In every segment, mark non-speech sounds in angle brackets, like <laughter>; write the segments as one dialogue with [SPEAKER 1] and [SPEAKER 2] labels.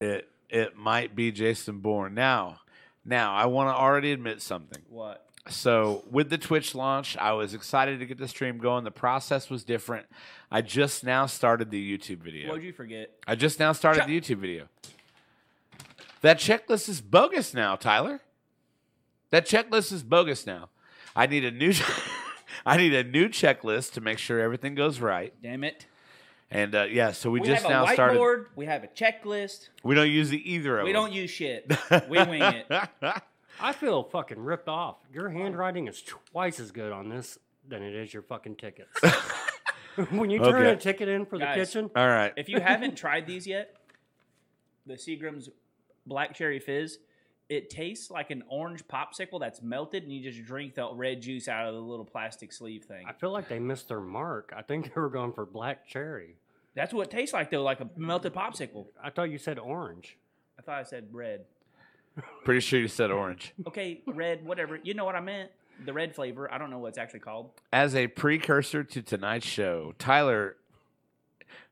[SPEAKER 1] It it might be Jason Bourne. Now, now I want to already admit something.
[SPEAKER 2] What?
[SPEAKER 1] So with the Twitch launch, I was excited to get the stream going. The process was different. I just now started the YouTube video.
[SPEAKER 2] What'd you forget?
[SPEAKER 1] I just now started the YouTube video. That checklist is bogus now, Tyler. That checklist is bogus now. I need a new <laughs> I need a new checklist to make sure everything goes right.
[SPEAKER 2] Damn it.
[SPEAKER 1] And uh, yeah, so we,
[SPEAKER 2] We
[SPEAKER 1] just
[SPEAKER 2] have a
[SPEAKER 1] now
[SPEAKER 2] whiteboard.
[SPEAKER 1] started.
[SPEAKER 2] We have a checklist.
[SPEAKER 1] We don't use the either of
[SPEAKER 2] We
[SPEAKER 1] them.
[SPEAKER 2] don't
[SPEAKER 1] <laughs>
[SPEAKER 2] use shit. We wing it.
[SPEAKER 3] I feel fucking ripped off. Your handwriting is twice as good on this than it is your
[SPEAKER 2] <laughs>
[SPEAKER 3] fucking tickets. when you turn
[SPEAKER 1] Okay.
[SPEAKER 3] a ticket in for
[SPEAKER 2] Guys.
[SPEAKER 3] the kitchen,
[SPEAKER 1] All right.
[SPEAKER 2] If you haven't tried these yet, the Seagram's Black Cherry Fizz, it tastes like an orange popsicle that's melted, and you just drink the red juice out of the little plastic sleeve thing.
[SPEAKER 3] I feel like they missed their mark. I think they were going for black cherry.
[SPEAKER 2] That's what it tastes like, though, like a melted popsicle.
[SPEAKER 3] I thought you said orange.
[SPEAKER 2] I thought I said red.
[SPEAKER 1] Pretty sure you said orange.
[SPEAKER 2] Okay, red, whatever. You know what I meant. The red flavor. I don't know what it's actually called.
[SPEAKER 1] As a precursor to tonight's show, Tyler,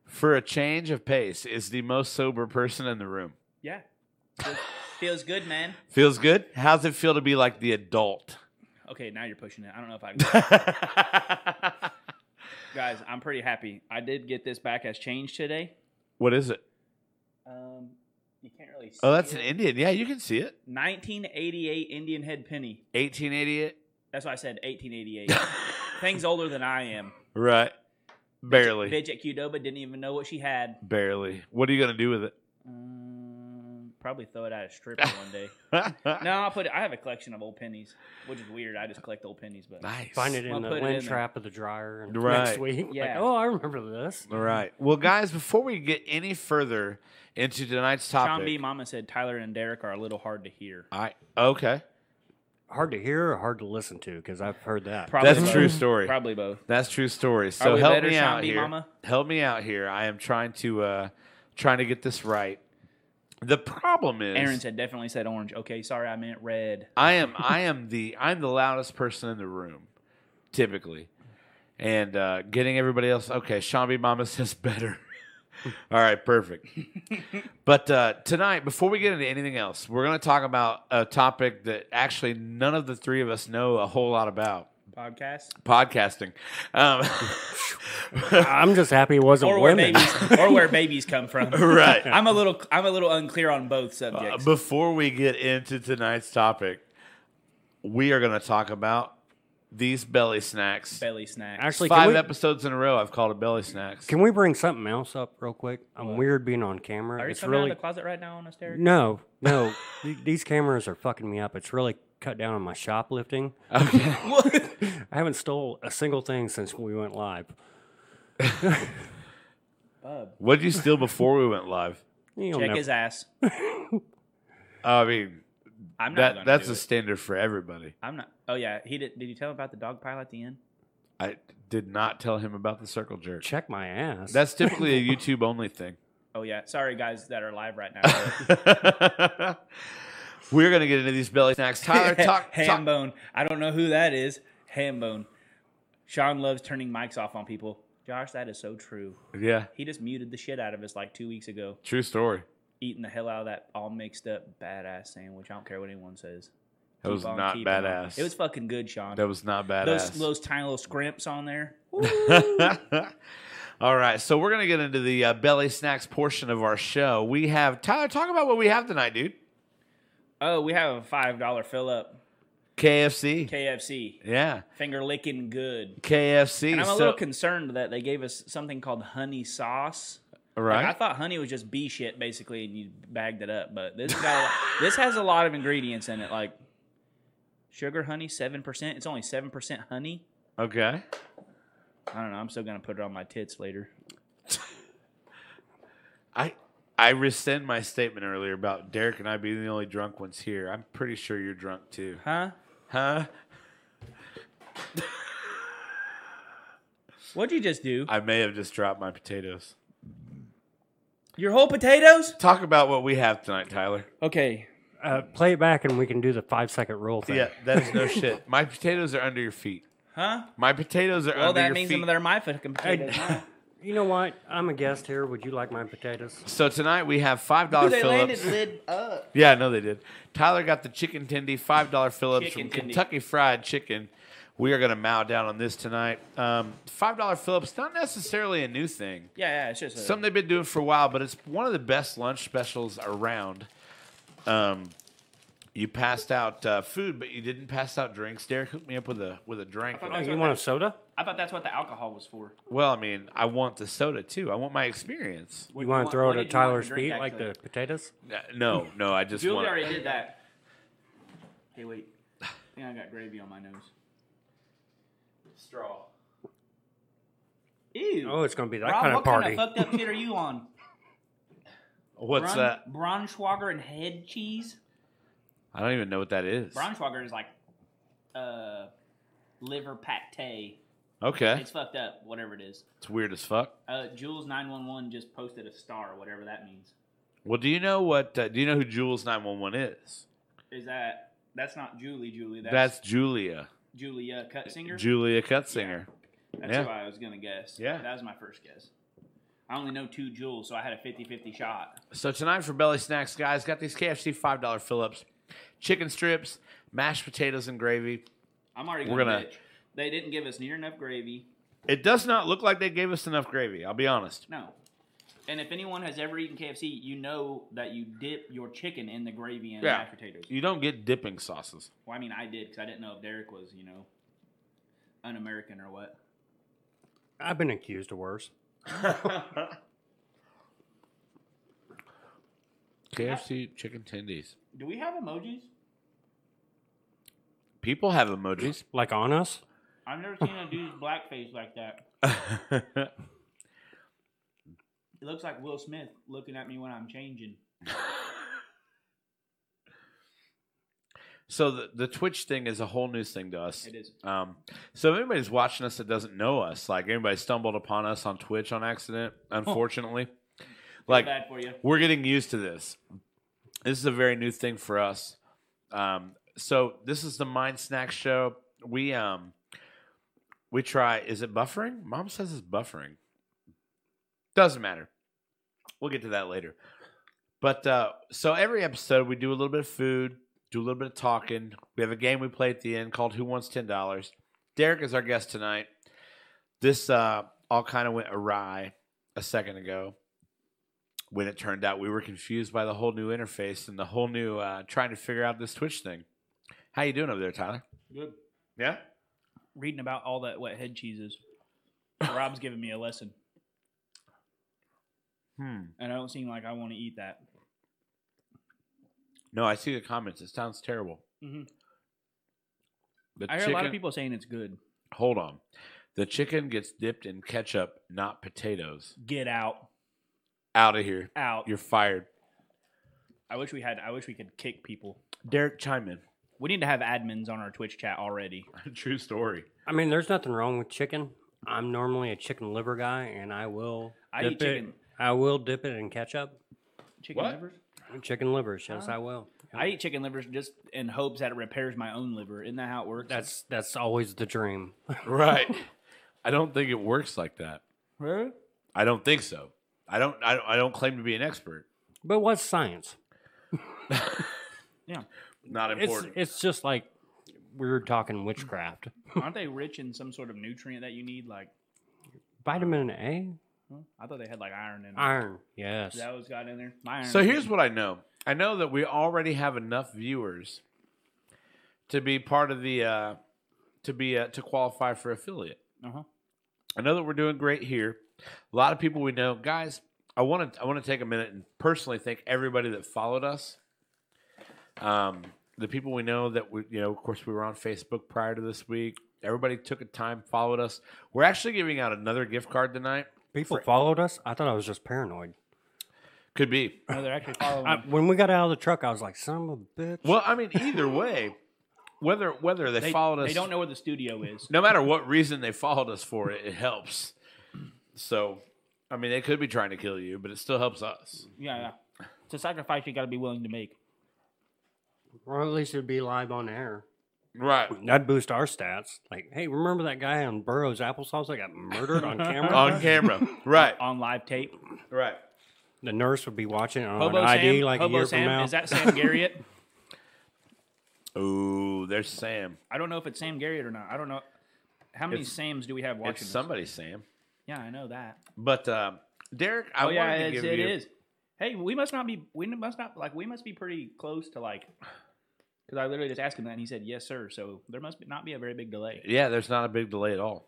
[SPEAKER 1] for a change of pace, is the most sober person in the room.
[SPEAKER 2] Yeah.
[SPEAKER 1] <laughs>
[SPEAKER 2] Feels, feels good, man.
[SPEAKER 1] Feels good. How's it feel to be like the <laughs> adult?
[SPEAKER 2] Okay, now you're pushing it. I don't know if I guys. I'm pretty happy. I did get this back as change today.
[SPEAKER 1] what is it?
[SPEAKER 2] Um, you can't really. See
[SPEAKER 1] Oh, that's an
[SPEAKER 2] it.
[SPEAKER 1] Indian. Yeah, you can see it.
[SPEAKER 2] 1988 Indian head penny.
[SPEAKER 1] 1888.
[SPEAKER 2] That's why I said 1888. Things older than I am.
[SPEAKER 1] <laughs> right. Barely.
[SPEAKER 2] Bitch at Qdoba didn't even know what she had.
[SPEAKER 1] Barely. What are you going to do with <laughs> it?
[SPEAKER 2] Um, probably throw it at a stripper one
[SPEAKER 1] <laughs>
[SPEAKER 2] day. No, I'll put it. I have a collection of old pennies, which is weird. I just collect old pennies, but
[SPEAKER 1] Nice.
[SPEAKER 3] Find it in
[SPEAKER 2] I'll
[SPEAKER 3] the
[SPEAKER 2] put it
[SPEAKER 3] wind
[SPEAKER 2] in there.
[SPEAKER 3] trap of the dryer and
[SPEAKER 1] Right.
[SPEAKER 3] next week. Like,
[SPEAKER 2] Yeah.
[SPEAKER 3] oh, I remember this.
[SPEAKER 1] All right. Well, guys, before we get any further into tonight's
[SPEAKER 2] Sean B.
[SPEAKER 1] topic,
[SPEAKER 2] Mama said Tyler and Derek are a little hard to hear.
[SPEAKER 1] I okay,
[SPEAKER 3] Hard to hear or hard to listen to because I've heard that.
[SPEAKER 2] Probably
[SPEAKER 1] that's a
[SPEAKER 2] both.
[SPEAKER 1] true story.
[SPEAKER 2] Probably both.
[SPEAKER 1] That's true story.
[SPEAKER 2] Are
[SPEAKER 1] So
[SPEAKER 2] we
[SPEAKER 1] help
[SPEAKER 2] better,
[SPEAKER 1] me
[SPEAKER 2] Sean
[SPEAKER 1] out
[SPEAKER 2] B,
[SPEAKER 1] here.
[SPEAKER 2] Mama?
[SPEAKER 1] Help me out here. I am trying to uh trying to get this right. The problem is
[SPEAKER 2] Aaron said definitely said orange. Okay, sorry, I meant red.
[SPEAKER 1] I
[SPEAKER 2] <laughs>
[SPEAKER 1] am I am the I'm the loudest person in the room, typically, and uh, getting everybody else. Okay, Shambi Mama <laughs> says better. All right,
[SPEAKER 2] <laughs>
[SPEAKER 1] perfect. but uh, tonight, before we get into anything else, we're going to talk about a topic that actually none of the three of us know a whole lot about:
[SPEAKER 2] Podcast
[SPEAKER 1] podcasting. Um, <laughs>
[SPEAKER 3] I'm just happy it wasn't
[SPEAKER 2] or where
[SPEAKER 1] <laughs>
[SPEAKER 3] women.
[SPEAKER 2] babies or where babies come from.
[SPEAKER 1] right.
[SPEAKER 2] <laughs> I'm a little I'm a little unclear on both
[SPEAKER 1] Uh,
[SPEAKER 2] subjects.
[SPEAKER 1] before we get into tonight's topic, we are going to talk about these belly snacks.
[SPEAKER 2] Belly snacks.
[SPEAKER 3] Actually,
[SPEAKER 1] five
[SPEAKER 3] can we,
[SPEAKER 1] episodes in a row I've called it belly snacks. <laughs>
[SPEAKER 3] can we bring something else up real quick? I'm weird being on camera.
[SPEAKER 2] are you
[SPEAKER 3] it's
[SPEAKER 2] coming
[SPEAKER 3] really
[SPEAKER 2] out of the closet right now on us, Derek?
[SPEAKER 3] no, no. Th- These cameras are fucking me up. It's really cut down on my shoplifting.
[SPEAKER 2] What?
[SPEAKER 3] I haven't stole a single thing since we went live.
[SPEAKER 2] <laughs> Bub,
[SPEAKER 1] what did you steal before we went live?
[SPEAKER 3] You'll
[SPEAKER 2] check
[SPEAKER 3] never-
[SPEAKER 2] his ass.
[SPEAKER 1] I mean,
[SPEAKER 2] I'm not.
[SPEAKER 1] that
[SPEAKER 2] gonna
[SPEAKER 1] that's
[SPEAKER 2] do
[SPEAKER 1] a
[SPEAKER 2] it.
[SPEAKER 1] standard for everybody.
[SPEAKER 2] I'm not. Oh yeah, he did. Did you tell him about the dog pile at the end?
[SPEAKER 1] I did not tell him about the circle jerk.
[SPEAKER 3] Check my ass.
[SPEAKER 1] That's typically
[SPEAKER 3] <laughs>
[SPEAKER 1] a YouTube only thing. <laughs>
[SPEAKER 2] Oh yeah. Sorry guys that are live right now.
[SPEAKER 1] We're gonna get into these belly snacks.
[SPEAKER 2] <laughs>
[SPEAKER 1] Tyler, talk,
[SPEAKER 2] ham
[SPEAKER 1] talk
[SPEAKER 2] bone. I don't know who that is. Ham bone. Sean loves turning mics off on people. Josh, that is so true.
[SPEAKER 1] Yeah,
[SPEAKER 2] He just muted the shit out of us like two weeks ago,
[SPEAKER 1] true story.
[SPEAKER 2] eating the hell out of that all mixed up badass sandwich. I don't care what anyone says.
[SPEAKER 1] That
[SPEAKER 2] Keep
[SPEAKER 1] was
[SPEAKER 2] on
[SPEAKER 1] not
[SPEAKER 2] keeping on.
[SPEAKER 1] badass.
[SPEAKER 2] It was fucking good, Sean.
[SPEAKER 1] That was not
[SPEAKER 2] those
[SPEAKER 1] badass.
[SPEAKER 2] those tiny little scrimps on there.
[SPEAKER 1] <laughs> All right, so we're gonna get into the uh, belly snacks portion of our show. We have Tyler. Talk about what we have tonight, dude.
[SPEAKER 2] Oh, we have a five dollar fill up.
[SPEAKER 1] KFC.
[SPEAKER 2] KFC.
[SPEAKER 1] yeah,
[SPEAKER 2] Finger licking good.
[SPEAKER 1] KFC.
[SPEAKER 2] And I'm a
[SPEAKER 1] So-
[SPEAKER 2] little concerned that they gave us something called honey sauce. Like,
[SPEAKER 1] right.
[SPEAKER 2] I thought honey was just bee shit basically, and you bagged it up. But this got
[SPEAKER 1] <laughs>
[SPEAKER 2] a- this has a lot of ingredients in it, like sugar, honey, seven percent. It's only seven percent honey.
[SPEAKER 1] okay.
[SPEAKER 2] I don't know. I'm still gonna put it on my tits later.
[SPEAKER 1] I I rescind my statement earlier about Derek and I being the only drunk ones here. I'm pretty sure you're drunk too.
[SPEAKER 2] Huh?
[SPEAKER 1] Huh?
[SPEAKER 2] What'd you just do?
[SPEAKER 1] I may have just dropped my potatoes.
[SPEAKER 2] Your whole potatoes?
[SPEAKER 1] Talk about what we have tonight, Tyler.
[SPEAKER 2] Okay.
[SPEAKER 3] uh, play it back and we can do the five second rule thing.
[SPEAKER 1] Yeah, that
[SPEAKER 3] <laughs>
[SPEAKER 1] is no shit. <laughs> My potatoes are under your feet.
[SPEAKER 2] Huh?
[SPEAKER 1] My potatoes are
[SPEAKER 2] Well,
[SPEAKER 1] under
[SPEAKER 2] that
[SPEAKER 1] your
[SPEAKER 2] means
[SPEAKER 1] feet.
[SPEAKER 2] <laughs> they're my fucking potatoes. now.
[SPEAKER 3] You know what? I'm a guest here. Would you like my potatoes?
[SPEAKER 1] So tonight we have five dollar
[SPEAKER 2] they landed
[SPEAKER 1] Phillips.
[SPEAKER 2] lid up.
[SPEAKER 1] Yeah, I know they did. Tyler got the chicken tendy, five dollar Phillips
[SPEAKER 2] Chicken
[SPEAKER 1] from
[SPEAKER 2] tendy.
[SPEAKER 1] Kentucky Fried Chicken. We are gonna mow down on this tonight. Um, five dollar Phillips, not necessarily a new thing.
[SPEAKER 2] Yeah, yeah, it's just a,
[SPEAKER 1] Something they've been doing for a while, but it's one of the best lunch specials around. Um, you passed out uh, food, but you didn't pass out drinks. Derek hooked me up with a with a drink.
[SPEAKER 2] thought
[SPEAKER 3] Oh,
[SPEAKER 2] That's
[SPEAKER 3] you
[SPEAKER 2] what
[SPEAKER 3] want a soda?
[SPEAKER 2] I thought that's what the alcohol was for.
[SPEAKER 1] Well, I mean, I want the soda too. I want my experience.
[SPEAKER 2] What
[SPEAKER 3] You
[SPEAKER 2] you
[SPEAKER 3] want to
[SPEAKER 2] want-
[SPEAKER 3] throw
[SPEAKER 2] what
[SPEAKER 3] it at
[SPEAKER 2] did you want
[SPEAKER 3] Tyler's
[SPEAKER 2] to drink,
[SPEAKER 3] feet like the
[SPEAKER 2] actually?
[SPEAKER 3] potatoes?
[SPEAKER 1] Uh, No, no, I just
[SPEAKER 2] Julie
[SPEAKER 1] want.
[SPEAKER 2] already did that. Hey, wait. I think I got gravy on my nose. Straw. Ew.
[SPEAKER 3] Oh, it's gonna be that
[SPEAKER 2] Rob,
[SPEAKER 3] kind of
[SPEAKER 2] what
[SPEAKER 3] party.
[SPEAKER 2] kind of fucked up shit are you on?
[SPEAKER 1] What's
[SPEAKER 2] Braun-
[SPEAKER 1] that?
[SPEAKER 2] Braunschweiger and head cheese.
[SPEAKER 1] I don't even know what that is.
[SPEAKER 2] Braunschweiger is like uh, liver pate.
[SPEAKER 1] Okay,
[SPEAKER 2] It's fucked up, whatever it is.
[SPEAKER 1] it's weird as fuck.
[SPEAKER 2] Uh, Jules nine one one just posted a star, whatever that means.
[SPEAKER 1] Well, do you know what? Uh, do you know who Jules nine one one is?
[SPEAKER 2] Is that that's not Julie? Julie, that's,
[SPEAKER 1] That's Julia,
[SPEAKER 2] Julia Cutsinger.
[SPEAKER 1] Julia Cutsinger.
[SPEAKER 2] that's
[SPEAKER 1] yeah.
[SPEAKER 2] who I was gonna guess.
[SPEAKER 1] Yeah.
[SPEAKER 2] that was my first guess. I only know two Jules, so I had a 50-50 shot.
[SPEAKER 1] So tonight for belly snacks, guys, got these KFC five dollar fill ups, chicken strips, mashed potatoes and gravy.
[SPEAKER 2] I'm already
[SPEAKER 1] We're
[SPEAKER 2] gonna.
[SPEAKER 1] gonna-
[SPEAKER 2] bitch. They didn't give us near enough gravy.
[SPEAKER 1] It does not look like they gave us enough gravy. I'll be honest.
[SPEAKER 2] No. And if anyone has ever eaten KFC, you know that you dip your chicken in the gravy and
[SPEAKER 1] Yeah.
[SPEAKER 2] mashed potatoes.
[SPEAKER 1] You don't get dipping sauces.
[SPEAKER 2] Well, I mean, I did because I didn't know if Derek was, you know, un American or what.
[SPEAKER 3] I've been accused of worse.
[SPEAKER 1] KFC chicken tendies.
[SPEAKER 2] Do we have emojis?
[SPEAKER 1] People have emojis.
[SPEAKER 3] Like on us?
[SPEAKER 2] I've never seen a dude's blackface like that. It looks like Will Smith looking at me when I'm changing.
[SPEAKER 1] <laughs> so the, the Twitch thing is a whole new thing to us.
[SPEAKER 2] It is.
[SPEAKER 1] Um, so if anybody's watching us that doesn't know us, like anybody stumbled upon us on Twitch on accident, unfortunately, like
[SPEAKER 2] bad for you.
[SPEAKER 1] we're getting used to this. This is a very new thing for us. Um, so this is the Mind Snack Show. We um, we try. Is it buffering? Mom says it's buffering. Doesn't matter. We'll get to that later. But uh, so every episode we do a little bit of food, do a little bit of talking. We have a game we play at the end called Who Wants Ten Dollars. Derek is our guest tonight. This uh, all kind of went awry a second ago when it turned out we were confused by the whole new interface and the whole new uh, trying to figure out this Twitch thing. How you doing over there, Tyler?
[SPEAKER 2] Good.
[SPEAKER 1] Yeah.
[SPEAKER 2] Reading about all that what head cheese is. Rob's giving me a lesson,
[SPEAKER 1] Hmm.
[SPEAKER 2] and I don't seem like I want to eat that.
[SPEAKER 1] No, I see the comments. It sounds terrible.
[SPEAKER 2] Mhm.
[SPEAKER 1] The
[SPEAKER 2] I hear
[SPEAKER 1] chicken.
[SPEAKER 2] a lot of people saying it's good.
[SPEAKER 1] hold on. The chicken gets dipped in ketchup, not potatoes.
[SPEAKER 2] Get out,
[SPEAKER 1] Out of here.
[SPEAKER 2] out.
[SPEAKER 1] You're fired.
[SPEAKER 2] I wish we had. I wish we could kick people.
[SPEAKER 1] Derek, chime in. <laughs>
[SPEAKER 2] We need to have admins on our Twitch chat already.
[SPEAKER 1] True story.
[SPEAKER 3] I mean, there's nothing wrong with chicken. I'm normally a chicken liver guy, and I will.
[SPEAKER 2] I
[SPEAKER 3] dip
[SPEAKER 2] eat chicken.
[SPEAKER 3] It, I will dip it in ketchup.
[SPEAKER 2] Chicken
[SPEAKER 1] What?
[SPEAKER 2] livers.
[SPEAKER 3] Chicken livers, yes,
[SPEAKER 2] Huh?
[SPEAKER 3] I will.
[SPEAKER 2] I eat chicken livers just in hopes that it repairs my own liver. Isn't that how it works?
[SPEAKER 3] That's that's always the dream.
[SPEAKER 1] Right. <laughs> I don't think it works like that.
[SPEAKER 2] Huh?
[SPEAKER 1] I don't think so. I don't. I don't, I don't claim to be an expert.
[SPEAKER 3] But what's science?
[SPEAKER 1] Not
[SPEAKER 3] It's
[SPEAKER 1] important.
[SPEAKER 3] it's just like we were talking witchcraft.
[SPEAKER 2] Aren't they rich in some sort of nutrient that you need? Like,
[SPEAKER 3] Vitamin A,
[SPEAKER 2] huh? I thought they had like iron in them.
[SPEAKER 3] iron. Yes.
[SPEAKER 2] Is that was got in there. My iron.
[SPEAKER 1] So here's what I know. I know that we already have enough viewers to be part of the uh, to be uh, to qualify for affiliate.
[SPEAKER 2] Uh-huh.
[SPEAKER 1] I know that we're doing great here. A lot of people we know, guys. I want to I want to take a minute and personally thank everybody that followed us. Um, the people we know that we you know, of course, we were on Facebook prior to this week. Everybody took a time, followed us. We're actually giving out another gift card tonight.
[SPEAKER 3] People followed us. I thought I was just paranoid.
[SPEAKER 1] Could be.
[SPEAKER 2] No, they're actually following.
[SPEAKER 3] I, when we got out of the truck, I was like, "Son of a bitch."
[SPEAKER 1] Well, I mean, either way, whether whether they,
[SPEAKER 2] they,
[SPEAKER 1] followed us,
[SPEAKER 2] They don't know where the studio is.
[SPEAKER 1] no matter what reason they followed us for it, it helps. So, I mean, they could be trying to kill you, but it still helps us.
[SPEAKER 2] yeah, yeah. It's a sacrifice you got to be willing to make.
[SPEAKER 3] Or at least it'd be live on air.
[SPEAKER 1] Right.
[SPEAKER 3] That'd boost our stats. Like, hey, remember that guy on Burroughs applesauce that got murdered
[SPEAKER 2] <laughs>
[SPEAKER 3] on camera?
[SPEAKER 1] On camera. Right.
[SPEAKER 2] on live tape.
[SPEAKER 1] Right.
[SPEAKER 3] the nurse would be watching it on
[SPEAKER 2] Hobo
[SPEAKER 3] an
[SPEAKER 2] Sam,
[SPEAKER 3] ID like a
[SPEAKER 2] Hobo
[SPEAKER 3] year
[SPEAKER 2] Sam,
[SPEAKER 3] from now.
[SPEAKER 2] is
[SPEAKER 1] <laughs>
[SPEAKER 2] that Sam Garriott?
[SPEAKER 1] Ooh, there's Sam.
[SPEAKER 2] I don't know if it's Sam Garriott or not. I don't know. How many Sams do we have watching
[SPEAKER 1] It's
[SPEAKER 2] this?
[SPEAKER 1] somebody, Sam.
[SPEAKER 2] Yeah, I know that.
[SPEAKER 1] But um, Derek, I
[SPEAKER 2] oh yeah,
[SPEAKER 1] wanted to
[SPEAKER 2] it's,
[SPEAKER 1] give
[SPEAKER 2] it
[SPEAKER 1] you.
[SPEAKER 2] is. Hey, we must not be. We must not like. We must be pretty close to like. Because I literally just asked him that, and he said yes, sir. So there must be, not be a very big delay.
[SPEAKER 1] Yeah, there's not a big delay at all.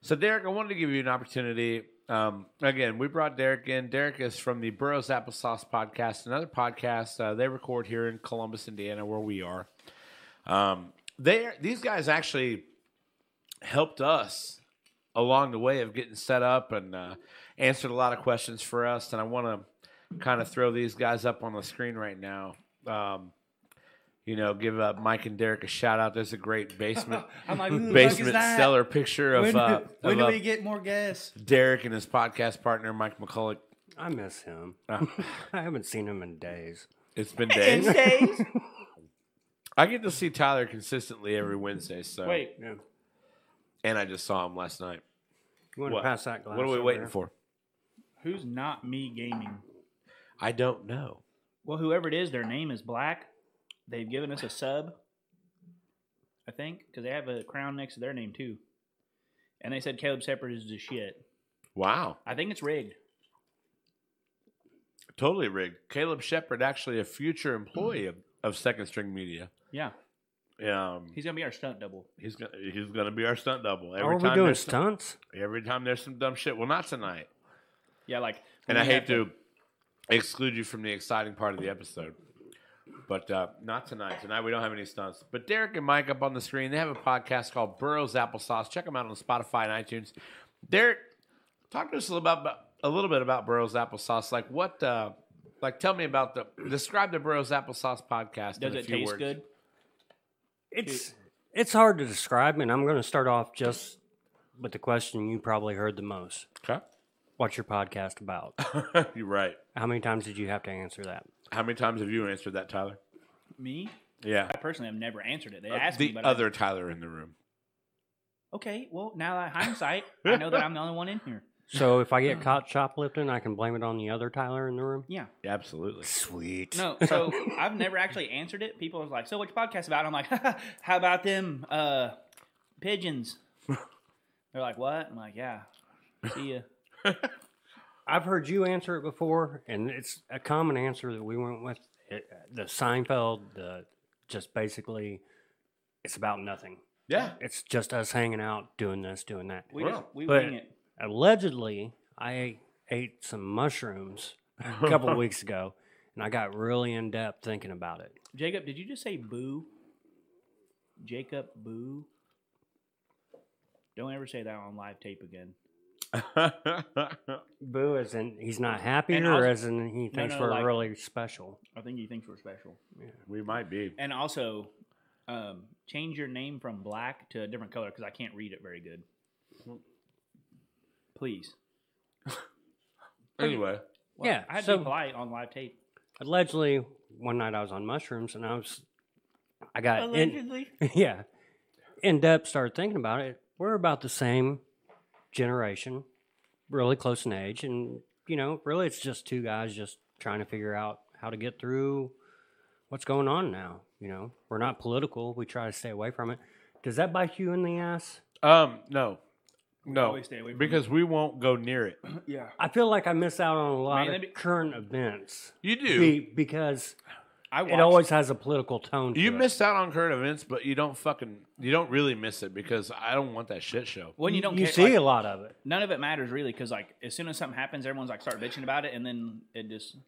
[SPEAKER 1] So, Derek, I wanted to give you an opportunity. Um, again, we brought Derek in. Derek is from the Burroughs Applesauce podcast, another podcast uh, they record here in Columbus, Indiana, where we are. Um, they these guys actually helped us along the way of getting set up and uh, answered a lot of questions for us. And I want to kind of throw these guys up on the screen right now. Um, you know, give uh, Mike and Derek a shout out. There's a great basement
[SPEAKER 4] I'm like, who the fuck is
[SPEAKER 1] basement
[SPEAKER 4] that?
[SPEAKER 1] cellar picture of,
[SPEAKER 4] When,
[SPEAKER 1] uh,
[SPEAKER 4] when
[SPEAKER 1] of,
[SPEAKER 4] do
[SPEAKER 1] uh,
[SPEAKER 4] we get more guests?
[SPEAKER 1] Derek and his podcast partner Mike McCulloch.
[SPEAKER 3] I miss him. <sighs>
[SPEAKER 1] Uh,
[SPEAKER 3] I haven't seen him in days.
[SPEAKER 4] <laughs>
[SPEAKER 1] it's been days.
[SPEAKER 4] days.
[SPEAKER 1] I get to see Tyler consistently every Wednesday. So
[SPEAKER 2] Wait,
[SPEAKER 3] Yeah.
[SPEAKER 1] and I just saw him last night.
[SPEAKER 3] You want
[SPEAKER 1] What?
[SPEAKER 3] to pass that glass?
[SPEAKER 1] What are we
[SPEAKER 3] over
[SPEAKER 1] waiting
[SPEAKER 3] there?
[SPEAKER 1] for?
[SPEAKER 2] who's not me gaming?
[SPEAKER 1] I don't know.
[SPEAKER 2] Well, whoever it is, their name is Black. They've given us a sub, I think, because they have a crown next to their name too. And they said Caleb Separate is the shit.
[SPEAKER 1] Wow,
[SPEAKER 2] I think it's rigged.
[SPEAKER 1] totally rigged. Caleb Shepard, actually a future employee of, of Second String Media.
[SPEAKER 2] Yeah,
[SPEAKER 1] Um,
[SPEAKER 2] he's gonna be our stunt double.
[SPEAKER 1] he's gonna, he's going to be our stunt double
[SPEAKER 3] Oh,
[SPEAKER 1] every
[SPEAKER 3] are
[SPEAKER 1] time.
[SPEAKER 3] we doing
[SPEAKER 1] there's some-
[SPEAKER 3] stunts?
[SPEAKER 1] every time there's some dumb shit. Well, not tonight.
[SPEAKER 2] Yeah, like.
[SPEAKER 1] and
[SPEAKER 2] we
[SPEAKER 1] I hate
[SPEAKER 2] have
[SPEAKER 1] to exclude you from the exciting part of the episode, but uh, not tonight. Tonight we don't have any stunts. But Derek and Mike up on the screen. They have a podcast called Burroughs Applesauce. Check them out on Spotify and iTunes. Derek, talk to us a little about a little bit about Burroughs Applesauce. Like what? Uh, like tell me about the describe the Burroughs Applesauce podcast.
[SPEAKER 2] Does
[SPEAKER 1] in a
[SPEAKER 2] it
[SPEAKER 1] few
[SPEAKER 2] taste
[SPEAKER 1] words.
[SPEAKER 2] good?
[SPEAKER 3] It's it's hard to describe, and I'm going to start off just with the question you probably heard the most. What's your
[SPEAKER 1] <laughs>
[SPEAKER 3] podcast about?
[SPEAKER 1] Okay, <laughs> you're right.
[SPEAKER 3] How many times did you have to answer that?
[SPEAKER 1] How many times have you answered that, Tyler?
[SPEAKER 2] Me,
[SPEAKER 1] Yeah,
[SPEAKER 2] I personally have never answered it. They asked me,
[SPEAKER 1] Uh, the
[SPEAKER 2] but I-
[SPEAKER 1] other Tyler in the room.
[SPEAKER 2] okay, well, now that hindsight, I know that I'm the only one in here.
[SPEAKER 3] So if I
[SPEAKER 2] <laughs>
[SPEAKER 3] get caught shoplifting, I can blame it on the other Tyler in the room.
[SPEAKER 2] Yeah.
[SPEAKER 1] Absolutely.
[SPEAKER 2] <laughs>
[SPEAKER 3] Sweet.
[SPEAKER 2] No, so I've never actually answered it. People are like, "So what's your podcast about?" I'm like, <laughs> "How about them uh,
[SPEAKER 3] <laughs>
[SPEAKER 2] pigeons?" They're like, "What?" I'm like, "Yeah, see ya."
[SPEAKER 3] I've heard you answer it before, and it's a common answer that we went with. It, the Seinfeld, the just basically, it's about nothing.
[SPEAKER 1] Yeah.
[SPEAKER 3] It's just us hanging out, doing this, doing that.
[SPEAKER 2] We
[SPEAKER 1] Well,
[SPEAKER 2] just we
[SPEAKER 3] but-
[SPEAKER 2] wing it.
[SPEAKER 3] Allegedly, I ate some mushrooms
[SPEAKER 2] <laughs>
[SPEAKER 3] a couple
[SPEAKER 1] <laughs>
[SPEAKER 3] weeks ago, and I got really in depth thinking about it.
[SPEAKER 2] Jacob, did you just say boo? Jacob, boo. Don't ever say that on live tape again.
[SPEAKER 3] Boo, as in he's not happy,
[SPEAKER 2] And
[SPEAKER 3] or
[SPEAKER 2] also-
[SPEAKER 3] as in he thinks
[SPEAKER 2] no,
[SPEAKER 3] we're
[SPEAKER 2] like-
[SPEAKER 3] really special.
[SPEAKER 2] I think he thinks we're special.
[SPEAKER 1] we might be.
[SPEAKER 2] And also, um, change your name from black to a different color because I can't read it very good. Please.
[SPEAKER 1] Anyway.
[SPEAKER 2] Well,
[SPEAKER 3] Yeah,
[SPEAKER 2] I had to
[SPEAKER 3] so-
[SPEAKER 2] be polite on live tape.
[SPEAKER 3] Allegedly, one night I was on mushrooms, and I was, I
[SPEAKER 2] Uh,
[SPEAKER 3] got in, <laughs> yeah in depth started thinking about it we're about the same generation really close in age and you know really it's just two guys just trying to figure out how to get through what's going on now you know we're not political we try to stay away from it does that bite you in the ass
[SPEAKER 1] Um, no, no,
[SPEAKER 2] always stay away from
[SPEAKER 1] because we won't go near it.
[SPEAKER 2] Yeah.
[SPEAKER 3] i feel like i miss out on a lot
[SPEAKER 2] Man,
[SPEAKER 3] of
[SPEAKER 2] that'd be-
[SPEAKER 3] current events
[SPEAKER 1] You do.
[SPEAKER 3] be, because
[SPEAKER 2] I
[SPEAKER 3] it
[SPEAKER 2] watched,
[SPEAKER 3] always has a political tone to
[SPEAKER 1] you
[SPEAKER 3] it.
[SPEAKER 1] missed out on current events, but you don't fucking, you don't really miss it because I don't want that shit show.
[SPEAKER 2] when you don't
[SPEAKER 3] you
[SPEAKER 2] care,
[SPEAKER 3] see
[SPEAKER 2] like,
[SPEAKER 3] a lot of it
[SPEAKER 2] none of it matters really because like as soon as something happens, everyone's like start bitching about it, and then it just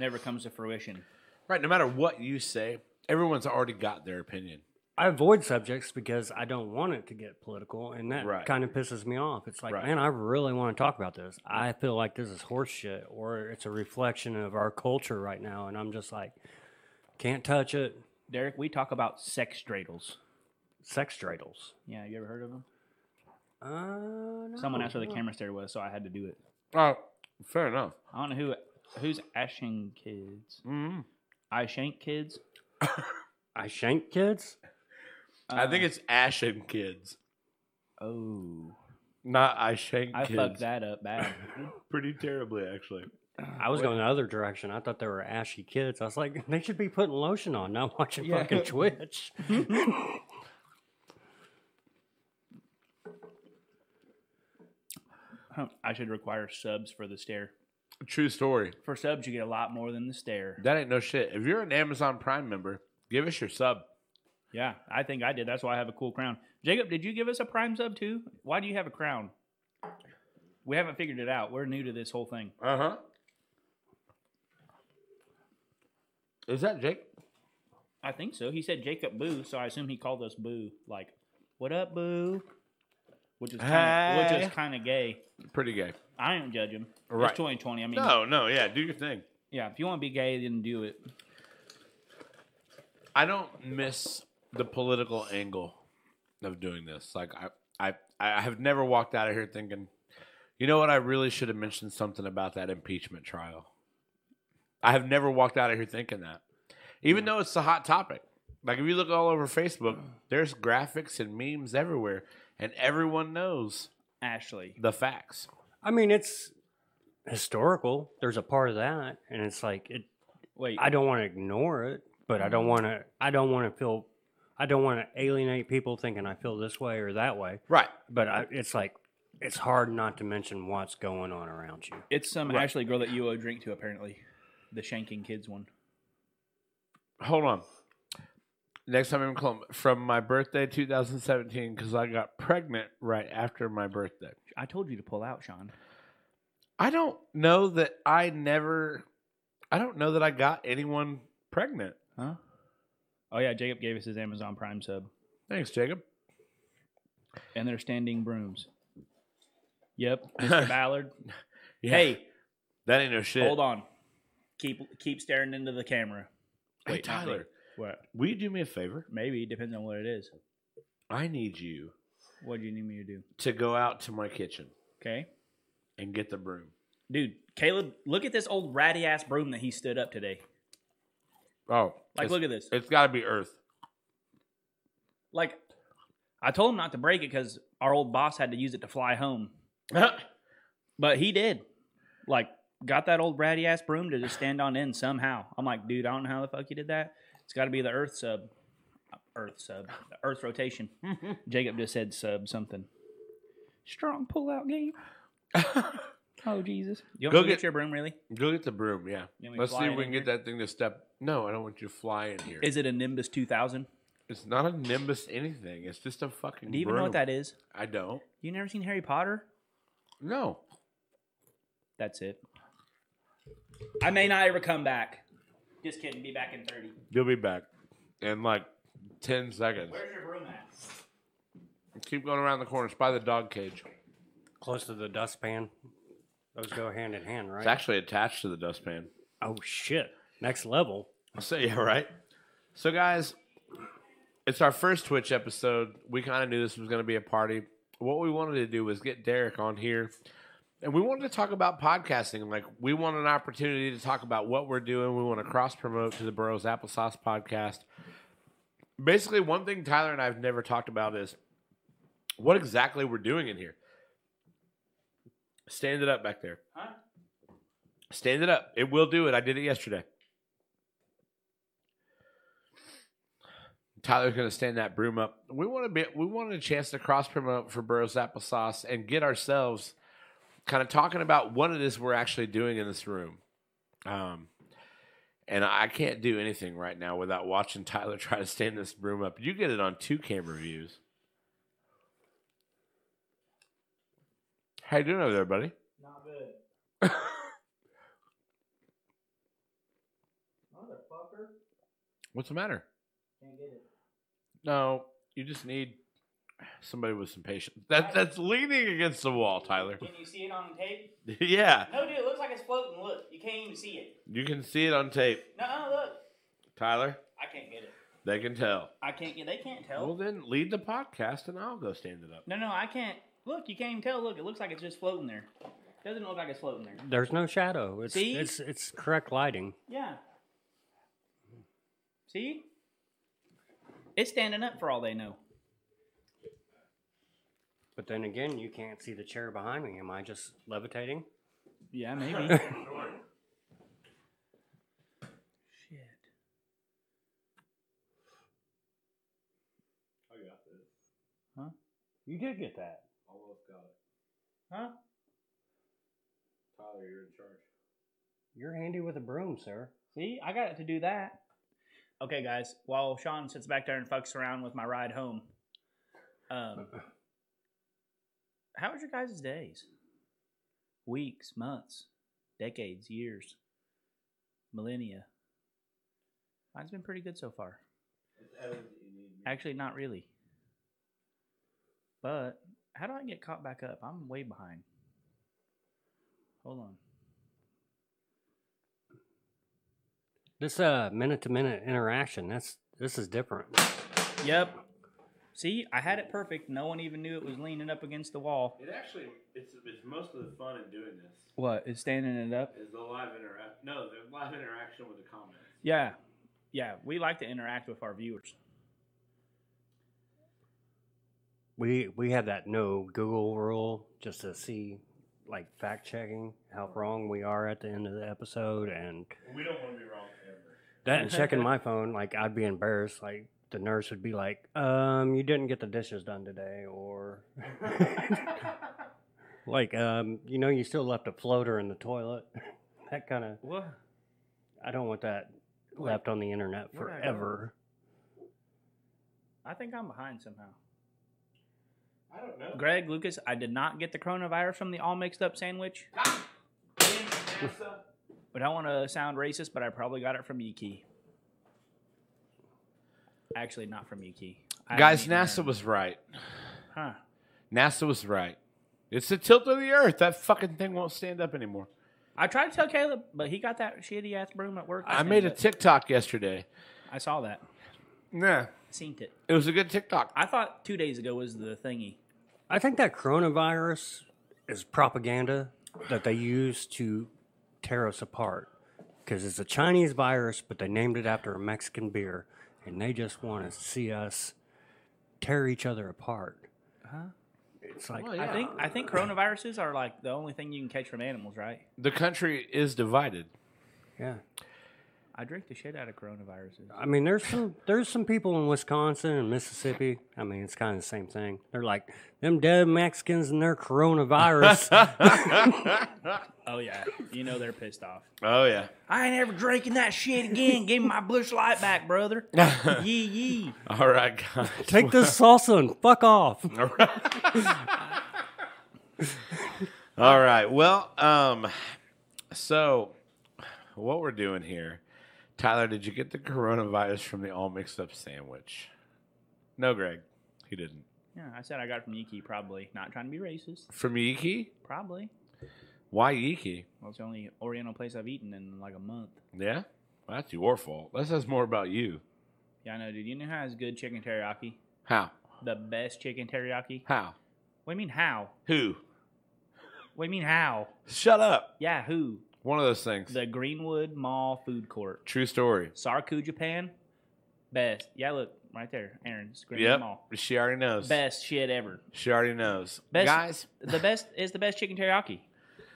[SPEAKER 2] never comes to fruition.
[SPEAKER 1] Right? No matter what you say, everyone's already got their opinion.
[SPEAKER 3] I avoid subjects because I don't want it to get political, and that
[SPEAKER 1] Right.
[SPEAKER 3] kind of pisses me off. It's like,
[SPEAKER 1] Right.
[SPEAKER 3] man, I really want to talk about this. I feel like this is horse shit, or it's a reflection of our culture right now, and I'm just like, can't touch it.
[SPEAKER 2] Derek, we talk about sex dreidels.
[SPEAKER 3] Sex dreidels.
[SPEAKER 2] Yeah, you ever heard of them?
[SPEAKER 3] Uh, no.
[SPEAKER 2] Someone asked
[SPEAKER 3] Oh.
[SPEAKER 2] where the camera stare was, so I had to do it.
[SPEAKER 1] Oh, fair enough.
[SPEAKER 2] I don't know who who's ashing kids.
[SPEAKER 1] Mm.
[SPEAKER 2] I shank kids. <sighs>
[SPEAKER 3] I shank kids.
[SPEAKER 1] I think it's Ashen Kids,
[SPEAKER 2] Oh,
[SPEAKER 1] not I Shank
[SPEAKER 2] I
[SPEAKER 1] Kids.
[SPEAKER 2] fucked that up bad. <laughs>
[SPEAKER 1] pretty terribly, actually.
[SPEAKER 3] I was going the other direction. I thought they were ashy kids. I was like, <laughs> they should be putting lotion on, not watching
[SPEAKER 2] Yeah. <laughs>
[SPEAKER 3] fucking Twitch.
[SPEAKER 2] I should require subs for the stare.
[SPEAKER 1] True story.
[SPEAKER 2] For subs, you get a lot more than the stare.
[SPEAKER 1] That ain't no shit. If you're an Amazon Prime member, give us your sub.
[SPEAKER 2] Yeah, I think I did. That's why I have a cool crown. Jacob, did you give us a prime sub too? Why do you have a crown? We haven't figured it out. We're new to this whole thing.
[SPEAKER 1] Uh huh. Is that Jake?
[SPEAKER 2] I think so. He said Jacob Boo, so I assume he called us Boo. Like, what up, Boo? Which is kinda, which
[SPEAKER 1] Hey.
[SPEAKER 2] is kind of gay.
[SPEAKER 1] Pretty gay.
[SPEAKER 2] I don't judge him.
[SPEAKER 1] Right.
[SPEAKER 2] It's 2020. I mean,
[SPEAKER 1] No, no, yeah, do your thing.
[SPEAKER 2] yeah. If you want to be gay, then do it.
[SPEAKER 1] I don't miss the political angle of doing this. Like I, I, I have never walked out of here thinking, you know what? I really should have mentioned something about that impeachment trial. I have never walked out of here thinking that, even though it's a hot topic. Like if you look all over Facebook, there's graphics and memes everywhere, and everyone knows
[SPEAKER 2] Ashley,
[SPEAKER 1] the facts.
[SPEAKER 3] I mean, it's historical. There's a part of that, and it's like it.
[SPEAKER 2] wait.
[SPEAKER 3] I don't want to ignore it, but I don't want to. I don't want to feel. I don't want to alienate people thinking I feel this way or that way.
[SPEAKER 1] Right.
[SPEAKER 3] But I, it's like it's hard not to mention what's going on around you.
[SPEAKER 2] It's some Ashley girl that you owe a drink to, apparently. The shanking kids one.
[SPEAKER 1] Hold on. Next time I'm calling from my birthday 2017 because I got pregnant right after my birthday.
[SPEAKER 2] I told you to pull out, Sean.
[SPEAKER 1] I don't know that I never. I don't know that I got anyone pregnant.
[SPEAKER 2] Huh? Oh yeah, Jacob gave us his Amazon Prime sub,
[SPEAKER 1] Thanks, Jacob.
[SPEAKER 2] and they're standing brooms. Yep, Mr. Ballard. Hey,
[SPEAKER 1] that ain't no shit.
[SPEAKER 2] hold on. Keep keep staring into the camera.
[SPEAKER 1] Hey,
[SPEAKER 2] Wait, not me.
[SPEAKER 1] Tyler,
[SPEAKER 2] What?
[SPEAKER 1] will you do me a favor?
[SPEAKER 2] Maybe depends on what it is.
[SPEAKER 1] I need you
[SPEAKER 2] What do you need me to do?
[SPEAKER 1] to go out to my kitchen
[SPEAKER 2] Okay,
[SPEAKER 1] and get the broom.
[SPEAKER 2] dude. Caleb, look at this old ratty ass broom that he stood up today.
[SPEAKER 1] Oh,
[SPEAKER 2] Like,
[SPEAKER 1] it's,
[SPEAKER 2] look at this.
[SPEAKER 1] It's got to be <laughs> Earth.
[SPEAKER 2] Like, I told him not to break it because our old boss had to use it to fly home. But he did. Like, got that old bratty ass broom to just stand on end somehow. I'm like, dude, I don't know how the fuck you did that. It's got to be the Earth sub. Earth sub. The Earth rotation. Jacob just said sub something. Strong pull out game. Oh, Jesus. You want
[SPEAKER 1] Go
[SPEAKER 2] me to get,
[SPEAKER 1] get-
[SPEAKER 2] your broom, really?
[SPEAKER 1] Go get the broom. Yeah.
[SPEAKER 2] You want me to
[SPEAKER 1] Let's see
[SPEAKER 2] fly
[SPEAKER 1] if
[SPEAKER 2] it
[SPEAKER 1] we
[SPEAKER 2] in
[SPEAKER 1] can get that thing to step. No, I don't want you to fly in here.
[SPEAKER 2] Is it a Nimbus 2000?
[SPEAKER 1] It's not a Nimbus anything. It's just a fucking.
[SPEAKER 2] Do you even know what that is?
[SPEAKER 1] I don't.
[SPEAKER 2] You never seen Harry Potter?
[SPEAKER 1] No.
[SPEAKER 2] That's it. I may not ever come back. Just kidding. Be back in 30.
[SPEAKER 1] You'll be back in like ten seconds.
[SPEAKER 2] Where's your broom at?
[SPEAKER 1] Keep going around the corner. It's by the dog cage.
[SPEAKER 3] Close to the dustpan, those go hand in hand, right?
[SPEAKER 1] It's actually attached to the dustpan.
[SPEAKER 3] oh shit! Next level.
[SPEAKER 1] <laughs> So yeah, right. So guys, it's our first Twitch episode. We kind of knew this was going to be a party. What we wanted to do was get Derek on here, and we wanted to talk about podcasting. Like we want an opportunity to talk about what we're doing. We want to cross promote to the Burroughs Applesauce podcast. Basically, one thing Tyler and I've never talked about is what exactly we're doing in here. Stand it up back there.
[SPEAKER 2] Huh?
[SPEAKER 1] Stand it up. It will do it. I did it yesterday. Tyler's going to stand that broom up. We want to be. We wanted a chance to cross promote for Burroughs Applesauce and get ourselves kind of talking about what it is we're actually doing in this room. Um, and I can't do anything right now without watching Tyler <laughs> try to stand this broom up. You get it on two camera views. How you doing over there, buddy?
[SPEAKER 2] Not good. <laughs> Motherfucker.
[SPEAKER 1] What's the matter?
[SPEAKER 2] Can't get it.
[SPEAKER 1] No, you just need somebody with some patience. That that's leaning against the wall, Tyler. <laughs>
[SPEAKER 2] Can you see it on tape?
[SPEAKER 1] yeah,
[SPEAKER 2] No, dude, it looks like it's floating. Look, you can't even see it.
[SPEAKER 1] you can see it on tape,
[SPEAKER 2] No, look.
[SPEAKER 1] Tyler.
[SPEAKER 2] I can't get it.
[SPEAKER 1] They can tell.
[SPEAKER 2] I can't get. They can't tell.
[SPEAKER 1] Well, then lead the podcast, and I'll go stand it up.
[SPEAKER 2] no, no, I can't. Look, you can't even tell. Look, it looks like it's just floating there. Doesn't look like it's floating there.
[SPEAKER 3] There's no shadow. It's
[SPEAKER 2] See?
[SPEAKER 3] it's it's correct lighting.
[SPEAKER 2] Yeah. See? It's standing up for all they know.
[SPEAKER 3] But then again, you can't see the chair behind me. Am I just levitating?
[SPEAKER 2] Yeah, <laughs> maybe. Shit.
[SPEAKER 3] You did get that.
[SPEAKER 2] Huh?
[SPEAKER 3] You're handy with a broom, sir.
[SPEAKER 2] See, I got to do that. Okay, guys. While Sean sits back there and fucks around with my ride home, um, how was your guys' days? Weeks, months, decades, years, millennia. Mine's been pretty good so far. Actually, not really. But how do I get caught back up? I'm way behind. Hold on.
[SPEAKER 3] This uh minute to minute interaction, that's this is different.
[SPEAKER 2] Yep. See, I had it perfect. No one even knew it was leaning up against the wall.
[SPEAKER 1] It actually, it's it's most of the fun in doing this
[SPEAKER 2] What? It's standing it up?
[SPEAKER 1] is the live interaction. No, the live interaction with the comments.
[SPEAKER 2] Yeah. Yeah. We like to interact with our viewers.
[SPEAKER 3] We we have that no Google rule just to see like fact checking how wrong we are at the end of the episode and
[SPEAKER 1] We don't want to be wrong ever.
[SPEAKER 3] that and checking my phone, like I'd be embarrassed, like the nurse would be like, um, you didn't get the dishes done today or <laughs> like, um, you know, you still left a floater in the toilet. <laughs> that kind of
[SPEAKER 2] What?
[SPEAKER 3] I don't want that left on the internet
[SPEAKER 2] where'd I go?
[SPEAKER 3] forever.
[SPEAKER 2] I think I'm behind somehow.
[SPEAKER 1] I don't know.
[SPEAKER 2] Greg, Lucas, I did not get the coronavirus from the all mixed up sandwich, but I want to sound racist, but I probably got it from Yuki. Actually, not from Yuki. I
[SPEAKER 1] Guys,
[SPEAKER 2] haven't
[SPEAKER 1] NASA
[SPEAKER 2] eaten
[SPEAKER 1] was right.
[SPEAKER 2] there. Huh.
[SPEAKER 1] NASA was right. It's the tilt of the Earth. That fucking thing won't stand up anymore.
[SPEAKER 2] I tried to tell Caleb, but he got that shitty ass broom at work.
[SPEAKER 1] I made a TikTok yesterday.
[SPEAKER 2] I saw that.
[SPEAKER 1] Nah,
[SPEAKER 2] Seen it.
[SPEAKER 1] it was a good TikTok.
[SPEAKER 2] I thought two days ago was the thingy.
[SPEAKER 3] I think that coronavirus is propaganda that they use to tear us apart because it's a Chinese virus, but they named it after a Mexican beer, and they just want to see us tear each other apart. It's like
[SPEAKER 1] Well, yeah.
[SPEAKER 2] I think I think coronaviruses are like the only thing you can catch from animals, right?
[SPEAKER 1] The country is divided.
[SPEAKER 3] yeah.
[SPEAKER 2] I drink the shit out of coronaviruses.
[SPEAKER 3] I mean, there's some there's some people in Wisconsin and Mississippi. I mean, it's kind of the same thing. They're like them dead Mexicans and their coronavirus.
[SPEAKER 2] Oh yeah, you know they're pissed off.
[SPEAKER 1] Oh yeah.
[SPEAKER 2] I ain't ever drinking that shit again. Give me my bush light back, brother. yee yee.
[SPEAKER 1] All right, guys.
[SPEAKER 3] Take this salsa and fuck off.
[SPEAKER 1] All right. Well, um, so what we're doing here, Tyler? Did you get the coronavirus from the all mixed up sandwich? No, Greg, he didn't.
[SPEAKER 2] Yeah, I said I got it from Yiki. Probably not trying to be racist.
[SPEAKER 1] From Yiki?
[SPEAKER 2] Probably.
[SPEAKER 1] Why Yiki?
[SPEAKER 2] Well, it's the only Oriental place I've eaten in like a month.
[SPEAKER 1] Yeah, well, that's your fault. That says more about you.
[SPEAKER 2] Yeah, I know, dude. You know how it's good chicken teriyaki?
[SPEAKER 1] How?
[SPEAKER 2] The best chicken teriyaki.
[SPEAKER 1] How?
[SPEAKER 2] What do you mean how?
[SPEAKER 1] Who?
[SPEAKER 2] What do you mean how?
[SPEAKER 1] Shut up.
[SPEAKER 2] Yeah, who?
[SPEAKER 1] One of those things.
[SPEAKER 2] The Greenwood Mall food court.
[SPEAKER 1] True story.
[SPEAKER 2] Sarku Japan, best. Yeah, look right there, Aaron's Green
[SPEAKER 1] Yep.
[SPEAKER 2] Mall.
[SPEAKER 1] She already knows.
[SPEAKER 2] Best shit ever.
[SPEAKER 1] She already knows.
[SPEAKER 2] Best-
[SPEAKER 1] Guys,
[SPEAKER 2] The best is the best chicken teriyaki.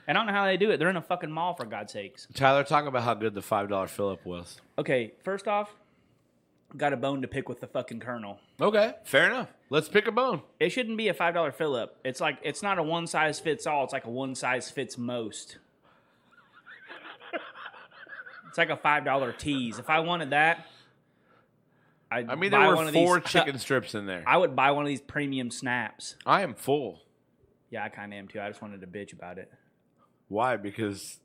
[SPEAKER 2] And I don't know how they do it. They're in a fucking mall for God's sakes.
[SPEAKER 1] Tyler, talk about how good the five dollar fill up was.
[SPEAKER 2] Okay, first off, got a bone to pick with the fucking colonel.
[SPEAKER 1] Okay, fair enough. Let's pick a bone.
[SPEAKER 2] It shouldn't be a five dollar fill up. It's like it's not a one size fits all. It's like a one size fits most. It's like a five dollar tease. If I wanted that, I'd
[SPEAKER 1] I mean,
[SPEAKER 2] buy
[SPEAKER 1] there
[SPEAKER 2] one
[SPEAKER 1] were
[SPEAKER 2] of
[SPEAKER 1] four
[SPEAKER 2] these, <laughs>
[SPEAKER 1] chicken strips in there.
[SPEAKER 2] I would buy one of these premium snaps.
[SPEAKER 1] I am full.
[SPEAKER 2] Yeah, I kind of am too. I just wanted to bitch about it.
[SPEAKER 1] Why? Because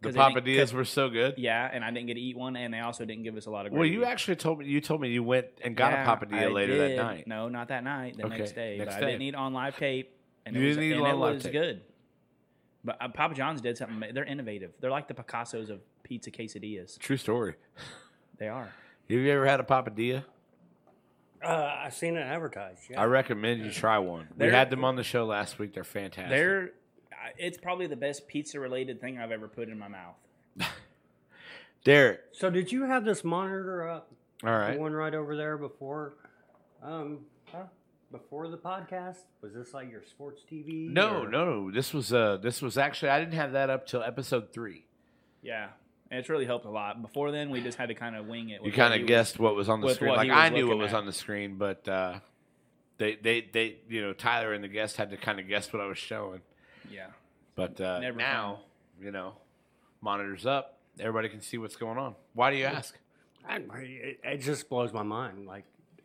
[SPEAKER 1] the
[SPEAKER 2] 'Cause they didn't-
[SPEAKER 1] papadillas were so good.
[SPEAKER 2] Yeah, and I didn't get to eat one, and they also didn't give us a lot of. Gravy.
[SPEAKER 1] Well, you actually told me you told me you went and got
[SPEAKER 2] Yeah,
[SPEAKER 1] a papadilla
[SPEAKER 2] I
[SPEAKER 1] later
[SPEAKER 2] did.
[SPEAKER 1] that night.
[SPEAKER 2] No, not that night. The
[SPEAKER 1] Okay,
[SPEAKER 2] next day,
[SPEAKER 1] next
[SPEAKER 2] but
[SPEAKER 1] day.
[SPEAKER 2] I didn't eat on live tape, and
[SPEAKER 1] You
[SPEAKER 2] it was,
[SPEAKER 1] didn't eat
[SPEAKER 2] and
[SPEAKER 1] on
[SPEAKER 2] it
[SPEAKER 1] live
[SPEAKER 2] was
[SPEAKER 1] tape.
[SPEAKER 2] good. But uh, Papa John's did something. ma- They're innovative. They're like the Picasso's of pizza quesadillas.
[SPEAKER 1] True story.
[SPEAKER 2] They are.
[SPEAKER 1] Have you ever had a papadilla?
[SPEAKER 3] Uh, I've seen it advertised. Yeah.
[SPEAKER 1] I recommend you try one.
[SPEAKER 2] They're-
[SPEAKER 1] we had them on the show last week. They're fantastic.
[SPEAKER 2] They're. I- It's probably the best pizza-related thing I've ever put in my mouth.
[SPEAKER 1] Derek,
[SPEAKER 3] So did you have this monitor up?
[SPEAKER 1] All right.
[SPEAKER 3] The one right over there before, um, huh? before the podcast. Was this like your sports TV?
[SPEAKER 1] No,
[SPEAKER 3] or-
[SPEAKER 1] no, this was uh, this was actually I didn't have that up till episode three.
[SPEAKER 2] Yeah, and it's really helped a lot. Before then, we just had to kind of wing it.
[SPEAKER 1] You
[SPEAKER 2] with
[SPEAKER 1] kind
[SPEAKER 2] what he
[SPEAKER 1] of
[SPEAKER 2] was-
[SPEAKER 1] guessed what was on the
[SPEAKER 2] with
[SPEAKER 1] screen.
[SPEAKER 2] what
[SPEAKER 1] Like
[SPEAKER 2] he was
[SPEAKER 1] I knew what
[SPEAKER 2] looking
[SPEAKER 1] was
[SPEAKER 2] at.
[SPEAKER 1] on the screen, but uh, they they they you know Tyler and the guest had to kind of guess what I was showing.
[SPEAKER 2] Yeah,
[SPEAKER 1] But uh,
[SPEAKER 2] Never
[SPEAKER 1] now you know, monitors up, everybody can see what's going on. Why do you ask?
[SPEAKER 3] I, it, it just blows my mind. Like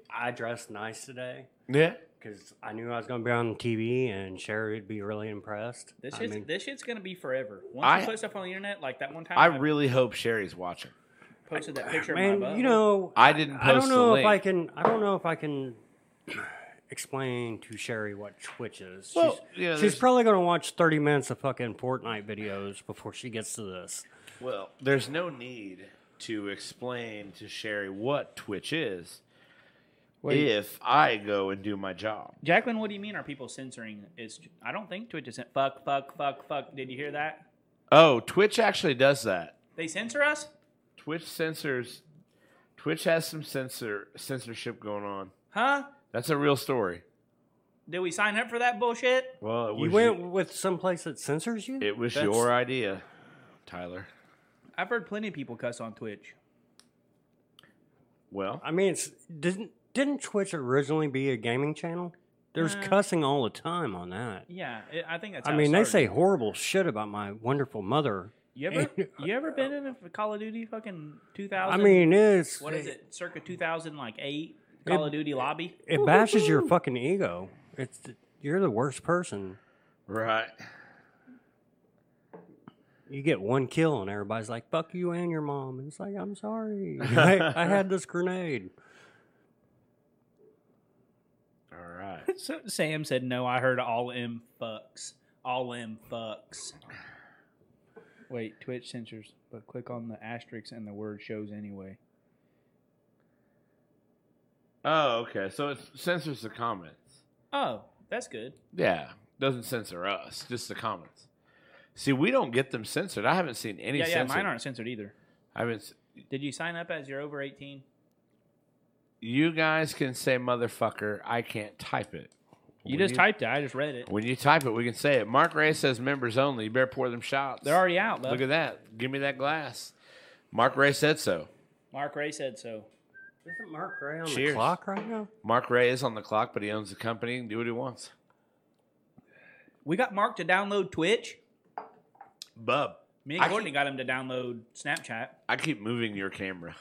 [SPEAKER 3] I dressed nice today
[SPEAKER 1] Yeah,
[SPEAKER 3] because I knew I was going to be on TV, and Sherry would be really impressed.
[SPEAKER 2] this
[SPEAKER 3] I
[SPEAKER 2] shit's
[SPEAKER 3] mean,
[SPEAKER 2] this shit's gonna be forever. Once
[SPEAKER 1] I-
[SPEAKER 2] I put stuff on the internet, like that one time,
[SPEAKER 1] I really hope Sherry's watching.
[SPEAKER 2] posted that picture. of my
[SPEAKER 3] man,
[SPEAKER 2] butt.
[SPEAKER 3] you know,
[SPEAKER 1] I didn't
[SPEAKER 3] I
[SPEAKER 1] post
[SPEAKER 3] don't
[SPEAKER 1] the
[SPEAKER 3] know if
[SPEAKER 1] link.
[SPEAKER 3] I can. I don't know if I can <sighs> explain to Sherry what Twitch is.
[SPEAKER 1] Well,
[SPEAKER 3] she's,
[SPEAKER 1] yeah,
[SPEAKER 3] she's
[SPEAKER 1] there's-
[SPEAKER 3] probably going to watch thirty minutes of fucking Fortnite videos before she gets to this.
[SPEAKER 1] Well, there's no need to explain to Sherry what Twitch is if I go and do my job.
[SPEAKER 2] Jacqueline, what do you mean? Are people censoring? Is I don't think Twitch is fuck, fuck, fuck, fuck. Did you hear that?
[SPEAKER 1] Oh, Twitch actually does that.
[SPEAKER 2] They censor us.
[SPEAKER 1] Twitch censors. Twitch has some censor censorship going on.
[SPEAKER 2] Huh?
[SPEAKER 1] That's a real story.
[SPEAKER 2] Did we sign up for that bullshit?
[SPEAKER 1] Well, it was,
[SPEAKER 3] You went with someplace that censors you.
[SPEAKER 1] it was
[SPEAKER 3] That's-
[SPEAKER 1] your idea, Tyler.
[SPEAKER 2] I've heard plenty of people cuss on Twitch.
[SPEAKER 1] Well,
[SPEAKER 3] I mean, it's didn't didn't Twitch originally be a gaming channel? There's cussing all the time on that.
[SPEAKER 2] Yeah, it, I think that's.
[SPEAKER 3] I
[SPEAKER 2] how it
[SPEAKER 3] mean, they say
[SPEAKER 2] started.
[SPEAKER 3] horrible shit about my wonderful mother.
[SPEAKER 2] you
[SPEAKER 3] <laughs>
[SPEAKER 2] ever you ever been in a Call of Duty fucking two
[SPEAKER 3] I
[SPEAKER 2] thousand?
[SPEAKER 3] mean, it's
[SPEAKER 2] what is it? Circa two thousand like eight Call of Duty lobby.
[SPEAKER 3] It bashes your fucking ego. It's you're the worst person.
[SPEAKER 1] right.
[SPEAKER 3] You get one kill and everybody's like, "Fuck you and your mom." And it's like,
[SPEAKER 1] <laughs>
[SPEAKER 3] "I'm sorry, I, I had this grenade."
[SPEAKER 1] All right.
[SPEAKER 2] <laughs> So Sam said, "No, I heard all M fucks, all M fucks." Wait, Twitch censors, but click on the asterisk and the word shows anyway.
[SPEAKER 1] Oh, okay. So it censors the comments.
[SPEAKER 2] Oh, that's good.
[SPEAKER 1] Yeah, doesn't censor us, just the comments. See, we don't get them censored. I haven't seen any.
[SPEAKER 2] yeah, yeah,
[SPEAKER 1] censored.
[SPEAKER 2] mine aren't censored either.
[SPEAKER 1] I haven't. s-
[SPEAKER 2] Did you sign up as you're over eighteen?
[SPEAKER 1] You guys can say motherfucker. I can't type it.
[SPEAKER 2] You
[SPEAKER 1] When
[SPEAKER 2] just typed it. I just read it.
[SPEAKER 1] When you type it, we can say it. Mark Ray says members only. You better pour them shots.
[SPEAKER 2] They're already out. Though.
[SPEAKER 1] Look at that. Give me that glass. Mark Ray said so.
[SPEAKER 2] Mark Ray said so.
[SPEAKER 3] Isn't Mark Gray on
[SPEAKER 1] Cheers.
[SPEAKER 3] the clock right now?
[SPEAKER 1] Mark Ray is on the clock, but he owns the company and do what he wants.
[SPEAKER 2] We got Mark to download Twitch.
[SPEAKER 1] Bub,
[SPEAKER 2] Me and
[SPEAKER 1] I
[SPEAKER 2] Courtney
[SPEAKER 1] keep-
[SPEAKER 2] got him to download Snapchat.
[SPEAKER 1] I keep moving your camera.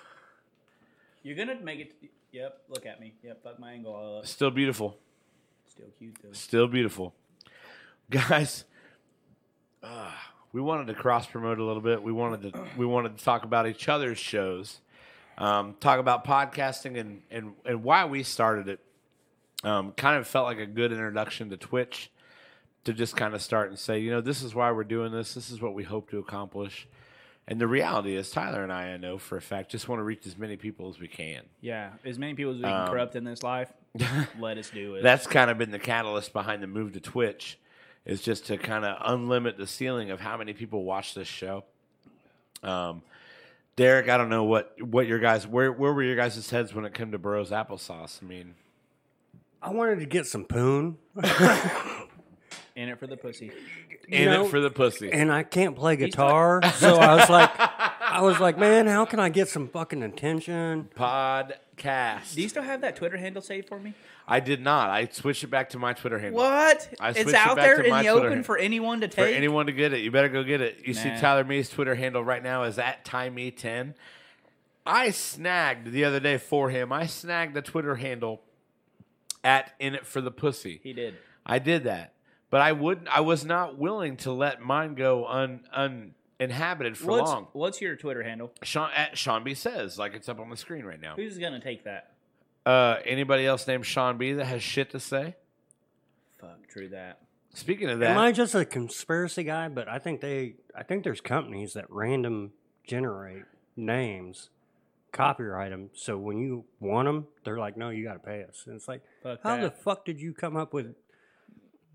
[SPEAKER 2] You're gonna make it. Yep. Look at me. Yep. Fuck my angle. up.
[SPEAKER 1] Still beautiful.
[SPEAKER 2] Still cute though.
[SPEAKER 1] Still beautiful. <laughs> Guys, uh, we wanted to cross promote a little bit. We wanted to we wanted to talk about each other's shows, um, talk about podcasting and and and why we started it. Um, kind of felt like a good introduction to Twitch to just kind of start and say, you know, this is why we're doing this. This is what we hope to accomplish. And the reality is, Tyler and I, I know for a fact, just want to reach as many people as we can.
[SPEAKER 2] Yeah. As many people as we can corrupt in this <laughs> life, let us do it.
[SPEAKER 1] that's kind of been the catalyst behind the move to Twitch, is just to kind of unlimit the ceiling of how many people watch this show. Um, Derek, I don't know what what your guys where where were your guys' heads when it came to Burroughs applesauce. I mean,
[SPEAKER 3] I wanted to get some poon,
[SPEAKER 2] in it for the pussy.
[SPEAKER 1] in
[SPEAKER 3] know,
[SPEAKER 1] it for the pussy.
[SPEAKER 3] and I can't play guitar, so I was like, I was like, man, how can I get some fucking attention?
[SPEAKER 1] Podcast.
[SPEAKER 2] Do you still have that Twitter handle saved for me?
[SPEAKER 1] I did not. I switched it back to my Twitter handle.
[SPEAKER 2] What?
[SPEAKER 1] I switched
[SPEAKER 2] it's
[SPEAKER 1] it
[SPEAKER 2] out
[SPEAKER 1] back
[SPEAKER 2] there
[SPEAKER 1] to
[SPEAKER 2] in
[SPEAKER 1] my
[SPEAKER 2] the
[SPEAKER 1] Twitter
[SPEAKER 2] open
[SPEAKER 1] hand-
[SPEAKER 2] for anyone to take.
[SPEAKER 1] For anyone to get it, you better go get it. You see,
[SPEAKER 2] Nah.
[SPEAKER 1] Tyler Me's Twitter handle right now is at timeme10. I snagged the other day for him. I snagged the Twitter handle at in it for the pussy.
[SPEAKER 2] He did.
[SPEAKER 1] I did that, but I wouldn't. I was not willing to let mine go un uninhabited for
[SPEAKER 2] What's,
[SPEAKER 1] long.
[SPEAKER 2] what's your Twitter handle?
[SPEAKER 1] Sean at Sean B says like it's up on the screen right now.
[SPEAKER 2] Who's gonna take that?
[SPEAKER 1] Uh, anybody else named Sean B that has shit to say?
[SPEAKER 2] Fuck. True that.
[SPEAKER 1] Speaking of that,
[SPEAKER 3] Am I just a conspiracy guy? But I think they, I think there's companies that random generate names, copyright them. So when you want them, they're like, no, you got to pay us. And it's like,
[SPEAKER 2] Fuck
[SPEAKER 3] how the
[SPEAKER 2] that.
[SPEAKER 3] fuck did you come up with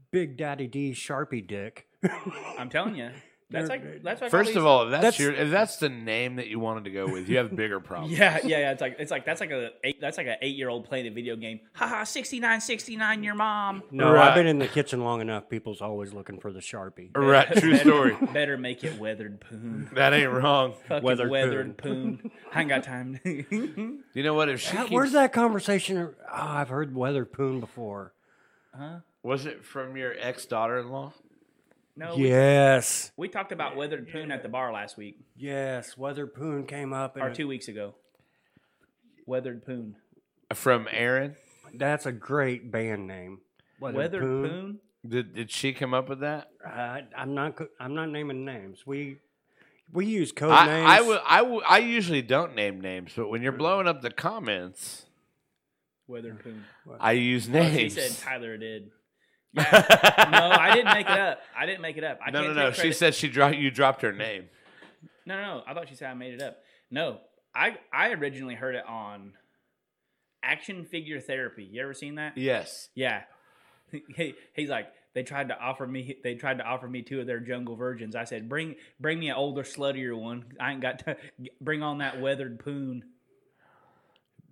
[SPEAKER 3] Big Daddy D Sharpie Dick? <laughs>
[SPEAKER 2] I'm telling you. That's
[SPEAKER 3] You're-
[SPEAKER 2] like that's like
[SPEAKER 1] First
[SPEAKER 2] these-
[SPEAKER 1] of all, if that's,
[SPEAKER 3] That's-
[SPEAKER 1] your if that's the name that you wanted to go with, you have
[SPEAKER 2] <laughs>
[SPEAKER 1] bigger problems.
[SPEAKER 2] Yeah, yeah, yeah. It's like it's like that's like a eight, that's like an eight year old playing a video game. Haha, 69, 69, your mom.
[SPEAKER 3] No,
[SPEAKER 1] Right.
[SPEAKER 3] I've been in the kitchen long enough. People's always looking for the sharpie.
[SPEAKER 1] Right, <laughs> true
[SPEAKER 2] Better-
[SPEAKER 1] story.
[SPEAKER 2] Better make it weathered poon.
[SPEAKER 1] That ain't wrong.
[SPEAKER 2] Fucking
[SPEAKER 3] Weathered
[SPEAKER 2] weathered, poon. I ain't got time. <laughs>
[SPEAKER 1] You know what? If she
[SPEAKER 3] That-
[SPEAKER 1] keeps,
[SPEAKER 3] Where's that conversation? Oh, I've heard weather poon before.
[SPEAKER 1] was it from your ex daughter in law?
[SPEAKER 2] no, we,
[SPEAKER 3] Yes,
[SPEAKER 2] we talked about weathered poon at the bar last week
[SPEAKER 3] yes, weather poon came up,
[SPEAKER 2] or
[SPEAKER 3] and
[SPEAKER 2] two weeks ago. Weathered poon.
[SPEAKER 1] Uh, From Aaron?
[SPEAKER 3] that's a great band name. Weather,
[SPEAKER 2] Weathered poon.
[SPEAKER 1] Did did she come up with that?
[SPEAKER 3] Uh, I'm not. co- I'm not naming names. We we use code names.
[SPEAKER 1] I I will- I will- I usually don't name names, but when you're blowing up the comments,
[SPEAKER 2] Weathered poon.
[SPEAKER 1] I use
[SPEAKER 2] Oh, She
[SPEAKER 1] names. <laughs>
[SPEAKER 2] said Tyler did. Yeah. no, I didn't make it up. I didn't make it up. I
[SPEAKER 1] No, no,
[SPEAKER 2] can't
[SPEAKER 1] no.
[SPEAKER 2] take
[SPEAKER 1] She
[SPEAKER 2] credit-
[SPEAKER 1] said she dropped. You dropped her name.
[SPEAKER 2] No, no, no. I thought she said I made it up. No, I I originally heard it on Action Figure Therapy. You ever seen that?
[SPEAKER 1] Yes.
[SPEAKER 2] Yeah. <laughs> He, he's like they tried to offer me they tried to offer me two of their jungle virgins. I said bring bring me an older sluttier one. I ain't got to <laughs> bring on that weathered poon.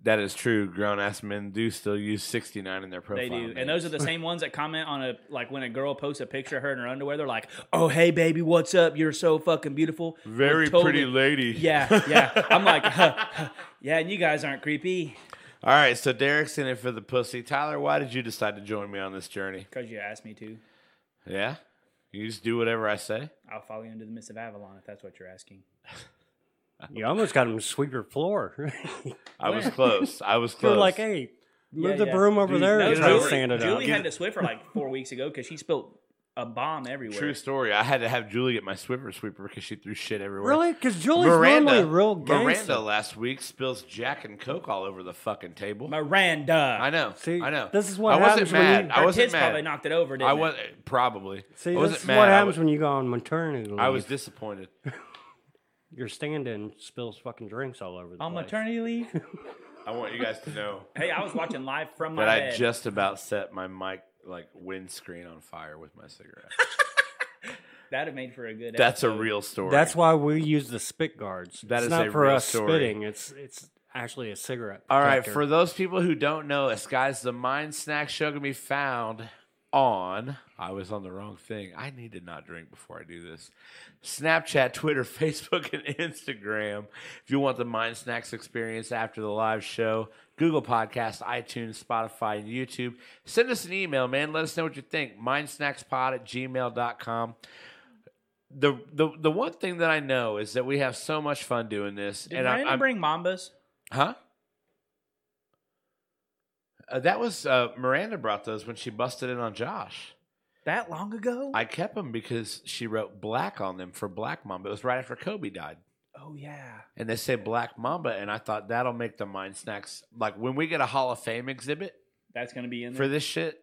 [SPEAKER 1] That is true. Grown ass men do still use 69 in their profile.
[SPEAKER 2] They do,
[SPEAKER 1] names.
[SPEAKER 2] and those are the
[SPEAKER 1] <laughs>
[SPEAKER 2] same ones that comment on a like when a girl posts a picture of her in her underwear. They're like, "Oh hey baby, what's up? You're so fucking beautiful." We're
[SPEAKER 1] very pretty
[SPEAKER 2] totally-
[SPEAKER 1] lady.
[SPEAKER 2] <laughs> Yeah, yeah. I'm like, <laughs> yeah, and you guys aren't creepy
[SPEAKER 1] All right. So Derek's in it for the pussy. Tyler, why did you decide to join me on this journey?
[SPEAKER 2] because you asked me to.
[SPEAKER 1] Yeah. You just do whatever I say.
[SPEAKER 2] I'll follow you into the midst of Avalon if that's what you're asking.
[SPEAKER 3] You almost got him to sweep your floor. <laughs>
[SPEAKER 1] I was close. I was close.
[SPEAKER 3] You're like, hey, move
[SPEAKER 2] Yeah,
[SPEAKER 3] the
[SPEAKER 2] yeah.
[SPEAKER 3] broom over
[SPEAKER 1] Dude,
[SPEAKER 3] there
[SPEAKER 1] no,
[SPEAKER 3] and
[SPEAKER 1] it's
[SPEAKER 3] try to
[SPEAKER 1] over.
[SPEAKER 3] sand it out.
[SPEAKER 2] Julie had to Swiffer like four weeks ago because she spilled a bomb everywhere.
[SPEAKER 1] True story. I had to have Julie get my Swiffer sweeper because she threw shit everywhere.
[SPEAKER 3] Really? Because Julie's
[SPEAKER 1] Miranda,
[SPEAKER 3] normally real
[SPEAKER 1] Miranda
[SPEAKER 3] gangster.
[SPEAKER 1] last week spills Jack and Coke all over the fucking table.
[SPEAKER 2] Miranda.
[SPEAKER 1] I know.
[SPEAKER 3] See,
[SPEAKER 1] I know.
[SPEAKER 3] this is what
[SPEAKER 1] I wasn't
[SPEAKER 3] happens when
[SPEAKER 1] mad.
[SPEAKER 3] you-
[SPEAKER 1] I
[SPEAKER 2] Her
[SPEAKER 1] wasn't
[SPEAKER 2] kids
[SPEAKER 1] mad.
[SPEAKER 2] probably knocked it over, didn't
[SPEAKER 1] I
[SPEAKER 2] it?
[SPEAKER 1] was probably.
[SPEAKER 3] See,
[SPEAKER 1] I
[SPEAKER 3] this
[SPEAKER 1] wasn't
[SPEAKER 3] is
[SPEAKER 1] mad.
[SPEAKER 3] what
[SPEAKER 1] I
[SPEAKER 3] happens
[SPEAKER 1] was-
[SPEAKER 3] when you go on maternity leave.
[SPEAKER 1] I was disappointed.
[SPEAKER 3] Your stand-in spills fucking drinks all over the
[SPEAKER 2] On
[SPEAKER 3] place.
[SPEAKER 2] maternity leave?
[SPEAKER 3] <laughs>
[SPEAKER 1] I want you guys to know
[SPEAKER 2] hey, I was watching live from my
[SPEAKER 1] that I
[SPEAKER 2] bed.
[SPEAKER 1] just about set my mic like windscreen on fire with my cigarette.
[SPEAKER 2] That'd have made for a good
[SPEAKER 1] That's a
[SPEAKER 2] episode.
[SPEAKER 1] real story.
[SPEAKER 3] That's why we use the spit guards.
[SPEAKER 1] That
[SPEAKER 3] it's
[SPEAKER 1] is
[SPEAKER 3] not
[SPEAKER 1] a
[SPEAKER 3] for
[SPEAKER 1] real
[SPEAKER 3] us
[SPEAKER 1] story.
[SPEAKER 3] spitting. It's it's actually a cigarette.
[SPEAKER 1] all right.
[SPEAKER 3] protector.
[SPEAKER 1] For those people who don't know us, guys, the Mind Snack Show can be found on. I was on the wrong thing. I need to not drink before I do this. Snapchat, <laughs> Twitter, Facebook, and Instagram. If you want the Mind Snacks experience after the live show, Google Podcasts, iTunes, Spotify, and YouTube. Send us an email, man. Let us know what you think. Mindsnackspod at gmail.com. The, the the one thing that I know is that we have so much fun doing this.
[SPEAKER 2] Did
[SPEAKER 1] and I,
[SPEAKER 2] Miranda
[SPEAKER 1] I'm,
[SPEAKER 2] bring Mambas?
[SPEAKER 1] Huh? Uh, that was uh, Miranda brought those when she busted in on Josh.
[SPEAKER 2] That long ago?
[SPEAKER 1] I kept them because she wrote black on them for Black Mamba. It was right after Kobe died.
[SPEAKER 2] oh, yeah.
[SPEAKER 1] And they said Black Mamba. And I thought that'll make the Mind Snacks. Like when we get a Hall of Fame exhibit
[SPEAKER 2] That's going to be in
[SPEAKER 1] for
[SPEAKER 2] there.
[SPEAKER 1] this shit,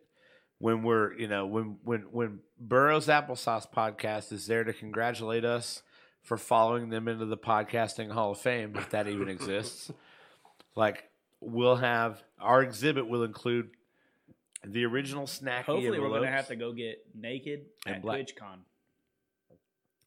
[SPEAKER 1] when we're, you know, when, when, when Burroughs Applesauce Podcast is there to congratulate us for following them into the Podcasting Hall of Fame, if that even
[SPEAKER 2] <laughs>
[SPEAKER 1] exists. Like we'll have our exhibit will include the original snack.
[SPEAKER 2] Hopefully, we're going to have to go get naked
[SPEAKER 1] And
[SPEAKER 2] at
[SPEAKER 1] black.
[SPEAKER 2] TwitchCon.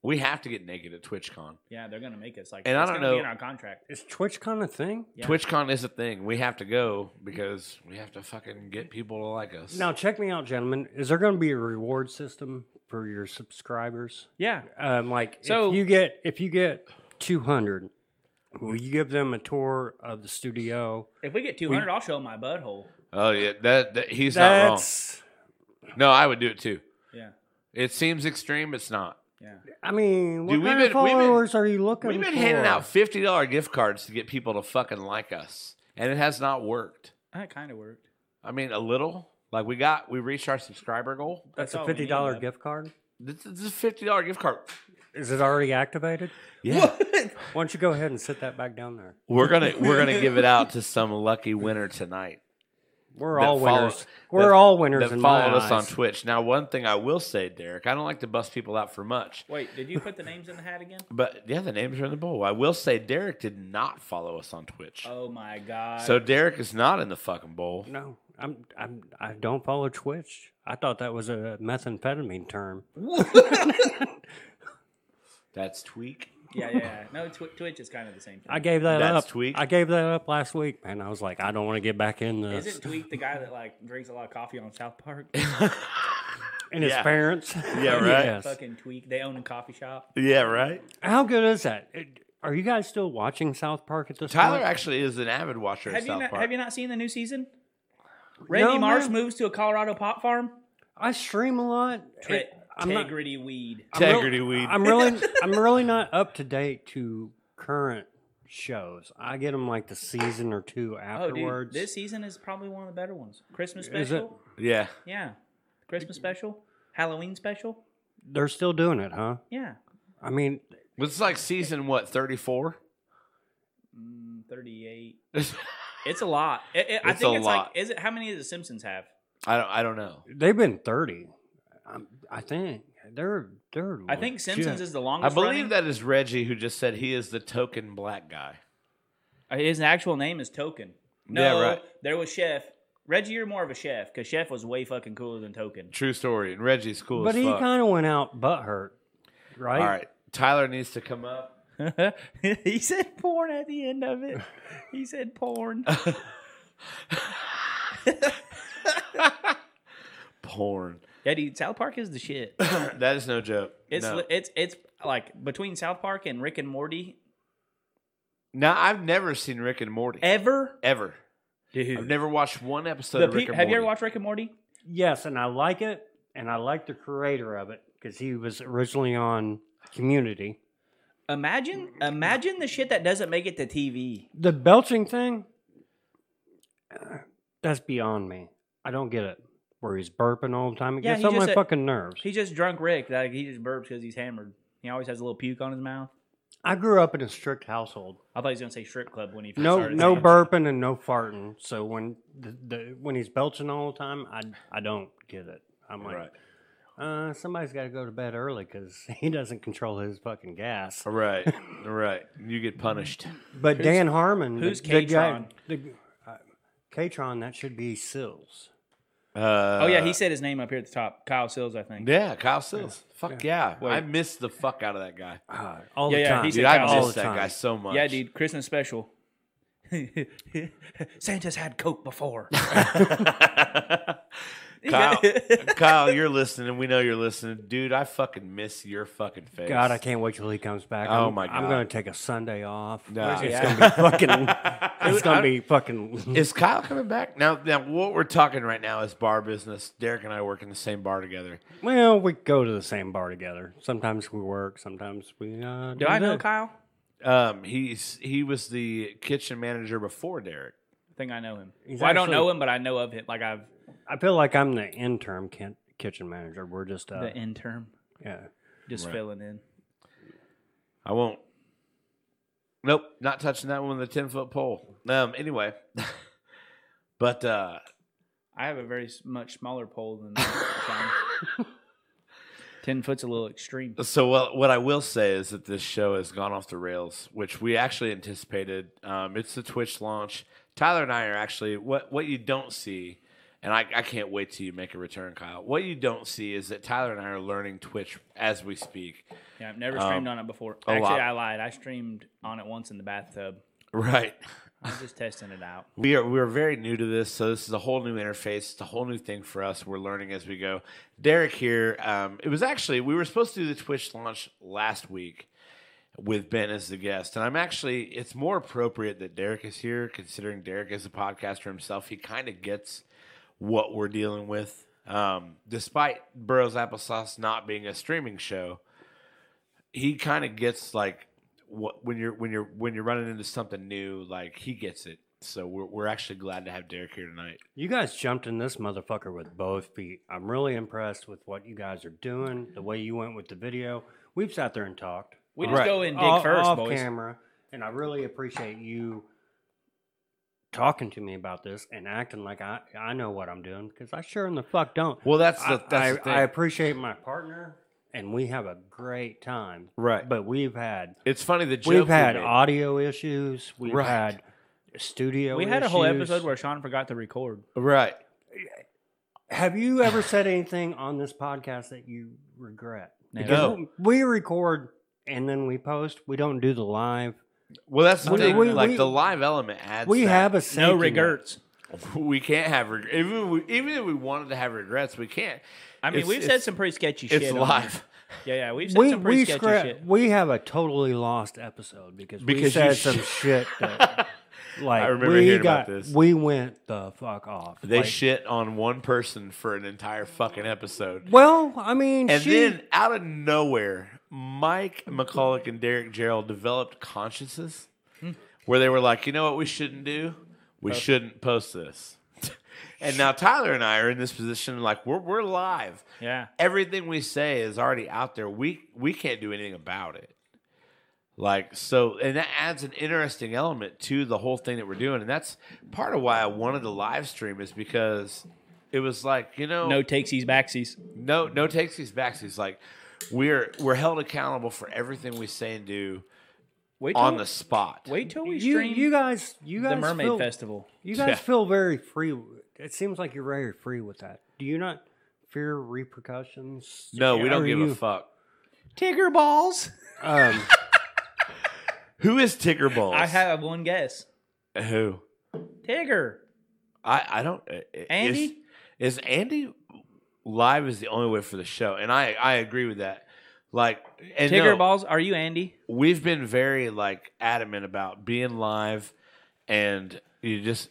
[SPEAKER 1] We have to get naked at TwitchCon.
[SPEAKER 2] Yeah, they're going to make us. Like,
[SPEAKER 1] And I
[SPEAKER 2] it's
[SPEAKER 1] don't
[SPEAKER 2] gonna be
[SPEAKER 1] know-
[SPEAKER 2] in our contract.
[SPEAKER 3] is Twitch kind of thing?
[SPEAKER 2] Yeah.
[SPEAKER 1] TwitchCon is a thing. We have to go because we have to fucking get people to like us.
[SPEAKER 3] Now check me out, gentlemen. Is there going to be a reward system for your subscribers?
[SPEAKER 2] Yeah.
[SPEAKER 3] Um, like
[SPEAKER 2] So-
[SPEAKER 3] if you get if you get two hundred, will you give them a tour of the studio?
[SPEAKER 2] If we get 200, I'll show 'em my butthole.
[SPEAKER 1] Oh yeah, that, that he's
[SPEAKER 3] That's
[SPEAKER 1] not wrong. No, I would do it too.
[SPEAKER 2] Yeah.
[SPEAKER 1] It seems extreme. It's not.
[SPEAKER 2] Yeah.
[SPEAKER 3] I mean, what
[SPEAKER 1] Dude, we've
[SPEAKER 3] kind of
[SPEAKER 1] been- we've been-
[SPEAKER 3] followers are you looking
[SPEAKER 1] We've been
[SPEAKER 3] for?
[SPEAKER 1] handing out fifty dollar gift cards to get people to fucking like us, and it has not worked.
[SPEAKER 2] That kind of
[SPEAKER 3] <laughs>
[SPEAKER 2] worked.
[SPEAKER 1] I mean, a little. Like we got, we reached our subscriber goal.
[SPEAKER 3] That's a
[SPEAKER 2] all we
[SPEAKER 3] fifty dollar
[SPEAKER 2] need,
[SPEAKER 3] gift card.
[SPEAKER 1] This, this is a fifty dollar gift card.
[SPEAKER 3] Is it already activated?
[SPEAKER 1] Yeah,
[SPEAKER 3] Why don't you go ahead and sit that back down there?
[SPEAKER 1] we're gonna we're gonna give it out to some lucky winner tonight.
[SPEAKER 3] We're
[SPEAKER 1] That
[SPEAKER 3] all
[SPEAKER 1] follow-
[SPEAKER 3] winners.
[SPEAKER 1] that-
[SPEAKER 3] We're all winners.
[SPEAKER 1] that
[SPEAKER 3] in
[SPEAKER 1] followed
[SPEAKER 3] my
[SPEAKER 1] us on
[SPEAKER 3] eyes.
[SPEAKER 1] Twitch. Now, one thing I will say, Derek, I don't like to bust people out for much,
[SPEAKER 2] Wait, did you put the names in the hat again?
[SPEAKER 1] but yeah, the names are in the bowl. I will say, Derek did not follow us on Twitch,
[SPEAKER 2] Oh my god.
[SPEAKER 1] so Derek is not in the fucking bowl.
[SPEAKER 3] No, I'm, I'm. I don't follow Twitch. I thought that was a methamphetamine term.
[SPEAKER 1] That's tweak.
[SPEAKER 2] Yeah, yeah. yeah. No, tw- Twitch is kind of the same thing.
[SPEAKER 3] I gave that
[SPEAKER 1] That's
[SPEAKER 3] up.
[SPEAKER 1] tweaked.
[SPEAKER 3] I gave that up last week, man. I was like, I don't want to get back in this.
[SPEAKER 2] Isn't Tweak the guy that like drinks a lot of coffee on South Park?
[SPEAKER 3] and his
[SPEAKER 1] Yeah.
[SPEAKER 3] parents.
[SPEAKER 1] <laughs> Yeah, right.
[SPEAKER 3] <laughs> Yes.
[SPEAKER 2] Fucking Tweak. They own a coffee shop.
[SPEAKER 1] Yeah, right.
[SPEAKER 3] How good is that? It- are you guys still watching South Park at this
[SPEAKER 1] Tyler
[SPEAKER 3] point?
[SPEAKER 1] actually is an avid watcher of
[SPEAKER 2] Have you
[SPEAKER 1] South
[SPEAKER 2] not,
[SPEAKER 1] Park.
[SPEAKER 2] have you not seen the new season? Randy Marsh
[SPEAKER 3] man.
[SPEAKER 2] moves to a Colorado pot farm.
[SPEAKER 3] I stream a lot.
[SPEAKER 2] Tri-
[SPEAKER 3] I'm not-
[SPEAKER 2] Integrity weed.
[SPEAKER 3] I'm real-
[SPEAKER 1] Integrity weed. <laughs>
[SPEAKER 3] I'm really, I'm really not up to date to current shows. I get them like the season or two
[SPEAKER 2] Oh, dude,
[SPEAKER 3] afterwards.
[SPEAKER 2] this season is probably one of the better ones. Christmas
[SPEAKER 3] Is it?
[SPEAKER 2] special.
[SPEAKER 1] yeah.
[SPEAKER 2] Yeah, Christmas special, Halloween special.
[SPEAKER 3] They're still doing it, huh?
[SPEAKER 2] Yeah,
[SPEAKER 3] I mean,
[SPEAKER 1] It's like season what, <laughs> 34?
[SPEAKER 2] mm, thirty-eight. It's a lot. It, it- I
[SPEAKER 1] It's
[SPEAKER 2] think
[SPEAKER 1] a
[SPEAKER 2] it's
[SPEAKER 1] lot.
[SPEAKER 2] like, is it how many does the Simpsons have?
[SPEAKER 1] I don't I don't know.
[SPEAKER 3] they've been thirty. I, I think they're they're.
[SPEAKER 2] I think Simpsons is the
[SPEAKER 1] I
[SPEAKER 2] longest.
[SPEAKER 1] believe
[SPEAKER 2] running.
[SPEAKER 1] that is Reggie who just said he is the token black guy.
[SPEAKER 2] Uh, His actual name is Token. No,
[SPEAKER 1] Yeah, right.
[SPEAKER 2] there was Chef. Reggie, you're more of a chef because Chef was way fucking cooler
[SPEAKER 1] <laughs>
[SPEAKER 2] than Token.
[SPEAKER 1] True story. And Reggie's cool
[SPEAKER 3] but
[SPEAKER 1] as
[SPEAKER 3] he
[SPEAKER 1] fuck.
[SPEAKER 3] kind of went out butthurt, right?
[SPEAKER 1] All right. Tyler needs to come up.
[SPEAKER 2] he said porn at the end of it. He said <laughs> porn. <coughs>
[SPEAKER 1] Porn.
[SPEAKER 2] Eddie, South Park is the shit.
[SPEAKER 1] that is no joke.
[SPEAKER 2] It's
[SPEAKER 1] no.
[SPEAKER 2] li- it's it's like between South Park and Rick and Morty.
[SPEAKER 1] Now, I've never seen Rick and Morty
[SPEAKER 2] Ever,
[SPEAKER 1] ever.
[SPEAKER 2] dude.
[SPEAKER 1] I've never watched one episode
[SPEAKER 2] The
[SPEAKER 1] of Rick
[SPEAKER 2] pe-
[SPEAKER 1] and
[SPEAKER 2] have
[SPEAKER 1] Morty.
[SPEAKER 2] you ever watched Rick and Morty?
[SPEAKER 3] Yes, and I like it, and I like the creator of it because he was originally on Community.
[SPEAKER 2] Imagine, imagine the shit that doesn't make it to TV.
[SPEAKER 3] The belching thing, uh, that's beyond me. I don't get it. Where he's burping all the time, it
[SPEAKER 2] Yeah,
[SPEAKER 3] gets
[SPEAKER 2] he
[SPEAKER 3] on my
[SPEAKER 2] just said-
[SPEAKER 3] fucking nerves.
[SPEAKER 2] He's just drunk Rick. Like he just burps because he's hammered. He always has a little puke on his mouth.
[SPEAKER 3] I grew up in a strict household.
[SPEAKER 2] I thought he was gonna say strip club when he first
[SPEAKER 3] No,
[SPEAKER 2] started
[SPEAKER 3] no
[SPEAKER 2] saying-
[SPEAKER 3] burping and no farting. So when the, the when he's belching all the time, I I don't get it. I'm like,
[SPEAKER 1] Right.
[SPEAKER 3] uh, somebody's got to go to bed early because <laughs> he doesn't control his fucking gas.
[SPEAKER 1] Right. Right. You get punished.
[SPEAKER 3] But Dan Harmon,
[SPEAKER 2] who's
[SPEAKER 3] the, the guy,
[SPEAKER 2] K-Tron?
[SPEAKER 3] the, uh, K-Tron, that should be Sills.
[SPEAKER 1] Uh,
[SPEAKER 2] <coughs> Oh yeah, he said his name up here at the top. Kyle Sills, I think.
[SPEAKER 1] Yeah, Kyle Sills. Fuck yeah.
[SPEAKER 3] Wait.
[SPEAKER 1] I missed the fuck out of that guy.
[SPEAKER 3] Uh, all
[SPEAKER 2] Ah, Yeah,
[SPEAKER 3] the
[SPEAKER 2] yeah,
[SPEAKER 3] time.
[SPEAKER 2] he
[SPEAKER 1] Dude,
[SPEAKER 2] said Kyle
[SPEAKER 1] I
[SPEAKER 2] Sills.
[SPEAKER 1] miss that
[SPEAKER 3] All the
[SPEAKER 1] guy
[SPEAKER 3] time.
[SPEAKER 1] so much.
[SPEAKER 2] Yeah, dude, Christmas special. <laughs> Santa's had coke
[SPEAKER 3] <laughs>
[SPEAKER 2] before.
[SPEAKER 1] Kyle, Kyle, you're listening. We know you're listening. Dude, I fucking miss your fucking face.
[SPEAKER 3] God, I can't wait till he comes back.
[SPEAKER 1] Oh,
[SPEAKER 3] I'm-
[SPEAKER 1] my
[SPEAKER 3] I'm
[SPEAKER 1] God.
[SPEAKER 3] gonna take a Sunday off.
[SPEAKER 1] Nah.
[SPEAKER 3] it's
[SPEAKER 2] Yeah.
[SPEAKER 3] gonna be fucking.
[SPEAKER 2] <laughs>
[SPEAKER 3] It's gonna be fucking.
[SPEAKER 1] Is Kyle coming back? Now, now, what we're talking right now is bar business. Derek and I work in the same bar together.
[SPEAKER 3] Well, we go to the same bar together. Sometimes we work. Sometimes we. Uh,
[SPEAKER 2] Do I know
[SPEAKER 3] this.
[SPEAKER 2] Kyle?
[SPEAKER 1] Um, he's he was the kitchen manager before Derek.
[SPEAKER 2] I think I know him.
[SPEAKER 3] He's
[SPEAKER 2] Well, I don't
[SPEAKER 3] actually-
[SPEAKER 2] know him, but I know of him. Like I've
[SPEAKER 3] I feel like I'm the interim ki- kitchen manager. We're just uh,
[SPEAKER 2] the intern,
[SPEAKER 3] yeah.
[SPEAKER 2] just
[SPEAKER 1] Right.
[SPEAKER 2] filling in.
[SPEAKER 1] I won't. Nope, not touching that one with a ten foot pole. Um, anyway, <laughs> but uh,
[SPEAKER 2] I have a very s- much smaller pole
[SPEAKER 3] <laughs>
[SPEAKER 2] than that. Sean. ten foot's a little extreme.
[SPEAKER 1] So what what I will say is that this show has gone off the rails, which we actually anticipated. Um, it's the Twitch launch. Tyler and I are actually what what you don't see, and I, I can't wait till you make a return, Kyle. What you don't see is that Tyler and I are learning Twitch as we speak.
[SPEAKER 2] Yeah, I've never streamed on
[SPEAKER 3] Um,
[SPEAKER 2] it before.
[SPEAKER 1] a
[SPEAKER 3] oh,
[SPEAKER 2] Actually,
[SPEAKER 1] lot.
[SPEAKER 2] I lied. I streamed on it once in the bathtub.
[SPEAKER 1] Right.
[SPEAKER 2] I was just testing it
[SPEAKER 3] <laughs>
[SPEAKER 2] out.
[SPEAKER 1] We are we are very new to this, so this is a whole new interface. It's a whole new thing for us. We're learning as we go. Derek here. Um, it was actually we were supposed to do the Twitch launch last week with Ben as the guest, and I'm actually it's more appropriate that Derek is here, considering Derek is a podcaster himself. He kind of gets what we're dealing with, um, despite Burroughs Applesauce not being a streaming show. He kind of gets like what when you're when you're when you're running into something new, like he gets it. So we're we're actually glad to have Derek here tonight.
[SPEAKER 3] You guys jumped in this motherfucker with both feet. I'm really impressed with what you guys are doing. The way you went with the video. We've sat there and talked.
[SPEAKER 2] We just
[SPEAKER 1] Right.
[SPEAKER 2] go in dig
[SPEAKER 3] off,
[SPEAKER 2] first,
[SPEAKER 3] off
[SPEAKER 2] boys.
[SPEAKER 3] camera, and I really appreciate you talking to me about this and acting like I I know what I'm doing because I sure in the fuck don't.
[SPEAKER 1] Well, that's
[SPEAKER 3] I,
[SPEAKER 1] the that's the
[SPEAKER 3] I-
[SPEAKER 1] thing.
[SPEAKER 3] I appreciate my partner, and we have a great time.
[SPEAKER 1] Right.
[SPEAKER 3] but we've had
[SPEAKER 1] it's funny the joke
[SPEAKER 3] we've had
[SPEAKER 1] we made.
[SPEAKER 3] audio issues. We've
[SPEAKER 1] Right.
[SPEAKER 3] had studio.
[SPEAKER 2] We had a whole
[SPEAKER 3] issues.
[SPEAKER 2] episode where Sean forgot to record.
[SPEAKER 1] right.
[SPEAKER 3] Have you ever said anything on this podcast that you regret?
[SPEAKER 2] Never.
[SPEAKER 3] Because We record and then we post. We don't do the live.
[SPEAKER 1] Well, that's the
[SPEAKER 3] We-
[SPEAKER 1] thing.
[SPEAKER 3] we-
[SPEAKER 1] like
[SPEAKER 3] we-
[SPEAKER 1] the live element adds.
[SPEAKER 3] we
[SPEAKER 1] that.
[SPEAKER 3] have a safety
[SPEAKER 2] No
[SPEAKER 3] net.
[SPEAKER 2] regrets.
[SPEAKER 1] <laughs> We can't have reg- even if we, even if we wanted to have regrets, we can't.
[SPEAKER 2] I mean,
[SPEAKER 1] It's-
[SPEAKER 2] we've said
[SPEAKER 1] it's-
[SPEAKER 2] some pretty sketchy shit.
[SPEAKER 1] It's
[SPEAKER 2] on
[SPEAKER 1] live
[SPEAKER 2] here. Yeah, yeah, we've said
[SPEAKER 3] We
[SPEAKER 2] some pretty
[SPEAKER 3] we
[SPEAKER 2] sketchy
[SPEAKER 3] scrap,
[SPEAKER 2] shit.
[SPEAKER 3] we have a totally lost episode because, we
[SPEAKER 1] because
[SPEAKER 3] said
[SPEAKER 1] you
[SPEAKER 3] some
[SPEAKER 1] sh-
[SPEAKER 3] shit that like
[SPEAKER 1] I remember
[SPEAKER 3] we
[SPEAKER 1] hearing
[SPEAKER 3] got
[SPEAKER 1] about this.
[SPEAKER 3] we went the fuck off.
[SPEAKER 1] They
[SPEAKER 3] Like,
[SPEAKER 1] shit on one person for an entire fucking episode.
[SPEAKER 3] well, I mean,
[SPEAKER 1] And
[SPEAKER 3] she,
[SPEAKER 1] then out of nowhere, Mike McCulloch and Derek Gerald developed consciences where they were like, you know what we shouldn't do? We shouldn't post this. <laughs> and now Tyler and I are in this position like we're we're live.
[SPEAKER 2] Yeah.
[SPEAKER 1] Everything we say is already out there. We we can't do anything about it. Like so and that adds an interesting element to the whole thing that we're doing. And that's part of why I wanted the live stream is because it was like, you know,
[SPEAKER 2] No takesies, backsies.
[SPEAKER 1] no, no takesies, backsies. Like we're we're held accountable for everything we say and do
[SPEAKER 2] Wait till,
[SPEAKER 1] on the spot.
[SPEAKER 2] wait till we
[SPEAKER 3] you
[SPEAKER 2] stream
[SPEAKER 3] you guys you guys
[SPEAKER 2] the Mermaid
[SPEAKER 3] feel,
[SPEAKER 2] Festival.
[SPEAKER 3] You
[SPEAKER 1] <laughs>
[SPEAKER 3] guys
[SPEAKER 1] Yeah.
[SPEAKER 3] feel very free. It seems like you're very free with that. Do you not fear repercussions?
[SPEAKER 1] no, we don't
[SPEAKER 3] Are
[SPEAKER 1] give
[SPEAKER 3] you-
[SPEAKER 1] a fuck.
[SPEAKER 2] Tigger balls.
[SPEAKER 1] <laughs>
[SPEAKER 3] Um,
[SPEAKER 1] Who is Ticker Balls?
[SPEAKER 2] I have one guess.
[SPEAKER 1] who?
[SPEAKER 2] Tigger.
[SPEAKER 1] I I don't. uh, is-
[SPEAKER 2] Andy?
[SPEAKER 1] is, Andy live is the only way for the show, and I I agree with that. Like and
[SPEAKER 2] Tigger
[SPEAKER 1] no,
[SPEAKER 2] balls. Are you Andy?
[SPEAKER 1] we've been very like adamant about being live and you just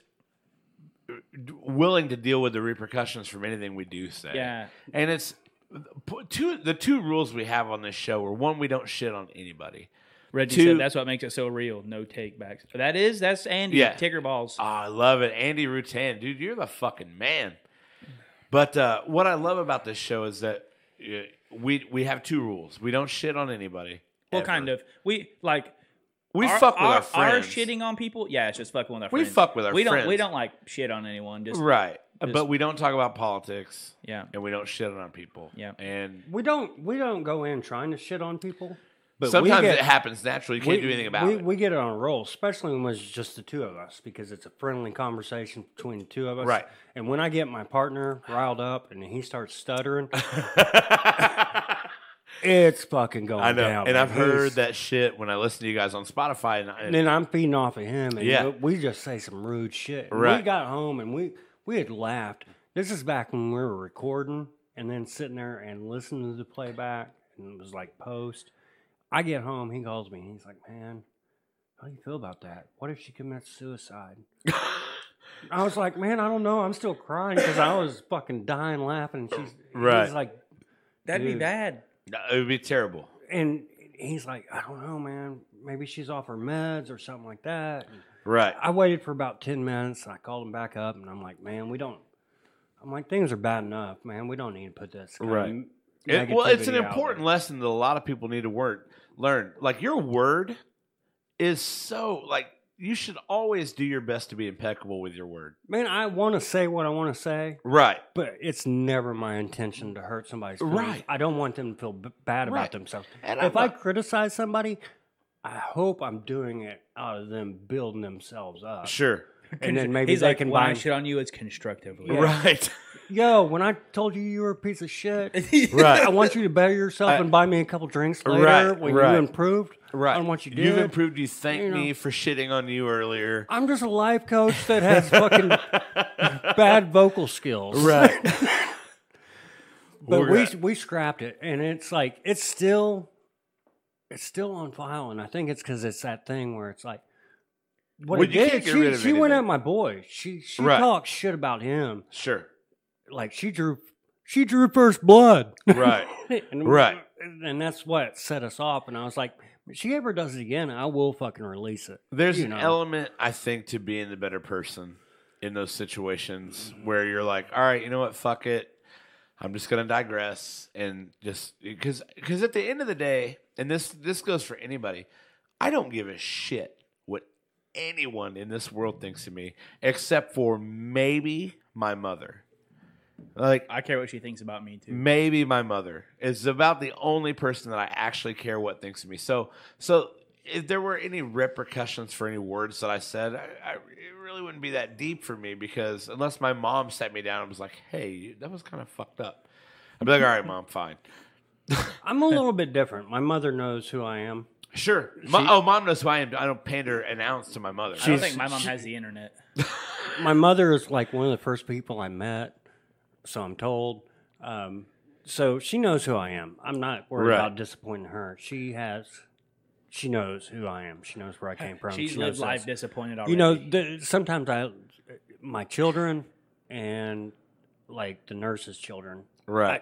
[SPEAKER 1] uh, willing to deal with the repercussions from anything we do say.
[SPEAKER 2] Yeah.
[SPEAKER 1] And it's p- two the two rules we have on this show are one we don't shit on anybody.
[SPEAKER 2] Reggie
[SPEAKER 1] Two-
[SPEAKER 2] said that's what makes it so real. No take backs. That is, that's Andy.
[SPEAKER 1] Yeah.
[SPEAKER 2] Tigger balls.
[SPEAKER 1] Oh, I love it. Andy Rutan, dude, you're the fucking man. But uh, what I love about this show is that uh, we we have two rules. We don't shit on anybody.
[SPEAKER 2] well,
[SPEAKER 1] ever.
[SPEAKER 2] kind of. We like
[SPEAKER 1] We fuck with our, friends.
[SPEAKER 2] shitting on people. Yeah, it's just fucking with our
[SPEAKER 1] We
[SPEAKER 2] friends.
[SPEAKER 1] fuck with our
[SPEAKER 2] we Don't, we
[SPEAKER 1] friends.
[SPEAKER 2] don't like shit on anyone. Just
[SPEAKER 1] right.
[SPEAKER 2] Just-
[SPEAKER 1] but we don't talk about politics
[SPEAKER 2] yeah.
[SPEAKER 1] and we don't shit on people.
[SPEAKER 2] Yeah.
[SPEAKER 1] And
[SPEAKER 3] we don't we don't go in trying to shit on people. But we
[SPEAKER 1] sometimes
[SPEAKER 3] get-
[SPEAKER 1] it happens naturally. You can't do anything about
[SPEAKER 3] we,
[SPEAKER 1] <laughs> it.
[SPEAKER 3] We get it on a roll, especially when it's just the two of us, because it's a friendly conversation between the two of us.
[SPEAKER 1] Right.
[SPEAKER 3] And when I get my partner riled up and he starts
[SPEAKER 1] <laughs>
[SPEAKER 3] stuttering, it's fucking going
[SPEAKER 1] I know.
[SPEAKER 3] down.
[SPEAKER 1] and
[SPEAKER 3] man.
[SPEAKER 1] I've heard
[SPEAKER 3] He's-
[SPEAKER 1] that shit when I listen to you guys on Spotify. And, I,
[SPEAKER 3] And then I'm feeding off of him, and
[SPEAKER 1] Yeah.
[SPEAKER 3] we, we just say some rude shit. And We
[SPEAKER 1] Right.
[SPEAKER 3] got home and we we had laughed. This is back when we were recording and then sitting there and listening to the playback, and it was like post. I get home, he calls me, and he's like, "Man, how do you feel about that? What if she commits
[SPEAKER 1] <laughs>
[SPEAKER 3] suicide?" I was like, "Man, I don't know. I'm still crying because I was fucking dying laughing." And she's
[SPEAKER 1] Right.
[SPEAKER 3] He's like,
[SPEAKER 2] That'd be
[SPEAKER 3] Dude.
[SPEAKER 2] bad.
[SPEAKER 1] it would be terrible.
[SPEAKER 3] and he's like, "I don't know, man. Maybe she's off her meds or something like that." And-
[SPEAKER 1] Right.
[SPEAKER 3] I waited for about 10 minutes and I called him back up and I'm like, man, we don't. I'm like, things are bad enough, man. We don't need to put this. kind of
[SPEAKER 1] Right.
[SPEAKER 3] m-
[SPEAKER 1] It- well, it's an
[SPEAKER 3] negativity out
[SPEAKER 1] important
[SPEAKER 3] there."
[SPEAKER 1] lesson that a lot of people need to work learn. Like your word is so like you should always do your best to be impeccable with your word.
[SPEAKER 3] Man, I want to say what I want to say,
[SPEAKER 1] Right.
[SPEAKER 3] but it's never my intention to hurt somebody's feelings.
[SPEAKER 1] Right.
[SPEAKER 3] I don't want them to feel b- bad about
[SPEAKER 1] Right.
[SPEAKER 3] themselves.
[SPEAKER 1] And
[SPEAKER 3] if
[SPEAKER 1] I'm
[SPEAKER 3] I
[SPEAKER 1] not-
[SPEAKER 3] criticize somebody, I hope I'm doing it out of them building
[SPEAKER 1] <laughs>
[SPEAKER 3] themselves up.
[SPEAKER 1] Uh, Sure.
[SPEAKER 3] And then maybe
[SPEAKER 2] He's
[SPEAKER 3] they
[SPEAKER 2] like,
[SPEAKER 3] can
[SPEAKER 2] when
[SPEAKER 3] buy.
[SPEAKER 2] I shit on you, it's constructively.
[SPEAKER 1] Right.
[SPEAKER 3] Yo, when I told you you were a piece of shit,
[SPEAKER 1] <laughs>
[SPEAKER 3] I
[SPEAKER 1] <laughs> right.
[SPEAKER 3] want you to better yourself
[SPEAKER 1] I-
[SPEAKER 3] and buy me a couple drinks later
[SPEAKER 1] Right,
[SPEAKER 3] when
[SPEAKER 1] right.
[SPEAKER 3] you improved
[SPEAKER 1] Right.
[SPEAKER 3] on what you did.
[SPEAKER 1] You've improved. You thanked
[SPEAKER 3] You know.
[SPEAKER 1] me for shitting on you
[SPEAKER 3] <laughs>
[SPEAKER 1] earlier. <laughs>
[SPEAKER 3] I'm just a life coach that has fucking bad vocal skills. <laughs> But
[SPEAKER 1] We're
[SPEAKER 3] we
[SPEAKER 1] gonna-
[SPEAKER 3] we scrapped it, and it's like it's still it's still on file, and I think it's because it's that thing where it's like. What
[SPEAKER 1] Well,
[SPEAKER 3] it
[SPEAKER 1] you
[SPEAKER 3] did,
[SPEAKER 1] can't get
[SPEAKER 3] she,
[SPEAKER 1] rid of
[SPEAKER 3] she went
[SPEAKER 1] anything.
[SPEAKER 3] at my boy. She she
[SPEAKER 1] Right.
[SPEAKER 3] talked shit about him.
[SPEAKER 1] sure.
[SPEAKER 3] Like she drew she drew first blood.
[SPEAKER 1] Right.
[SPEAKER 3] <laughs> and,
[SPEAKER 1] Right.
[SPEAKER 3] And that's what set us off. And I was like, if she ever does it again, I will fucking release it.
[SPEAKER 1] There's
[SPEAKER 3] you
[SPEAKER 1] an
[SPEAKER 3] know.
[SPEAKER 1] element, I think, to being the better person in those situations where you're like, all right, you know what? Fuck it. I'm just gonna digress and just because because at the end of the day, and this this goes for anybody, I don't give a shit what anyone in this world thinks of me, except for maybe my mother. Like
[SPEAKER 2] <laughs> I care what she thinks about me too.
[SPEAKER 1] maybe my mother is about the only person that I actually care what thinks of me. So, so if there were any repercussions for any words that I said, I, I, it really wouldn't be that deep for me because unless my mom sat me down and was like, "Hey, that was kind of fucked up," I'd be like, "All right, mom, fine." <laughs>
[SPEAKER 3] I'm a little bit different. My mother knows who I am.
[SPEAKER 1] Sure. Mo- oh, mom knows who I am. I don't pander an ounce to my mother.
[SPEAKER 2] I don't think my mom has the internet.
[SPEAKER 3] My mother is like one of the first people I met, so I'm told. Um, so she knows who I am. I'm not worried
[SPEAKER 1] Right.
[SPEAKER 3] about disappointing her. She has, she knows who I am. She knows where I came from.
[SPEAKER 2] She's
[SPEAKER 3] she
[SPEAKER 2] lived
[SPEAKER 3] knows
[SPEAKER 2] life
[SPEAKER 3] this.
[SPEAKER 2] disappointed already.
[SPEAKER 3] You know, the, sometimes I, my children, and like the nurses' children,
[SPEAKER 1] Right.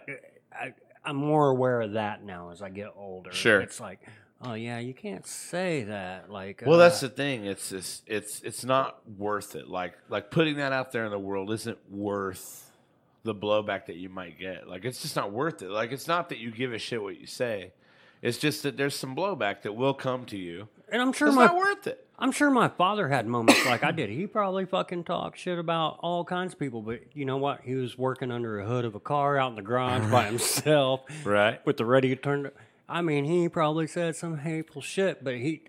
[SPEAKER 3] I, I, I'm more aware of that now as I get older.
[SPEAKER 1] Sure.
[SPEAKER 3] It's like, oh yeah, you can't say that. Like,
[SPEAKER 1] Well, that's
[SPEAKER 3] uh,
[SPEAKER 1] the thing. It's it's it's it's not worth it. Like like putting that out there in the world isn't worth the blowback that you might get. Like it's just not worth it. Like it's not that you give a shit what you say. It's just that there's some blowback that will come to you.
[SPEAKER 3] and I'm sure
[SPEAKER 1] It's
[SPEAKER 3] my
[SPEAKER 1] not worth it.
[SPEAKER 3] I'm sure my father had moments like I did. He probably fucking talked shit about all kinds of people, but you know what? He was working under a hood of a car out in the garage
[SPEAKER 1] <laughs>
[SPEAKER 3] by himself
[SPEAKER 1] Right.
[SPEAKER 3] with the radio turned. I mean, he probably said some hateful shit, but he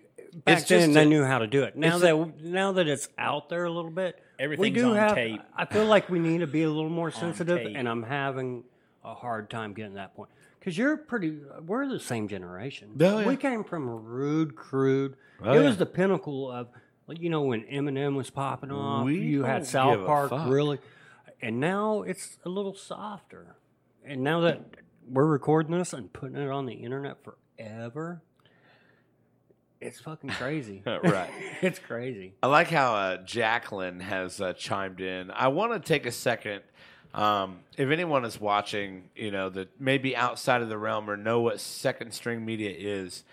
[SPEAKER 3] back
[SPEAKER 1] It's
[SPEAKER 3] then
[SPEAKER 1] just
[SPEAKER 3] they
[SPEAKER 1] a-
[SPEAKER 3] knew how to do it. Now
[SPEAKER 1] it's
[SPEAKER 3] that now that it's out there a little bit,
[SPEAKER 2] Everything's on tape.
[SPEAKER 3] I feel like we need to be a little more sensitive,
[SPEAKER 2] tape.
[SPEAKER 3] and I'm having a hard time getting that point. Because you're pretty, we're the same generation.
[SPEAKER 1] Oh, yeah.
[SPEAKER 3] We came from a rude, crude.
[SPEAKER 1] Oh,
[SPEAKER 3] it
[SPEAKER 1] yeah.
[SPEAKER 3] was the pinnacle of, like, you know, when Eminem was popping off.
[SPEAKER 1] We
[SPEAKER 3] you
[SPEAKER 1] don't
[SPEAKER 3] had
[SPEAKER 1] give a
[SPEAKER 3] South Park,
[SPEAKER 1] fuck.
[SPEAKER 3] really, and now it's a little softer. And now that we're recording this and putting it on the internet forever, it's
[SPEAKER 2] <laughs>
[SPEAKER 3] fucking crazy.
[SPEAKER 1] Right.
[SPEAKER 3] <laughs> it's crazy.
[SPEAKER 1] I like how uh, Jacqueline has uh, chimed in. I want to take a second. Um, if anyone is watching, you know, that maybe outside of the realm or know what second string media is,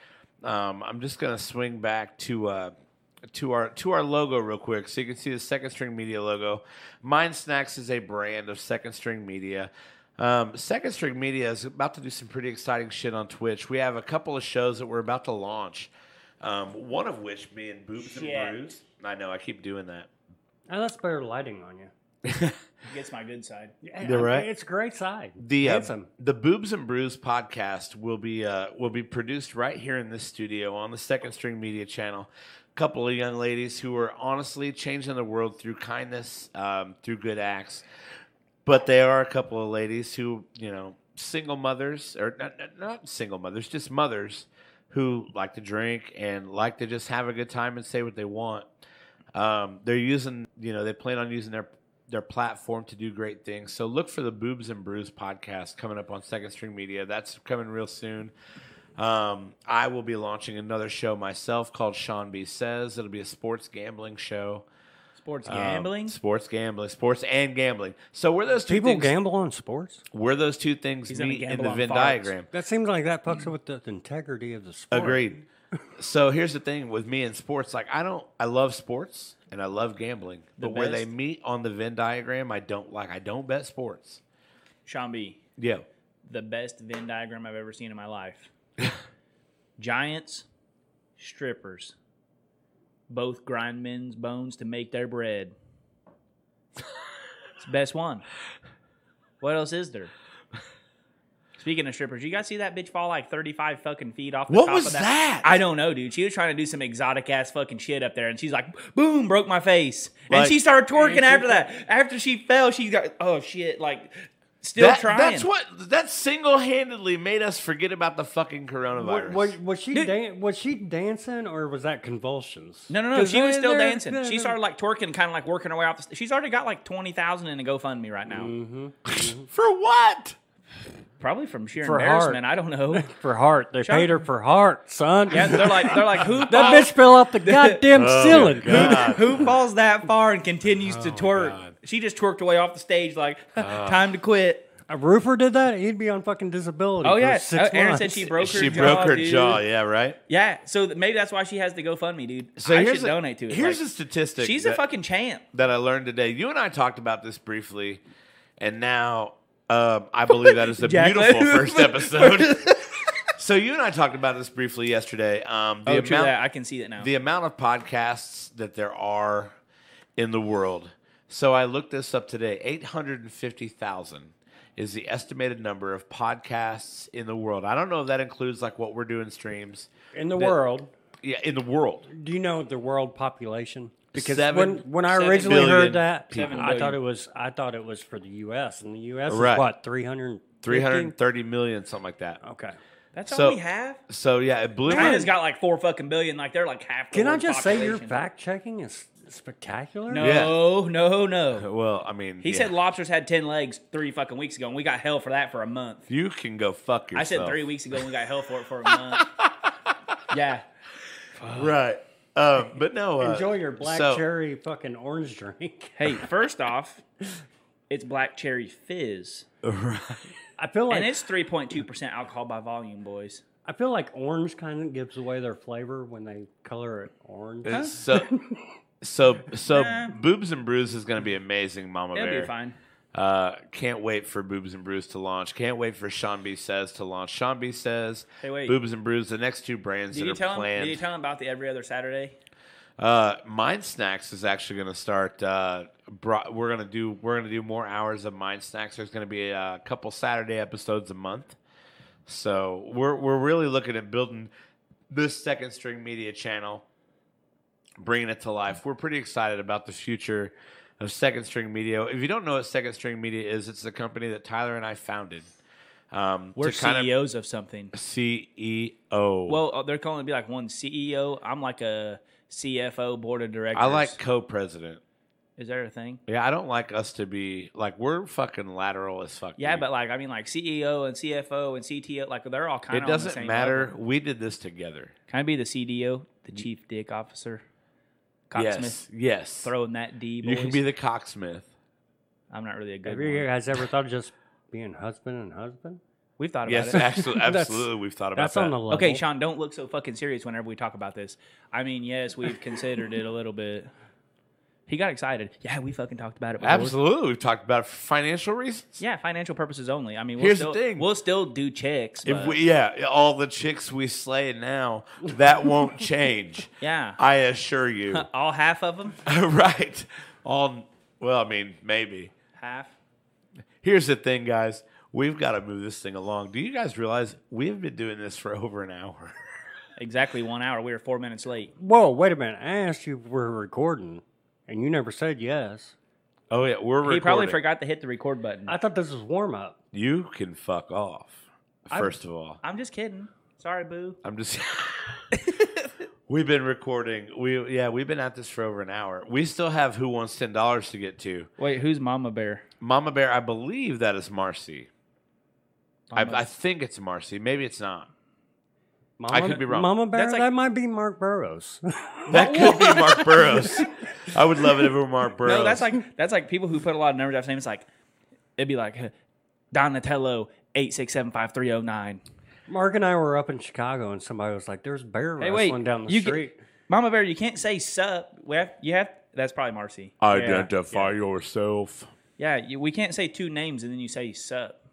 [SPEAKER 1] um, I'm just going to swing back to. Uh, to our to our logo real quick so you can see the second string media logo mind snacks is a brand of second string media um, second string media is about to do some pretty exciting shit on twitch we have a couple of shows that we're about to launch um, one of which being boobs
[SPEAKER 2] Shit.
[SPEAKER 1] and brews i know i keep doing that
[SPEAKER 3] Oh, that's better lighting on you.
[SPEAKER 2] gets my good side.
[SPEAKER 3] Yeah,
[SPEAKER 1] You're
[SPEAKER 3] I-
[SPEAKER 1] right.
[SPEAKER 3] It's a great side.
[SPEAKER 1] the uh,
[SPEAKER 3] handsome.
[SPEAKER 1] the boobs and brews podcast will be uh, will be produced right here in this studio on the second string media channel a couple of young ladies who are honestly changing the world through kindness um, through good acts but they are a couple of ladies who you know single mothers or not, not- not single mothers just mothers who like to drink and like to just have a good time and say what they want um, they're using you know they plan on using their their platform to do great things so look for the boobs and brews podcast coming up on second string media that's coming real soon um, i will be launching another show myself called sean b says it'll be a sports gambling show
[SPEAKER 2] Sports
[SPEAKER 3] Uh,
[SPEAKER 1] Um,
[SPEAKER 2] gambling.
[SPEAKER 1] sports gambling sports and gambling so where those two
[SPEAKER 3] People
[SPEAKER 1] things-
[SPEAKER 3] gamble on sports.
[SPEAKER 1] where those two things
[SPEAKER 2] He's gonna
[SPEAKER 1] meet in
[SPEAKER 2] gamble
[SPEAKER 1] the
[SPEAKER 2] on
[SPEAKER 1] Venn
[SPEAKER 2] farts.
[SPEAKER 1] diagram.
[SPEAKER 3] That seems like that fucks with the integrity of the sport.
[SPEAKER 1] Agreed. so here's the thing with me and sports. Like I don't, I love sports and I love gambling, but where they
[SPEAKER 2] best.
[SPEAKER 1] meet on the Venn diagram, I don't like. I don't bet sports.
[SPEAKER 2] Sean B.
[SPEAKER 1] Yeah.
[SPEAKER 2] The best Venn diagram I've ever seen in my life.
[SPEAKER 1] <laughs>
[SPEAKER 2] Giants, strippers, both grind men's bones to make their bread. It's the best one. What else is there? Speaking of strippers, you guys see that bitch fall like thirty-five fucking feet off the
[SPEAKER 1] What
[SPEAKER 2] top
[SPEAKER 1] was
[SPEAKER 2] of that?
[SPEAKER 1] that?
[SPEAKER 2] I don't know, dude. She was trying to do some exotic ass fucking shit up there, and she's like, "Boom!" broke my face,
[SPEAKER 1] Like-
[SPEAKER 2] and she started twerking after that. After she fell, she got oh shit, like still
[SPEAKER 1] That,
[SPEAKER 2] trying.
[SPEAKER 1] that's what that single handedly made us forget about the fucking coronavirus.
[SPEAKER 3] Was, was, was she
[SPEAKER 2] Dude.
[SPEAKER 3] dan- was she dancing or was that convulsions?
[SPEAKER 2] No, no, no.
[SPEAKER 3] 'Cause
[SPEAKER 2] She was
[SPEAKER 3] they-
[SPEAKER 2] still
[SPEAKER 3] they're-
[SPEAKER 2] dancing. She
[SPEAKER 3] they're-
[SPEAKER 2] started like twerking, kind of like working her way off. The, she's already got like twenty thousand in a GoFundMe right now,
[SPEAKER 1] Mm-hmm. <laughs> For what?
[SPEAKER 2] probably from sheer
[SPEAKER 3] For
[SPEAKER 2] embarrassment. I don't know. <laughs>
[SPEAKER 3] for heart. They paid her for heart, son.
[SPEAKER 2] Yeah, Oh. they're like they're
[SPEAKER 1] <laughs>
[SPEAKER 2] like who
[SPEAKER 3] <laughs> that
[SPEAKER 2] falls,
[SPEAKER 3] bitch fell
[SPEAKER 2] <laughs>
[SPEAKER 3] off the goddamn ceiling.
[SPEAKER 2] who falls that far and continues
[SPEAKER 1] Oh,
[SPEAKER 2] to twerk. She just twerked her way off the stage like <laughs> time to quit.
[SPEAKER 3] A roofer did that. He'd be on fucking disability.
[SPEAKER 2] Oh
[SPEAKER 3] for
[SPEAKER 2] yeah,
[SPEAKER 3] six
[SPEAKER 2] Uh, Aaron said
[SPEAKER 3] months.
[SPEAKER 2] she broke her
[SPEAKER 1] she
[SPEAKER 2] jaw.
[SPEAKER 1] broke her
[SPEAKER 2] dude.
[SPEAKER 1] jaw. Yeah, right.
[SPEAKER 2] Yeah, so th- maybe that's why she has the GoFundMe, dude.
[SPEAKER 1] So
[SPEAKER 2] I
[SPEAKER 1] here's
[SPEAKER 2] should
[SPEAKER 1] a-
[SPEAKER 2] donate to it.
[SPEAKER 1] Here's
[SPEAKER 2] Like,
[SPEAKER 1] a statistic.
[SPEAKER 2] she's a
[SPEAKER 1] that-
[SPEAKER 2] fucking champ.
[SPEAKER 1] that I learned today. You and I talked about this briefly, and now um, I believe that is a
[SPEAKER 2] <laughs> Jacqueline.
[SPEAKER 1] beautiful first episode. so you and I talked about this briefly yesterday. Um, the
[SPEAKER 2] oh, true that.
[SPEAKER 1] amount
[SPEAKER 2] I can see that now.
[SPEAKER 1] the amount of podcasts that there are in the world. So I looked this up today. Eight hundred and fifty thousand is the estimated number of podcasts in the world. I don't know if that includes like what we're doing streams.
[SPEAKER 3] in the world.
[SPEAKER 1] Yeah, in the world.
[SPEAKER 3] Do you know the world population? Because
[SPEAKER 1] Seven-
[SPEAKER 3] when when I
[SPEAKER 1] seven
[SPEAKER 3] originally
[SPEAKER 1] billion
[SPEAKER 3] heard that,
[SPEAKER 1] people.
[SPEAKER 3] I thought it was I thought it was for the U.S. and the U.S.
[SPEAKER 1] Right.
[SPEAKER 3] is what three hundred
[SPEAKER 1] three hundred thirty million, something like that.
[SPEAKER 2] Oh.
[SPEAKER 3] Okay.
[SPEAKER 2] That's
[SPEAKER 1] So-
[SPEAKER 2] all we have.
[SPEAKER 1] So yeah, it blew my
[SPEAKER 2] China's got like four fucking billion. Like they're like half. the
[SPEAKER 3] Can I
[SPEAKER 2] world's
[SPEAKER 3] just say your
[SPEAKER 2] population.
[SPEAKER 3] fact checking is spectacular?
[SPEAKER 2] No,
[SPEAKER 1] Yeah.
[SPEAKER 2] no, no.
[SPEAKER 1] Well, I mean,
[SPEAKER 2] He
[SPEAKER 1] yeah.
[SPEAKER 2] said lobsters had ten legs three fucking weeks ago, and we got hell for that for a month.
[SPEAKER 1] you can go fuck
[SPEAKER 2] I
[SPEAKER 1] yourself.
[SPEAKER 2] said three weeks ago, and we got hell for
[SPEAKER 1] <laughs>
[SPEAKER 2] it for a month. yeah,
[SPEAKER 1] right? Um, but no, uh,
[SPEAKER 3] Enjoy your black
[SPEAKER 1] so-
[SPEAKER 3] cherry fucking orange drink. <laughs>
[SPEAKER 2] Hey, first off, it's black cherry fizz,
[SPEAKER 1] Right.
[SPEAKER 3] I feel
[SPEAKER 2] and
[SPEAKER 3] like
[SPEAKER 2] it's three point two percent alcohol by volume, boys.
[SPEAKER 3] I feel like orange kind of gives away their flavor when they color it orange.
[SPEAKER 1] And uh,
[SPEAKER 2] <laughs>
[SPEAKER 1] So, so, so,
[SPEAKER 2] Nah.
[SPEAKER 1] boobs and brews is going to be amazing, Mama
[SPEAKER 2] It'll
[SPEAKER 1] Bear.
[SPEAKER 2] be fine.
[SPEAKER 1] Uh, can't wait for Boobs and Brews to launch. Can't wait for Sean B says to launch. Sean B says,
[SPEAKER 2] Hey, wait.
[SPEAKER 1] Boobs and Brews, the next two brands
[SPEAKER 2] Did
[SPEAKER 1] that
[SPEAKER 2] you
[SPEAKER 1] are
[SPEAKER 2] tell him?
[SPEAKER 1] planned.
[SPEAKER 2] Did you tell him about the every other Saturday?
[SPEAKER 1] Uh, Mind Snacks is actually going to start. Uh, bro- we're gonna do we're gonna do more hours of Mind Snacks. There's going to be a couple Saturday episodes a month. So we're we're really looking at building this second string media channel, bringing it to life. We're pretty excited about the future of second string media. If you don't know what second string media is, it's the company that Tyler and I founded. Um,
[SPEAKER 2] We're
[SPEAKER 1] to E kind
[SPEAKER 2] CEOs E of something.
[SPEAKER 1] of CEO. Well,
[SPEAKER 2] Well, uh, they're calling to be like one CEO. I'm like a CFO board of directors.
[SPEAKER 1] I like co-president.
[SPEAKER 2] Is there a thing?
[SPEAKER 1] Yeah, I don't like us to be like we're fucking lateral as fuck.
[SPEAKER 2] Yeah,
[SPEAKER 1] dude.
[SPEAKER 2] but like I mean, like CEO and CFO and CTO, like they're all kind
[SPEAKER 1] it
[SPEAKER 2] of
[SPEAKER 1] doesn't matter. We did this together.
[SPEAKER 2] Can I be the CDO, the chief dick officer? Cocksmith,
[SPEAKER 1] Yes, yes.
[SPEAKER 2] throwing that D. Boys.
[SPEAKER 1] you can be the cocksmith.
[SPEAKER 2] I'm not really a good.
[SPEAKER 3] Have you
[SPEAKER 2] one.
[SPEAKER 3] guys ever thought of just being husband and husband?
[SPEAKER 2] We've thought about
[SPEAKER 1] Yes, <laughs>
[SPEAKER 2] it.
[SPEAKER 1] absolutely.
[SPEAKER 3] That's-
[SPEAKER 1] absolutely. We've thought about
[SPEAKER 3] That's
[SPEAKER 1] that.
[SPEAKER 3] on the level.
[SPEAKER 2] Okay, Sean, don't look so fucking serious whenever we talk about this. I mean, yes, we've considered it a little bit. He got excited. Yeah, we fucking talked about it. before.
[SPEAKER 1] absolutely. We've talked about it for financial reasons.
[SPEAKER 2] Yeah, financial purposes only. I mean, we'll
[SPEAKER 1] Here's the
[SPEAKER 2] still,
[SPEAKER 1] thing.
[SPEAKER 2] we'll still do checks.
[SPEAKER 1] If
[SPEAKER 2] but-
[SPEAKER 1] we, yeah, all the chicks we slay now, that won't change.
[SPEAKER 2] <laughs> yeah,
[SPEAKER 1] I assure you.
[SPEAKER 2] <laughs>
[SPEAKER 1] <laughs>
[SPEAKER 2] all half of them,
[SPEAKER 1] right. All well, I mean, maybe.
[SPEAKER 2] half.
[SPEAKER 1] Here's the thing, guys. We've got to move this thing along. Do you guys realize we've been doing this for over an hour?
[SPEAKER 2] Exactly one hour. We were four minutes late.
[SPEAKER 3] Whoa, wait a minute. I asked you if we're recording, and you never said yes.
[SPEAKER 1] Oh yeah, we're recording.
[SPEAKER 2] He probably forgot to hit the record button.
[SPEAKER 3] I thought this was warm up.
[SPEAKER 1] You can fuck off. First of all,
[SPEAKER 2] I'm just kidding. Sorry, boo.
[SPEAKER 1] I'm
[SPEAKER 2] <laughs>
[SPEAKER 1] just. we've been recording. We yeah, we've been at this for over an hour. We still have who wants ten dollars to get to.
[SPEAKER 2] Wait, who's Mama Bear?
[SPEAKER 1] Mama Bear, I believe that is Marcy. I,
[SPEAKER 2] Mama-
[SPEAKER 1] I think it's Marcy. Maybe it's not.
[SPEAKER 3] Mama,
[SPEAKER 1] could be wrong.
[SPEAKER 3] Mama Bear,
[SPEAKER 2] That's like-
[SPEAKER 3] that might be Mark Burrows.
[SPEAKER 1] That could be
[SPEAKER 2] <laughs>
[SPEAKER 1] Mark Burrows. I would love it if it were Mark Burrows.
[SPEAKER 2] No, that's like that's like people who put a lot of numbers after names. Like it'd be like uh, Donatello eight six seven five three zero nine.
[SPEAKER 3] <laughs> Mark and I were up in Chicago, and somebody was like, "There's bear
[SPEAKER 2] Hey,
[SPEAKER 3] wrestling
[SPEAKER 2] wait,
[SPEAKER 3] down the
[SPEAKER 2] you get-
[SPEAKER 3] street."
[SPEAKER 2] Mama Bear, you can't say sup. We have you have. That's probably Marcy.
[SPEAKER 1] Identify yourself.
[SPEAKER 2] Yeah, you, we can't say two names and then you say sup.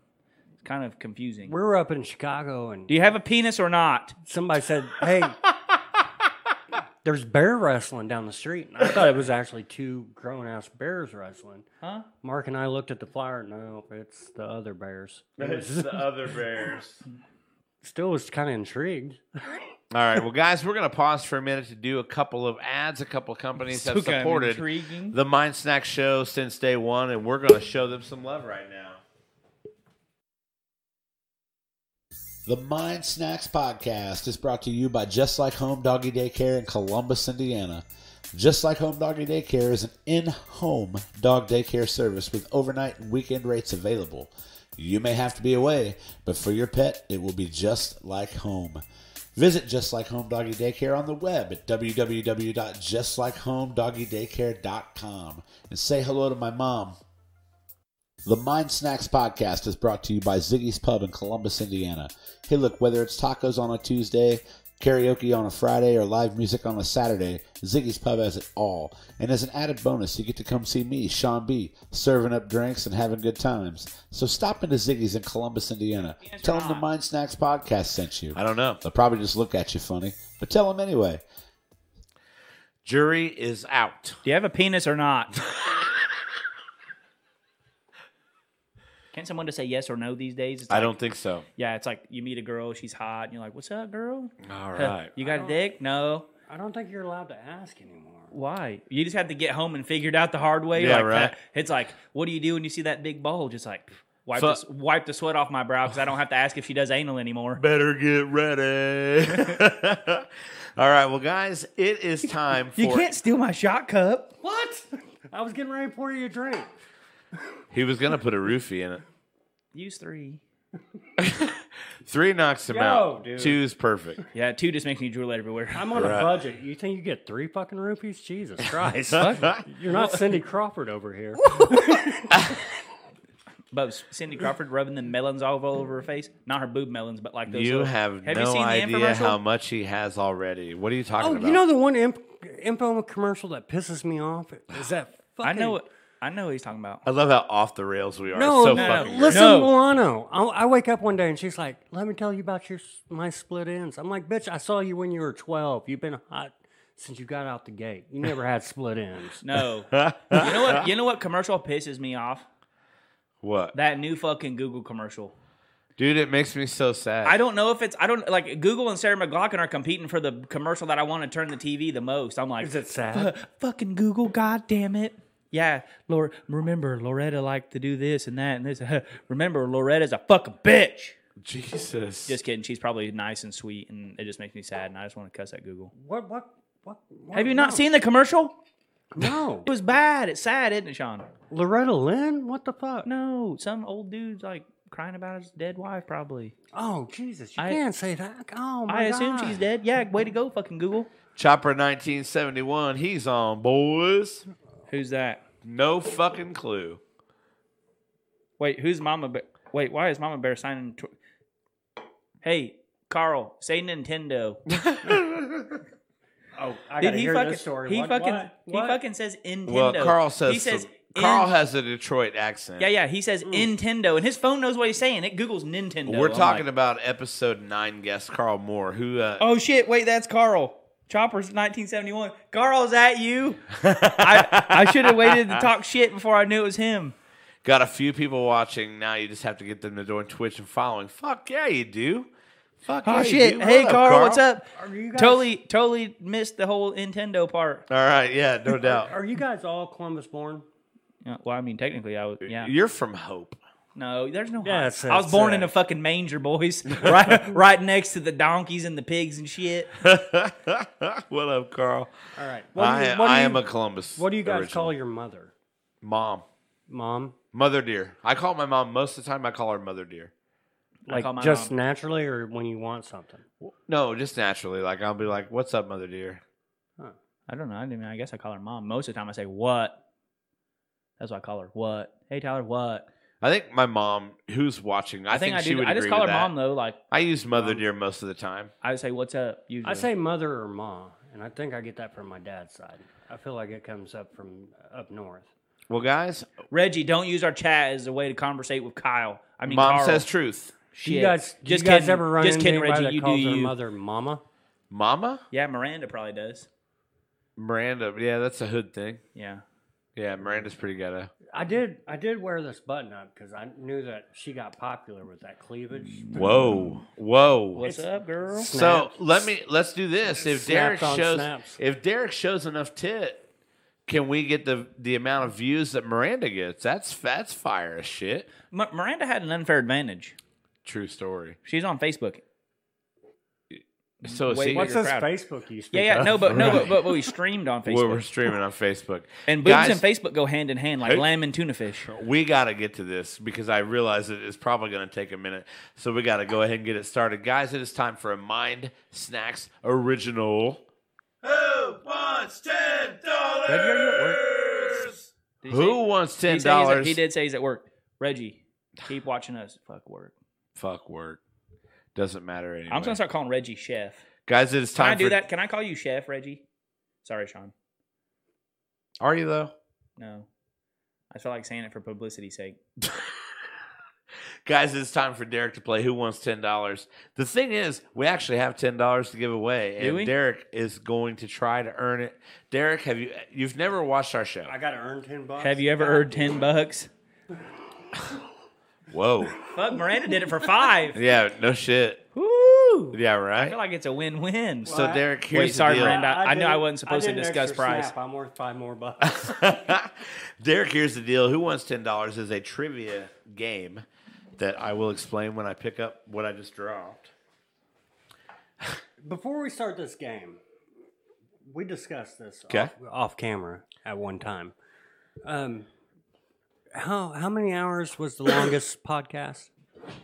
[SPEAKER 2] It's kind of confusing.
[SPEAKER 3] We were up in Chicago, and
[SPEAKER 2] Do you have a penis or not?
[SPEAKER 3] somebody said,
[SPEAKER 2] <laughs>
[SPEAKER 3] "Hey, there's bear wrestling down the street." And I thought it was actually two grown ass bears wrestling.
[SPEAKER 2] Huh?
[SPEAKER 3] Mark and I looked at the flyer. No, it's the other bears.
[SPEAKER 1] It's the other bears.
[SPEAKER 3] Still was kind of intrigued. <laughs>
[SPEAKER 1] All right, well, guys, we're going to pause for a minute to do a couple of ads. A couple of companies have
[SPEAKER 2] Okay,
[SPEAKER 1] supported
[SPEAKER 2] intriguing.
[SPEAKER 1] the Mind Snack Show since day one, and we're going to show them some love right now.
[SPEAKER 5] The Mind Snacks podcast is brought to you by Just Like Home Doggy Daycare in Columbus, Indiana. Just Like Home Doggy Daycare is an in home dog daycare service with overnight and weekend rates available. You may have to be away, but for your pet, it will be just like home. Visit Just Like Home Doggy Daycare on the web at www.justlikehomedoggydaycare.com and say hello to my mom, the Mind Snacks podcast is brought to you by Ziggy's Pub in Columbus, Indiana. Hey, look, whether it's tacos on a Tuesday, karaoke on a Friday, or live music on a Saturday, Ziggy's Pub has it all. And as an added bonus, you get to come see me, Sean B, serving up drinks and having good times. So stop into Ziggy's in Columbus, Indiana. Tell them the Mind Snacks podcast sent you.
[SPEAKER 1] I don't know.
[SPEAKER 5] They'll probably just look at you funny, but tell them anyway.
[SPEAKER 1] Jury is out.
[SPEAKER 2] Do you have a penis
[SPEAKER 1] <laughs>
[SPEAKER 2] or not? Can't someone just say yes or no these days? It's
[SPEAKER 1] I
[SPEAKER 2] like-
[SPEAKER 1] don't think so.
[SPEAKER 2] Yeah, it's like you meet a girl, she's hot, and you're like, "What's up, girl?
[SPEAKER 1] All
[SPEAKER 2] Huh,
[SPEAKER 1] right.
[SPEAKER 2] you got a dick? No.
[SPEAKER 3] I don't think you're allowed to ask anymore.
[SPEAKER 2] Why? You just have to get home and figure it out the hard way.
[SPEAKER 1] Yeah,
[SPEAKER 2] like
[SPEAKER 1] right.
[SPEAKER 2] that. It's like, what do you do when you see that big bulge? It's like, Wipe,
[SPEAKER 1] Fu-
[SPEAKER 2] the, s- wipe the sweat off my brow because I don't have to ask if she does anal anymore.
[SPEAKER 1] Better get ready. <laughs> All right, well, guys, it is time for.
[SPEAKER 4] You can't steal my shot cup.
[SPEAKER 3] What? I was getting ready to pour you a drink.
[SPEAKER 1] He was gonna put a roofie in it.
[SPEAKER 2] Use three.
[SPEAKER 1] Three knocks him
[SPEAKER 3] Yo,
[SPEAKER 1] out.
[SPEAKER 3] dude.
[SPEAKER 1] Two's perfect.
[SPEAKER 2] Yeah, two just makes me drool everywhere. <laughs>
[SPEAKER 3] I'm on
[SPEAKER 1] Right.
[SPEAKER 3] a budget. You think you get three fucking rupees? Jesus Christ.
[SPEAKER 2] <laughs>
[SPEAKER 3] You're not Cindy Crawford over here.
[SPEAKER 2] But Cindy Crawford rubbing the melons all over her face. Not her boob melons, but like those.
[SPEAKER 1] You
[SPEAKER 2] little-
[SPEAKER 1] have,
[SPEAKER 2] Have
[SPEAKER 1] no
[SPEAKER 2] you seen the
[SPEAKER 1] idea
[SPEAKER 2] infomercial?
[SPEAKER 1] how much he has already. What are you talking
[SPEAKER 3] Oh,
[SPEAKER 1] about?
[SPEAKER 3] you know the one imp- info commercial that pisses me off is that
[SPEAKER 2] <sighs>
[SPEAKER 3] fucking.
[SPEAKER 2] I know what I know what he's
[SPEAKER 1] <laughs>
[SPEAKER 2] talking about.
[SPEAKER 1] I love how off the rails we are.
[SPEAKER 3] No,
[SPEAKER 1] so
[SPEAKER 3] no,
[SPEAKER 1] fucking.
[SPEAKER 3] listen,
[SPEAKER 2] No.
[SPEAKER 3] Milano. I, I wake up one day and she's like, "Let me tell you about your s- my split ends." I'm like, "Bitch, I saw you when you were 12. You've been hot since you got out the gate. You never had split ends."
[SPEAKER 2] No. you know what you know what commercial pisses me off?
[SPEAKER 1] What,
[SPEAKER 2] That new fucking Google commercial.
[SPEAKER 1] dude? It makes me so sad.
[SPEAKER 2] I don't know if it's I don't like Google and Sarah McLaughlin are competing for the commercial that I want to turn the TV the most. I'm like
[SPEAKER 3] <laughs> Is it sad?
[SPEAKER 2] fucking Google, god damn it. Yeah, Lord, remember Loretta liked to do this and that and this. <laughs> remember Loretta's a fucking bitch.
[SPEAKER 1] Jesus.
[SPEAKER 2] Just kidding. She's probably nice and sweet, and it just makes me sad. And I just want to cuss at Google.
[SPEAKER 3] what? What? What? what-
[SPEAKER 2] Have you not
[SPEAKER 3] no,
[SPEAKER 2] seen the commercial?
[SPEAKER 3] No,
[SPEAKER 2] It was bad. It's sad, isn't it, Sean?
[SPEAKER 3] Loretta Lynn. What the fuck?
[SPEAKER 2] No, some old dude's like crying about his dead wife, probably.
[SPEAKER 3] Oh Jesus, you
[SPEAKER 2] I-
[SPEAKER 3] can't say that. Oh my
[SPEAKER 2] I assume
[SPEAKER 3] God.
[SPEAKER 2] she's dead. Yeah, way to go, fucking Google.
[SPEAKER 1] Chopper 1971. He's on, boys.
[SPEAKER 2] Who's that?
[SPEAKER 1] No fucking clue.
[SPEAKER 2] Wait, who's Mama Bear? Wait, why is Mama Bear signing? tw- hey, Carl, say Nintendo.
[SPEAKER 3] Oh, I
[SPEAKER 2] Dude,
[SPEAKER 3] gotta
[SPEAKER 2] he
[SPEAKER 3] hear
[SPEAKER 2] fucking
[SPEAKER 3] this story.
[SPEAKER 2] he
[SPEAKER 3] What-
[SPEAKER 2] fucking
[SPEAKER 3] what?
[SPEAKER 2] he
[SPEAKER 3] What?
[SPEAKER 2] fucking says Nintendo.
[SPEAKER 1] Well, Carl says.
[SPEAKER 2] he says
[SPEAKER 1] some- Carl
[SPEAKER 2] in-
[SPEAKER 1] has a Detroit accent.
[SPEAKER 2] Yeah, yeah, he says
[SPEAKER 3] Mm.
[SPEAKER 2] Nintendo, and his phone knows what he's saying. It Google's Nintendo.
[SPEAKER 1] We're
[SPEAKER 2] I'm
[SPEAKER 1] talking
[SPEAKER 2] like,
[SPEAKER 1] about episode nine guest Carl Moore, who uh,
[SPEAKER 2] Oh shit! Wait, that's Carl. Chopper's 1971. Carl's at you. I, I should have waited to talk shit before I knew it was him.
[SPEAKER 1] got a few people watching. Now you just have to get them to join Twitch and following. Fuck yeah, you do. Fuck
[SPEAKER 2] Oh
[SPEAKER 1] yeah, you
[SPEAKER 2] shit!
[SPEAKER 1] do.
[SPEAKER 2] Hey
[SPEAKER 1] What up,
[SPEAKER 2] Carl, what's up?
[SPEAKER 3] Are you guys-
[SPEAKER 2] Totally, totally missed the whole Nintendo part.
[SPEAKER 1] All right, yeah, no doubt.
[SPEAKER 3] Are you guys all Columbus born?
[SPEAKER 2] Yeah, Well, I mean, technically, I was. Yeah.
[SPEAKER 1] You're from Hope. <laughs>
[SPEAKER 2] No, there's no.
[SPEAKER 3] Yeah, it's-
[SPEAKER 2] I was
[SPEAKER 3] it's,
[SPEAKER 2] born
[SPEAKER 3] uh,
[SPEAKER 2] in a fucking manger,
[SPEAKER 3] <laughs>
[SPEAKER 2] boys. right, <laughs> right next to the donkeys and the pigs and shit.
[SPEAKER 1] what up, Carl?
[SPEAKER 3] All
[SPEAKER 1] I,
[SPEAKER 3] right. what
[SPEAKER 1] I
[SPEAKER 3] you-
[SPEAKER 1] am a Columbus.
[SPEAKER 3] What do you guys
[SPEAKER 1] original.
[SPEAKER 3] call your mother?
[SPEAKER 1] mom?
[SPEAKER 3] Mom?
[SPEAKER 1] Mother dear. I call my mom most of the time. I call her mother dear.
[SPEAKER 2] I call my
[SPEAKER 3] just
[SPEAKER 2] mom.
[SPEAKER 3] naturally or when you want something?
[SPEAKER 1] No, just naturally. Like I'll be like, "What's up, mother dear?"
[SPEAKER 2] I don't know. I mean, I guess I call her mom most of the time. I say what. That's what I call her. What? Hey Tyler, what?
[SPEAKER 1] I think my mom, who's watching, I,
[SPEAKER 2] I think, I
[SPEAKER 1] she
[SPEAKER 2] do.
[SPEAKER 1] would
[SPEAKER 2] I just
[SPEAKER 1] agree
[SPEAKER 2] call her
[SPEAKER 1] with that.
[SPEAKER 2] mom though. Like
[SPEAKER 1] I use mother
[SPEAKER 3] Mom.
[SPEAKER 1] dear most of the time.
[SPEAKER 2] I say, what's up? Usually.
[SPEAKER 3] I say mother or ma, and I think I get that from my dad's side. I feel like it comes up from up north.
[SPEAKER 1] Well, guys,
[SPEAKER 2] Reggie, don't use our chat as a way to conversate with Kyle. I mean,
[SPEAKER 1] mom
[SPEAKER 2] Carl.
[SPEAKER 1] says truth.
[SPEAKER 3] Do
[SPEAKER 2] shit.
[SPEAKER 3] you guys, do
[SPEAKER 2] just
[SPEAKER 3] you guys
[SPEAKER 2] kidding.
[SPEAKER 3] ever run
[SPEAKER 2] just
[SPEAKER 3] into
[SPEAKER 2] kidding, Reggie.
[SPEAKER 3] anybody that
[SPEAKER 2] you do
[SPEAKER 3] calls their
[SPEAKER 2] you.
[SPEAKER 3] mother mama?
[SPEAKER 1] Mama,
[SPEAKER 2] Yeah, Miranda probably does.
[SPEAKER 1] Miranda. Yeah, that's a hood thing.
[SPEAKER 2] Yeah.
[SPEAKER 1] Yeah, Miranda's pretty ghetto.
[SPEAKER 3] I did. I did wear this button up because I knew that she got popular with that cleavage.
[SPEAKER 1] Whoa, whoa.
[SPEAKER 2] What's up, girl?
[SPEAKER 1] So
[SPEAKER 3] Snap.
[SPEAKER 1] let me let's do this. If Derek
[SPEAKER 3] Snapped on
[SPEAKER 1] shows
[SPEAKER 3] snaps.
[SPEAKER 1] if Derek shows enough tit, can we get the the amount of views that Miranda gets? That's that's fire as shit.
[SPEAKER 2] M- Miranda had an unfair advantage.
[SPEAKER 1] True story.
[SPEAKER 2] She's on Facebook.
[SPEAKER 1] So is
[SPEAKER 2] Wait,
[SPEAKER 1] he,
[SPEAKER 3] What's
[SPEAKER 2] You're
[SPEAKER 3] this
[SPEAKER 2] proud.
[SPEAKER 3] Facebook you speak
[SPEAKER 2] Yeah, yeah,
[SPEAKER 3] of?
[SPEAKER 1] <laughs>
[SPEAKER 2] no, but no, but, but we streamed on
[SPEAKER 1] Well, we're
[SPEAKER 2] Facebook.
[SPEAKER 1] streaming on Facebook.
[SPEAKER 2] <laughs> And boobs
[SPEAKER 1] Guys,
[SPEAKER 2] and Facebook go hand in hand, like
[SPEAKER 1] Who?
[SPEAKER 2] lamb and tuna fish.
[SPEAKER 1] we got to get to this because I realize it is probably going to take a minute. So we got to go ahead and get it started. Guys, it is time for a Mind Snacks original.
[SPEAKER 2] Reggie, are you at work? Did he
[SPEAKER 1] Who
[SPEAKER 2] say-
[SPEAKER 1] wants
[SPEAKER 2] did
[SPEAKER 1] ten
[SPEAKER 2] he say he's at-
[SPEAKER 1] dollars?
[SPEAKER 2] He did say he's at work. Reggie, keep watching us. Fuck work.
[SPEAKER 1] Fuck work. Doesn't matter anyway.
[SPEAKER 2] I'm just gonna start calling Reggie Chef.
[SPEAKER 1] Guys, it is
[SPEAKER 2] Can
[SPEAKER 1] time
[SPEAKER 2] I do
[SPEAKER 1] for
[SPEAKER 2] that? Can I call you Chef, Reggie? Sorry, Sean.
[SPEAKER 1] Are you though?
[SPEAKER 2] No, I feel like saying it for publicity's sake.
[SPEAKER 1] Guys, it's time for Derek to play Who Wants $10. The thing is, we actually have $10 to give away,
[SPEAKER 2] Do
[SPEAKER 1] and
[SPEAKER 2] we?
[SPEAKER 1] Derek is going to try to earn it. Derek, have you you've never watched our show?
[SPEAKER 3] I got to earn ten bucks.
[SPEAKER 2] Have you ever earned ten bucks?
[SPEAKER 1] Whoa.
[SPEAKER 2] Fuck, Miranda did it for five.
[SPEAKER 1] yeah, no shit.
[SPEAKER 2] <laughs> Woo!
[SPEAKER 1] Yeah,
[SPEAKER 2] I
[SPEAKER 1] right?
[SPEAKER 2] feel like it's a win-win.
[SPEAKER 1] So Derek, here's
[SPEAKER 2] Wait,
[SPEAKER 1] the
[SPEAKER 2] sorry,
[SPEAKER 1] deal.
[SPEAKER 2] Miranda. I knew
[SPEAKER 3] did-
[SPEAKER 2] I wasn't supposed to
[SPEAKER 3] did an
[SPEAKER 2] discuss
[SPEAKER 3] extra
[SPEAKER 2] price.
[SPEAKER 3] snap. I'm worth five
[SPEAKER 2] <laughs>
[SPEAKER 3] more bucks.
[SPEAKER 1] <laughs> Derek, here's the deal. Who wants ten dollars is a trivia game that I will explain when I pick up what I just dropped.
[SPEAKER 3] Before we start this game, we discussed this
[SPEAKER 1] Okay.
[SPEAKER 3] off, off camera at one time. Um, how how many hours was
[SPEAKER 2] <coughs>
[SPEAKER 3] the longest podcast?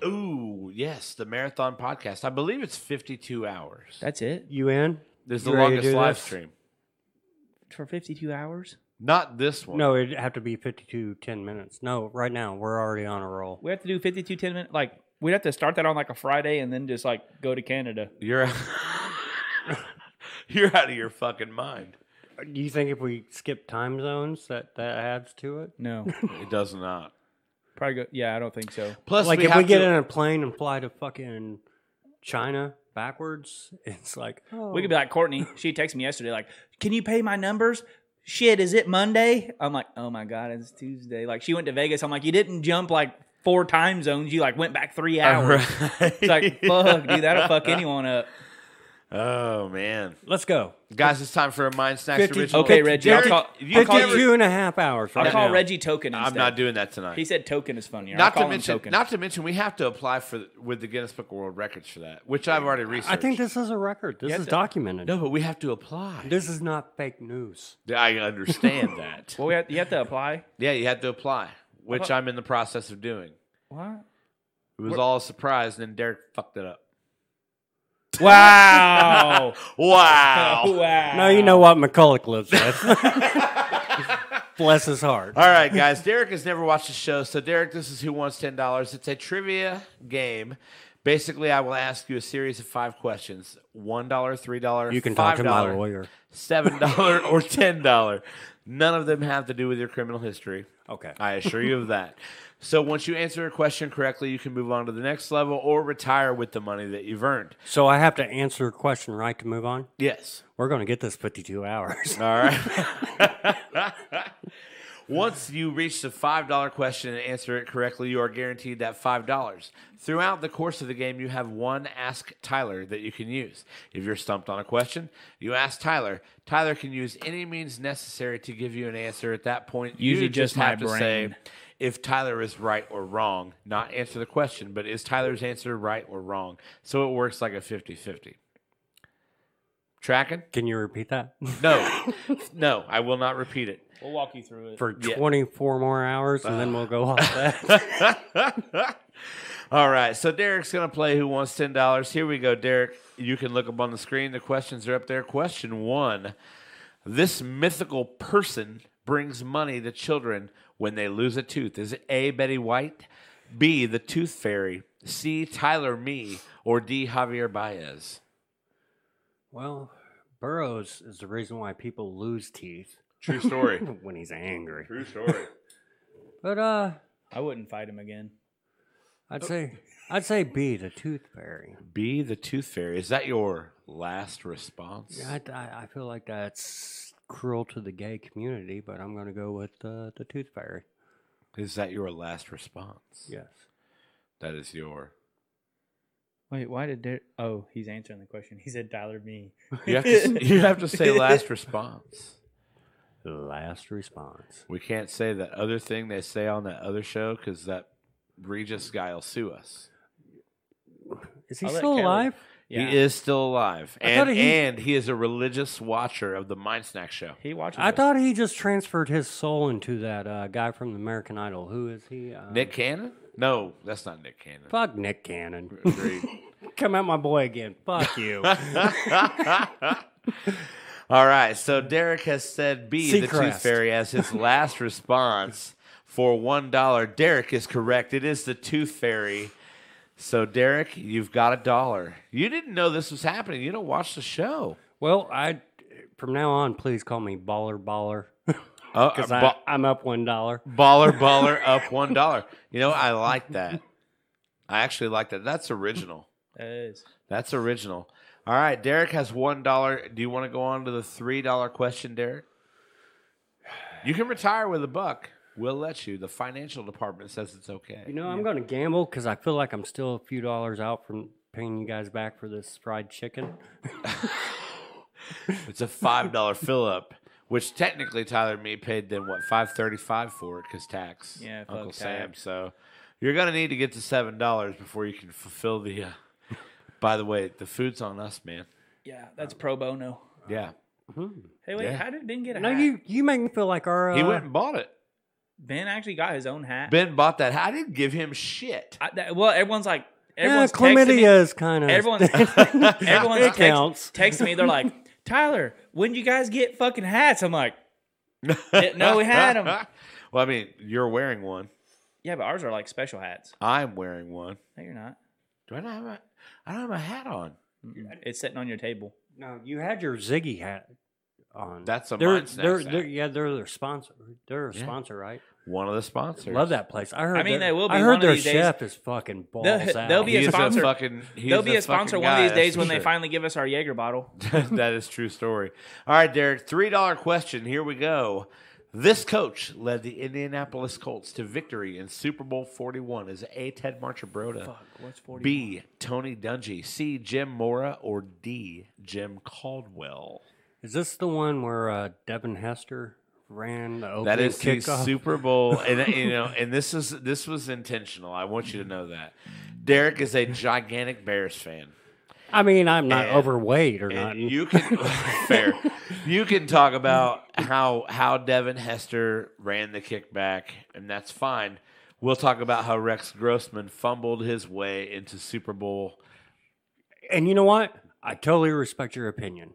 [SPEAKER 1] Ooh, yes, the marathon podcast. I believe it's 52 hours.
[SPEAKER 2] That's it
[SPEAKER 3] You in?
[SPEAKER 1] There's the
[SPEAKER 3] You ready to
[SPEAKER 1] longest
[SPEAKER 3] do
[SPEAKER 1] live
[SPEAKER 3] this?
[SPEAKER 1] stream.
[SPEAKER 2] for 52 hours.
[SPEAKER 1] Not this one.
[SPEAKER 3] No, it'd have to be 52, 10 minutes. No, right now we're already on a roll.
[SPEAKER 2] We have to do 52 10 minutes. Like we'd have to start that on like a Friday and then just like go to Canada.
[SPEAKER 1] You're <laughs> You're out of your fucking mind.
[SPEAKER 3] Do you think if we skip time zones that that adds to it?
[SPEAKER 2] No,
[SPEAKER 1] It does not.
[SPEAKER 2] <laughs> probably go. Yeah, I don't think so.
[SPEAKER 1] Plus
[SPEAKER 3] like
[SPEAKER 1] we
[SPEAKER 3] if
[SPEAKER 1] have
[SPEAKER 3] we get
[SPEAKER 1] to-
[SPEAKER 3] in a plane and fly to fucking China backwards, <laughs> it's like oh.
[SPEAKER 2] We could be like Courtney. She texted me yesterday, like, "Can you pay my numbers?" Shit, is it Monday? I'm like, oh my god, it's Tuesday. Like she went to Vegas. I'm like, you didn't jump like four time zones. You like went back <laughs> three hours. It's like, fuck, dude, that'll fuck anyone up.
[SPEAKER 1] <laughs> Oh man,
[SPEAKER 3] Let's go.
[SPEAKER 1] guys, it's time for a mind snacks
[SPEAKER 3] 50
[SPEAKER 1] original.
[SPEAKER 2] Okay, Reggie, I'll
[SPEAKER 1] Derek,
[SPEAKER 2] call-
[SPEAKER 1] you
[SPEAKER 2] I'll
[SPEAKER 1] call
[SPEAKER 2] call
[SPEAKER 1] you-
[SPEAKER 3] Two and a half hours.
[SPEAKER 2] I'll
[SPEAKER 3] right
[SPEAKER 2] call
[SPEAKER 3] now.
[SPEAKER 2] Reggie Token. Instead.
[SPEAKER 1] I'm not doing that tonight.
[SPEAKER 2] He said Token is funnier. I'll
[SPEAKER 1] not
[SPEAKER 2] call
[SPEAKER 1] to
[SPEAKER 2] him
[SPEAKER 1] mention,
[SPEAKER 2] Token.
[SPEAKER 1] not to mention, we have to apply for the, with the Guinness Book of World Records for that, which I've already researched.
[SPEAKER 3] I think this is a record. This is documented.
[SPEAKER 1] no, but we have to apply.
[SPEAKER 3] <laughs> This is not fake <laughs> news.
[SPEAKER 1] I understand that.
[SPEAKER 2] well, we have, you have to apply.
[SPEAKER 1] yeah, you have to apply, which I'm in the process of doing. <laughs>
[SPEAKER 2] What?
[SPEAKER 1] It was all a surprise, and then Derek fucked it up.
[SPEAKER 2] Wow!
[SPEAKER 1] <laughs> Wow.
[SPEAKER 2] Oh, <laughs> wow!
[SPEAKER 3] Now you know what McCulloch lives <laughs> with. Bless his heart.
[SPEAKER 1] All right, guys. Derek has never watched the show, so Derek, this is who wants ten dollars. It's a trivia game. Basically, I will ask you a series of five questions: one dollar, three dollar,
[SPEAKER 3] You can
[SPEAKER 1] five
[SPEAKER 3] talk to my lawyer.
[SPEAKER 1] seven dollar, or ten dollar. None of them have to do with your criminal history.
[SPEAKER 3] Okay.
[SPEAKER 1] I assure you of that. So once you answer a question correctly, you can move on to the next level or retire with the money that you've earned.
[SPEAKER 3] So I have to answer a question, right, to move on?
[SPEAKER 1] Yes.
[SPEAKER 3] We're going to get this 52 hours.
[SPEAKER 1] All right. <laughs> Once you reach the $5 question and answer it correctly, you are guaranteed that $5. Throughout the course of the game, you have one Ask Tyler that you can use. If you're stumped on a question, you ask Tyler. Tyler can use any means necessary to give you an answer at that point.
[SPEAKER 2] Usually
[SPEAKER 1] you just,
[SPEAKER 2] just my
[SPEAKER 1] have to say
[SPEAKER 2] brain.
[SPEAKER 1] if Tyler is right or wrong, not answer the question, but is Tyler's answer right or wrong? So it works like a 50 50. Tracking?
[SPEAKER 3] <laughs> Can you repeat that?
[SPEAKER 1] No, no, I will not repeat it.
[SPEAKER 2] We'll walk you through it.
[SPEAKER 3] <laughs> For
[SPEAKER 1] Yeah.
[SPEAKER 3] 24 more hours, and then we'll go <laughs> off that.
[SPEAKER 1] All right, so Derek's gonna play Who Wants Ten Dollars. Here we go, Derek. You can look up on the screen. The questions are up there. Question one: This mythical person brings money to children when they lose a tooth. Is it A. Betty White, B. the Tooth Fairy, C. Tyler Me, or D. Javier Baez?
[SPEAKER 3] well, Burroughs is the reason why people lose teeth <laughs>
[SPEAKER 1] True story.
[SPEAKER 3] when he's angry.
[SPEAKER 1] True story.
[SPEAKER 3] But uh,
[SPEAKER 2] I wouldn't fight him again.
[SPEAKER 3] I'd say I'd say B, the tooth fairy.
[SPEAKER 1] B. the Tooth Fairy. Is that your last response?
[SPEAKER 3] Yeah, I, I- I feel like that's cruel to the gay community, but I'm going to go with uh, the tooth fairy.
[SPEAKER 1] Is that your last response?
[SPEAKER 3] Yes.
[SPEAKER 1] That is your.
[SPEAKER 2] Wait, why did Derek? Oh, he's answering the question. He said Tyler me.
[SPEAKER 1] <laughs> You
[SPEAKER 2] <laughs>
[SPEAKER 1] have to, you have to say last response.
[SPEAKER 3] Last response.
[SPEAKER 1] We can't say that other thing they say on that other show because that Regis guy will sue us.
[SPEAKER 3] Is he
[SPEAKER 2] I'll let
[SPEAKER 3] still
[SPEAKER 2] Kelly-
[SPEAKER 3] alive?
[SPEAKER 2] Yeah.
[SPEAKER 1] He is still alive,
[SPEAKER 3] I
[SPEAKER 1] and
[SPEAKER 3] thought he-
[SPEAKER 1] and he is a religious watcher of the Mind Snack Show.
[SPEAKER 2] He watches.
[SPEAKER 3] I
[SPEAKER 2] us.
[SPEAKER 3] thought he just transferred his soul into that uh, guy from American Idol. Who is he? Uh,
[SPEAKER 1] Nick Cannon? No, that's not Nick Cannon.
[SPEAKER 3] Fuck Nick Cannon. <laughs>
[SPEAKER 1] Agreed.
[SPEAKER 3] Come at my boy again. Fuck <laughs> you.
[SPEAKER 1] All right, so Derek has said B, the Tooth
[SPEAKER 3] Seacrest.
[SPEAKER 1] Fairy, as his last response for one dollar. Derek is correct. It is the Tooth Fairy. So Derek, you've got a dollar. You didn't know this was happening. You don't watch the show.
[SPEAKER 3] well, I from now on, please call me Baller Baller
[SPEAKER 1] Oh,
[SPEAKER 3] because
[SPEAKER 1] uh, ba-
[SPEAKER 3] I'm up one dollar.
[SPEAKER 2] Mm,
[SPEAKER 1] baller, baller, up one dollar. You know, I like that. I actually like that. That's original.
[SPEAKER 2] That is.
[SPEAKER 1] That's original. All right, Derek has one dollar. Do you want to go on to the three dollar question, Derek? You can retire with a buck. We'll let you. The financial department says it's okay.
[SPEAKER 3] You know, I'm going to gamble because I feel like I'm still a few dollars out from paying you guys back for this fried chicken.
[SPEAKER 1] it's a five dollar fill up, which technically Tyler and me paid them what five thirty five for because tax.
[SPEAKER 2] Yeah, fuck
[SPEAKER 1] Uncle
[SPEAKER 2] tax.
[SPEAKER 1] Sam. So You're gonna need to get to seven dollars before you can fulfill the. Uh, by the way, the food's on us, man.
[SPEAKER 2] Yeah, that's pro bono.
[SPEAKER 1] Yeah,
[SPEAKER 2] Hey, wait,
[SPEAKER 1] Yeah.
[SPEAKER 2] how did Ben get a
[SPEAKER 3] No,
[SPEAKER 2] hat?
[SPEAKER 3] you you make me feel like our uh,
[SPEAKER 1] he went and bought it.
[SPEAKER 2] Ben actually got his own hat.
[SPEAKER 1] Ben bought that. hat. I didn't give him shit.
[SPEAKER 2] I, that, well, everyone's like,
[SPEAKER 3] Yeah,
[SPEAKER 2] everyone's texting me.
[SPEAKER 3] chlamydia is kind of <laughs>
[SPEAKER 2] Everyone's, <laughs> everyone's
[SPEAKER 3] it
[SPEAKER 2] text-
[SPEAKER 3] counts.
[SPEAKER 2] texting me. They're like, Tyler, when you guys get fucking hats? I'm like, didn't know we had 'em.
[SPEAKER 1] <laughs> well, I mean, you're wearing one.
[SPEAKER 2] yeah, but ours are like special hats.
[SPEAKER 1] I'm wearing one.
[SPEAKER 2] No, you're not.
[SPEAKER 1] Do I not have a? I don't have a hat on.
[SPEAKER 2] It's sitting on your table.
[SPEAKER 3] No, you had your Ziggy hat on.
[SPEAKER 1] That's a
[SPEAKER 3] they're,
[SPEAKER 1] Mind Snacks
[SPEAKER 3] they're,
[SPEAKER 1] hat.
[SPEAKER 3] they're yeah they're their sponsor. They're a
[SPEAKER 1] Yeah.
[SPEAKER 3] sponsor, right?
[SPEAKER 1] One of the sponsors.
[SPEAKER 3] Love that place. I heard.
[SPEAKER 2] mean,
[SPEAKER 3] their-
[SPEAKER 2] they will
[SPEAKER 3] I
[SPEAKER 2] be
[SPEAKER 3] heard
[SPEAKER 2] one of
[SPEAKER 3] their
[SPEAKER 2] these days.
[SPEAKER 3] chef is fucking balls out.
[SPEAKER 2] they'll be a
[SPEAKER 1] He's a
[SPEAKER 2] sponsor.
[SPEAKER 1] fucking. he's
[SPEAKER 2] They'll be a
[SPEAKER 1] the fucking
[SPEAKER 2] sponsor one
[SPEAKER 1] guy,
[SPEAKER 2] of these
[SPEAKER 1] that's
[SPEAKER 2] days
[SPEAKER 1] for
[SPEAKER 2] when they
[SPEAKER 1] sure.
[SPEAKER 2] finally give us our Jaeger bottle.
[SPEAKER 1] <laughs> that is true story. All right, Derek, three dollar question. Here we go. This coach led the Indianapolis Colts to victory in Super Bowl Forty One. Is A. Ted Marchabrota,
[SPEAKER 2] Fuck, what's 40?
[SPEAKER 1] B. Tony Dungy, C. Jim Mora, or D. Jim Caldwell?
[SPEAKER 3] Is this the one where uh, Devin Hester ran the opening
[SPEAKER 1] That is the
[SPEAKER 3] kickoff?
[SPEAKER 1] Super Bowl, and
[SPEAKER 2] <laughs>
[SPEAKER 1] you know, and this is this was intentional. I want you to know that. Derek is a gigantic Bears fan.
[SPEAKER 3] I mean, I'm not
[SPEAKER 1] And-
[SPEAKER 3] overweight or
[SPEAKER 1] And
[SPEAKER 3] not.
[SPEAKER 1] you
[SPEAKER 3] <laughs>
[SPEAKER 1] can fair. You can talk about how how Devin Hester ran the kickback, and that's fine. We'll talk about how Rex Grossman fumbled his way into Super Bowl.
[SPEAKER 3] and you know what? I totally respect your opinion.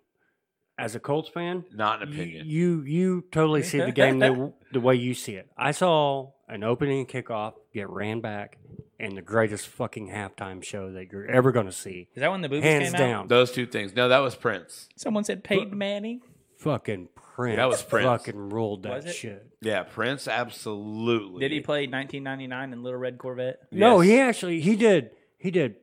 [SPEAKER 3] As a Colts fan,
[SPEAKER 1] Not an
[SPEAKER 3] y-
[SPEAKER 1] opinion.
[SPEAKER 3] You you totally see the
[SPEAKER 1] <laughs>
[SPEAKER 3] game the, the way you see it. I saw an opening kickoff get ran back, and the greatest fucking halftime show that you're ever going to see,
[SPEAKER 2] Is that when the boobies
[SPEAKER 3] hands
[SPEAKER 2] came out?
[SPEAKER 3] down.
[SPEAKER 1] Those two things. No, that was Prince.
[SPEAKER 2] Someone said Peyton Manning.
[SPEAKER 3] Fucking Prince.
[SPEAKER 1] That was Prince.
[SPEAKER 3] Fucking ruled that
[SPEAKER 2] Was it?
[SPEAKER 3] shit.
[SPEAKER 1] Yeah, Prince. Absolutely.
[SPEAKER 2] Did he play 1999 in Little Red Corvette?
[SPEAKER 3] No,
[SPEAKER 1] Yes.
[SPEAKER 3] he actually he did he did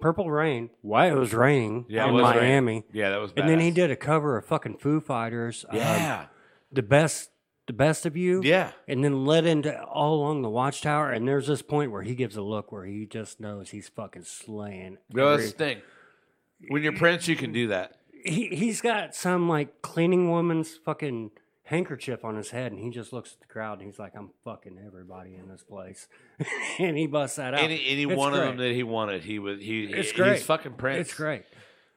[SPEAKER 3] Purple Rain. Why it was raining
[SPEAKER 1] Yeah, it
[SPEAKER 3] in
[SPEAKER 1] was raining.
[SPEAKER 3] Miami.
[SPEAKER 1] Yeah, that was. Badass.
[SPEAKER 3] And then he did a cover of fucking Foo Fighters. um,
[SPEAKER 1] Yeah.
[SPEAKER 3] the best the best of you.
[SPEAKER 1] yeah.
[SPEAKER 3] And then led into all along the watchtower. And there's this point where he gives a look where he just knows he's fucking slaying.
[SPEAKER 1] No, that's
[SPEAKER 3] every-
[SPEAKER 1] the thing. When you're Prince, you can do that.
[SPEAKER 3] he, he's got some like cleaning woman's fucking handkerchief on his head and he just looks at the crowd and he's like, I'm fucking everybody in this place. <laughs> and he busts that out.
[SPEAKER 1] Any any
[SPEAKER 3] It's
[SPEAKER 1] one of
[SPEAKER 3] great.
[SPEAKER 1] them that he wanted, he was he.
[SPEAKER 3] It's
[SPEAKER 1] he-
[SPEAKER 3] great.
[SPEAKER 1] He's fucking Prince.
[SPEAKER 3] It's great.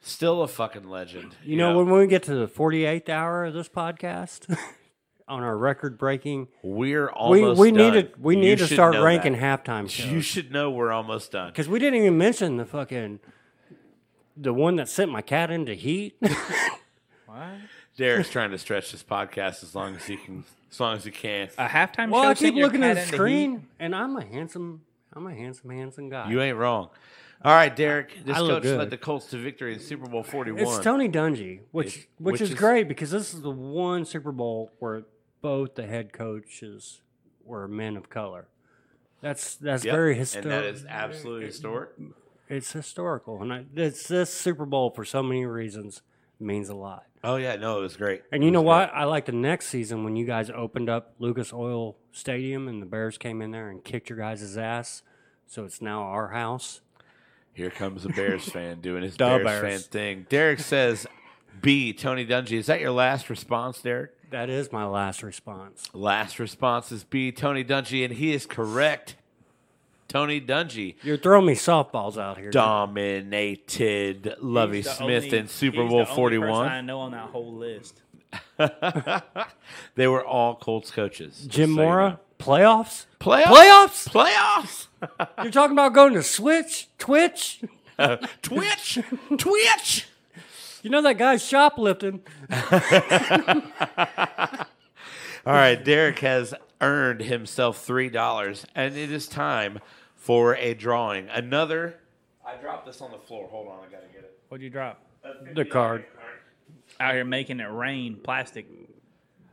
[SPEAKER 1] Still a fucking legend.
[SPEAKER 3] You know, when we get to the 48th hour of this podcast <laughs> on our record breaking,
[SPEAKER 1] We're
[SPEAKER 3] we,
[SPEAKER 1] almost.
[SPEAKER 3] we
[SPEAKER 1] done.
[SPEAKER 3] need to we
[SPEAKER 1] You
[SPEAKER 3] need to
[SPEAKER 1] should
[SPEAKER 3] start
[SPEAKER 1] know
[SPEAKER 3] ranking
[SPEAKER 1] that.
[SPEAKER 3] halftime
[SPEAKER 1] You
[SPEAKER 3] shows
[SPEAKER 1] should know we're almost done.
[SPEAKER 3] because we didn't even mention the fucking the one that sent my cat
[SPEAKER 1] <laughs>
[SPEAKER 3] into heat.
[SPEAKER 1] Derek's trying to stretch this podcast as long as he can. As long as he can.
[SPEAKER 2] A halftime
[SPEAKER 3] well,
[SPEAKER 2] show.
[SPEAKER 3] I keep
[SPEAKER 2] sent your
[SPEAKER 3] looking at the
[SPEAKER 2] cat into heat?
[SPEAKER 3] screen, and I'm a handsome, I'm a handsome, handsome guy.
[SPEAKER 1] You ain't wrong. All right, Derek. This
[SPEAKER 3] I look
[SPEAKER 1] coach led
[SPEAKER 3] good.
[SPEAKER 1] the Colts to victory in Super Bowl forty-one.
[SPEAKER 3] it's Tony Dungy, which
[SPEAKER 1] It-
[SPEAKER 3] which,
[SPEAKER 1] which
[SPEAKER 3] is,
[SPEAKER 1] is-
[SPEAKER 3] great because this is the one Super Bowl where both the head coaches were men of color. That's that's
[SPEAKER 1] Yep,
[SPEAKER 3] very
[SPEAKER 1] and that
[SPEAKER 3] historic.
[SPEAKER 1] is absolutely historic.
[SPEAKER 3] it's historical, and I, it's this Super Bowl for so many reasons means a lot.
[SPEAKER 1] Oh yeah, no, it was great.
[SPEAKER 3] And you know what? I like the next season when you guys opened up Lucas Oil Stadium and the Bears came in there and kicked your guys' ass. So it's now our house.
[SPEAKER 1] Here comes a Bears fan doing
[SPEAKER 3] <laughs>
[SPEAKER 1] his
[SPEAKER 3] Da
[SPEAKER 1] Bears, fan
[SPEAKER 3] Bears.
[SPEAKER 1] thing. Derek says, "B." Tony Dungy. Is that your last response, Derek?
[SPEAKER 3] That is my last response.
[SPEAKER 1] Last response is B. Tony Dungy, and he is correct. Tony Dungy.
[SPEAKER 3] You're throwing me softballs out here.
[SPEAKER 1] dominated Lovey
[SPEAKER 2] He's the
[SPEAKER 1] Smith
[SPEAKER 2] only-
[SPEAKER 1] in Super
[SPEAKER 2] he's
[SPEAKER 1] Bowl
[SPEAKER 2] the only person I
[SPEAKER 1] 41.
[SPEAKER 2] know on that whole list.
[SPEAKER 1] <laughs> they were all Colts coaches. just
[SPEAKER 3] Jim
[SPEAKER 1] so you
[SPEAKER 3] Mora,
[SPEAKER 1] know.
[SPEAKER 3] playoffs?
[SPEAKER 1] Playoffs? Playoffs? Playoffs?
[SPEAKER 3] You're talking about going to Switch, Twitch? <laughs>
[SPEAKER 1] Twitch? Twitch?
[SPEAKER 3] You know that guy's shoplifting.
[SPEAKER 1] All right, Derek has earned himself $3, and it is time for a drawing. Another. I dropped this on the floor. Hold on, I gotta get it.
[SPEAKER 2] What'd you drop?
[SPEAKER 3] The card.
[SPEAKER 2] Out here making it rain, plastic.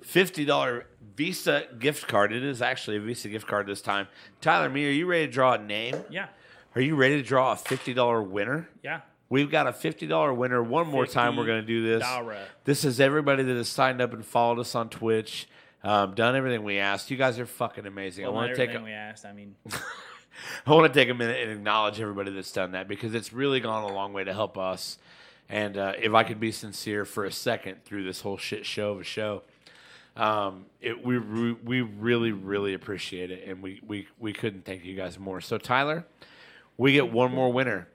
[SPEAKER 1] $50 Visa gift card. It is actually a Visa gift card this time. Tyler, me, are you ready to draw a name?
[SPEAKER 2] Yeah,
[SPEAKER 1] Are you ready to draw a $50 winner?
[SPEAKER 2] yeah.
[SPEAKER 1] We've got a $50 winner. One more time, we're going to do this.
[SPEAKER 2] $50.
[SPEAKER 1] This is everybody that has signed up and followed us on Twitch, um, done everything we asked. You guys are fucking amazing.
[SPEAKER 2] Well,
[SPEAKER 1] I
[SPEAKER 2] not
[SPEAKER 1] want to take
[SPEAKER 2] everything
[SPEAKER 1] a,
[SPEAKER 2] we asked. I mean,
[SPEAKER 1] I want to take a minute and acknowledge everybody that's done that because it's really gone a long way to help us. And uh, if I could be sincere for a second through this whole shit show of a show, Um, it, we re- we really really appreciate it, and we we we couldn't thank you guys more. So Tyler, we get one more winner.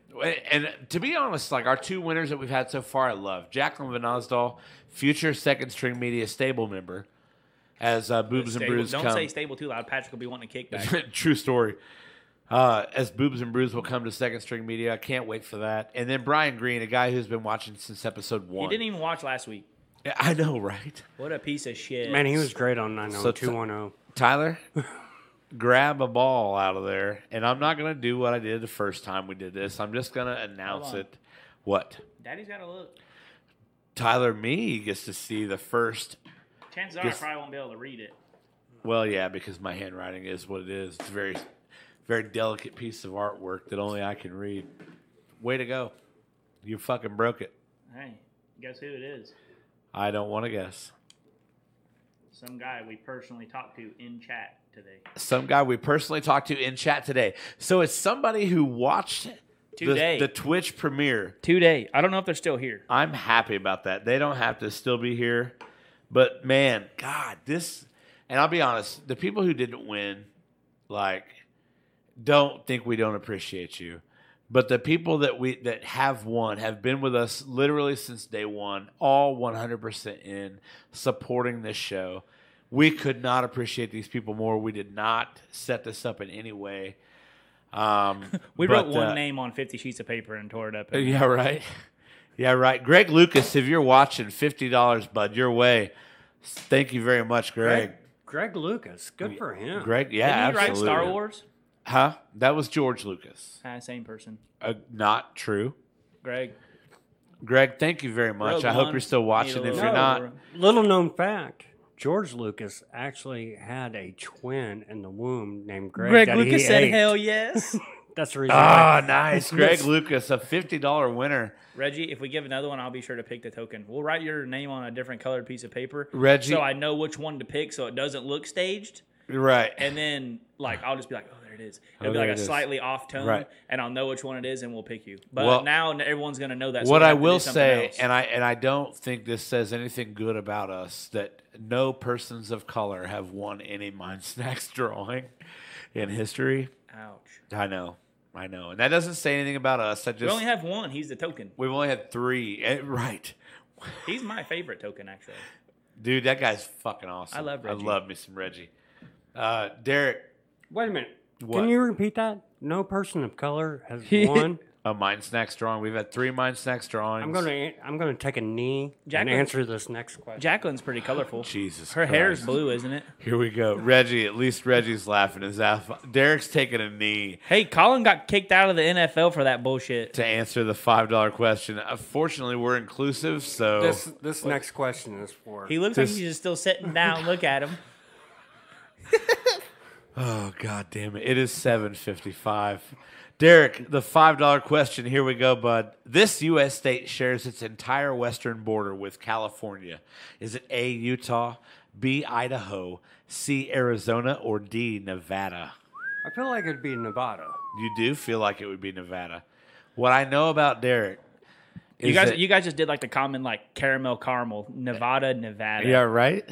[SPEAKER 1] And to be honest, like our two winners that we've had so far, I love Jacqueline Van Osdall, future second string media stable member, as uh, Boobs and
[SPEAKER 2] Stable-
[SPEAKER 1] Brews
[SPEAKER 2] Don't
[SPEAKER 1] come.
[SPEAKER 2] say stable too loud. Patrick will be wanting a kickback.
[SPEAKER 1] <laughs> True story. Uh, as Boobs and Brews will come to Second String Media. I can't wait for that. And then Brian Green, a guy who's been watching since episode
[SPEAKER 2] he
[SPEAKER 1] one.
[SPEAKER 2] didn't even watch last week.
[SPEAKER 1] I know, right?
[SPEAKER 2] What a piece of shit.
[SPEAKER 3] Man, he was great on 90210.
[SPEAKER 2] <laughs>
[SPEAKER 1] Tyler, grab a ball out of there. And I'm not going to do what I did the first time we did this. I'm just going to announce
[SPEAKER 2] Hold on.
[SPEAKER 1] it. What?
[SPEAKER 2] Daddy's got to look.
[SPEAKER 1] Tyler me gets to see the first.
[SPEAKER 2] Chances are I
[SPEAKER 1] Yes.
[SPEAKER 2] probably won't be able to read it.
[SPEAKER 1] Well, yeah, because my handwriting is what it is. It's a very, very delicate piece of artwork that only I can read. Way to go. You fucking broke it.
[SPEAKER 2] Hey, guess who it is?
[SPEAKER 1] I don't want to guess.
[SPEAKER 2] Some guy we personally talked to in chat today.
[SPEAKER 1] Some guy we personally talked to in chat today. So it's somebody who watched the,
[SPEAKER 2] Today.
[SPEAKER 1] the Twitch premiere.
[SPEAKER 2] Today. I don't know if they're still here.
[SPEAKER 1] I'm happy about that. They don't have to still be here. But man, God, this and I'll be honest, the people who didn't win, like, don't think we don't appreciate you. But the people that we that have won have been with us literally since day one, all 100% in supporting this show. We could not appreciate these people more. We did not set this up in any way. Um,
[SPEAKER 2] <laughs> We
[SPEAKER 1] but,
[SPEAKER 2] wrote one
[SPEAKER 1] uh,
[SPEAKER 2] name on 50 sheets of paper and tore it up.
[SPEAKER 1] yeah, right. Yeah, right. Greg Lucas, if you're watching, fifty dollars, bud, your way. Thank you very much, Greg.
[SPEAKER 3] Greg Lucas, good for him.
[SPEAKER 1] Greg, yeah,
[SPEAKER 2] Didn't he write
[SPEAKER 1] absolutely.
[SPEAKER 2] Star Wars?
[SPEAKER 1] Huh? That was George Lucas.
[SPEAKER 2] Ah, same person.
[SPEAKER 1] Uh, not true.
[SPEAKER 2] Greg.
[SPEAKER 1] Greg, thank you very much.
[SPEAKER 2] Rogue
[SPEAKER 1] I hope
[SPEAKER 2] One,
[SPEAKER 1] you're still watching.
[SPEAKER 2] Halo.
[SPEAKER 1] If you're not,
[SPEAKER 3] Little known fact George Lucas actually had a twin in the womb named Greg.
[SPEAKER 2] Greg
[SPEAKER 3] that
[SPEAKER 2] Lucas
[SPEAKER 3] he
[SPEAKER 2] said
[SPEAKER 3] ate.
[SPEAKER 2] hell yes.
[SPEAKER 3] That's the reason.
[SPEAKER 1] ah,
[SPEAKER 2] <laughs>
[SPEAKER 3] why-
[SPEAKER 1] nice, Greg Lucas, a fifty dollar winner.
[SPEAKER 2] Reggie, if we give another one, I'll be sure to pick the token. We'll write your name on a different colored piece of paper.
[SPEAKER 1] Reggie-
[SPEAKER 2] So I know which one to pick so it doesn't look staged.
[SPEAKER 1] Right.
[SPEAKER 2] And then, like, I'll just be like, oh, there it is. It'll
[SPEAKER 1] Oh,
[SPEAKER 2] be like
[SPEAKER 1] there
[SPEAKER 2] a
[SPEAKER 1] it is.
[SPEAKER 2] slightly off tone,
[SPEAKER 1] Right.
[SPEAKER 2] and I'll know which one it is, and we'll pick you. But
[SPEAKER 1] Well,
[SPEAKER 2] now everyone's going to know that. so
[SPEAKER 1] what
[SPEAKER 2] we
[SPEAKER 1] I
[SPEAKER 2] have to do
[SPEAKER 1] will
[SPEAKER 2] something
[SPEAKER 1] say,
[SPEAKER 2] else.
[SPEAKER 1] and I and I don't think this says anything good about us that no persons of color have won any Mind Snacks <laughs> drawing in history.
[SPEAKER 2] Ouch.
[SPEAKER 1] I know, I know, and that doesn't say anything about us. I just
[SPEAKER 2] We only have one. He's the token.
[SPEAKER 1] we've only had three, Eh, right?
[SPEAKER 2] He's my favorite token, actually.
[SPEAKER 1] Dude, that guy's fucking awesome.
[SPEAKER 2] I love Reggie.
[SPEAKER 1] I love me some Reggie. Uh, Derek,
[SPEAKER 3] Wait a minute.
[SPEAKER 1] What?
[SPEAKER 3] Can you repeat that? No person of color
[SPEAKER 2] <laughs>
[SPEAKER 3] has won.
[SPEAKER 1] a Mind Snacks drawing. We've had three Mind Snacks drawings.
[SPEAKER 3] I'm gonna an- I'm gonna take a knee
[SPEAKER 2] Jacqueline-
[SPEAKER 3] and answer this next question.
[SPEAKER 2] Jacqueline's pretty colorful.
[SPEAKER 1] Jesus,
[SPEAKER 2] Her hair's
[SPEAKER 1] Christ.
[SPEAKER 2] blue, isn't it?
[SPEAKER 1] Here we go, Reggie. At least Reggie's laughing his ass. off. Derek's taking a knee.
[SPEAKER 2] Hey, Colin got kicked out of the NFL for that bullshit.
[SPEAKER 1] to answer the five dollar question. Unfortunately, we're inclusive, so
[SPEAKER 3] this this next question is for
[SPEAKER 2] He looks
[SPEAKER 1] This-
[SPEAKER 2] like he's just still sitting down. Look at him.
[SPEAKER 1] oh god damn it, it is seven fifty five. Derek, the five dollar question. Here we go, bud. This U.S. state shares its entire western border with California. Is it A. Utah, B. Idaho, C. Arizona, or D. Nevada?
[SPEAKER 3] I feel like it'd be Nevada.
[SPEAKER 1] You do feel like it would be Nevada. What I know about Derek,
[SPEAKER 2] You
[SPEAKER 1] is
[SPEAKER 2] guys,
[SPEAKER 1] that-
[SPEAKER 2] you guys just did like the common like caramel caramel Nevada Nevada.
[SPEAKER 1] Yeah, right.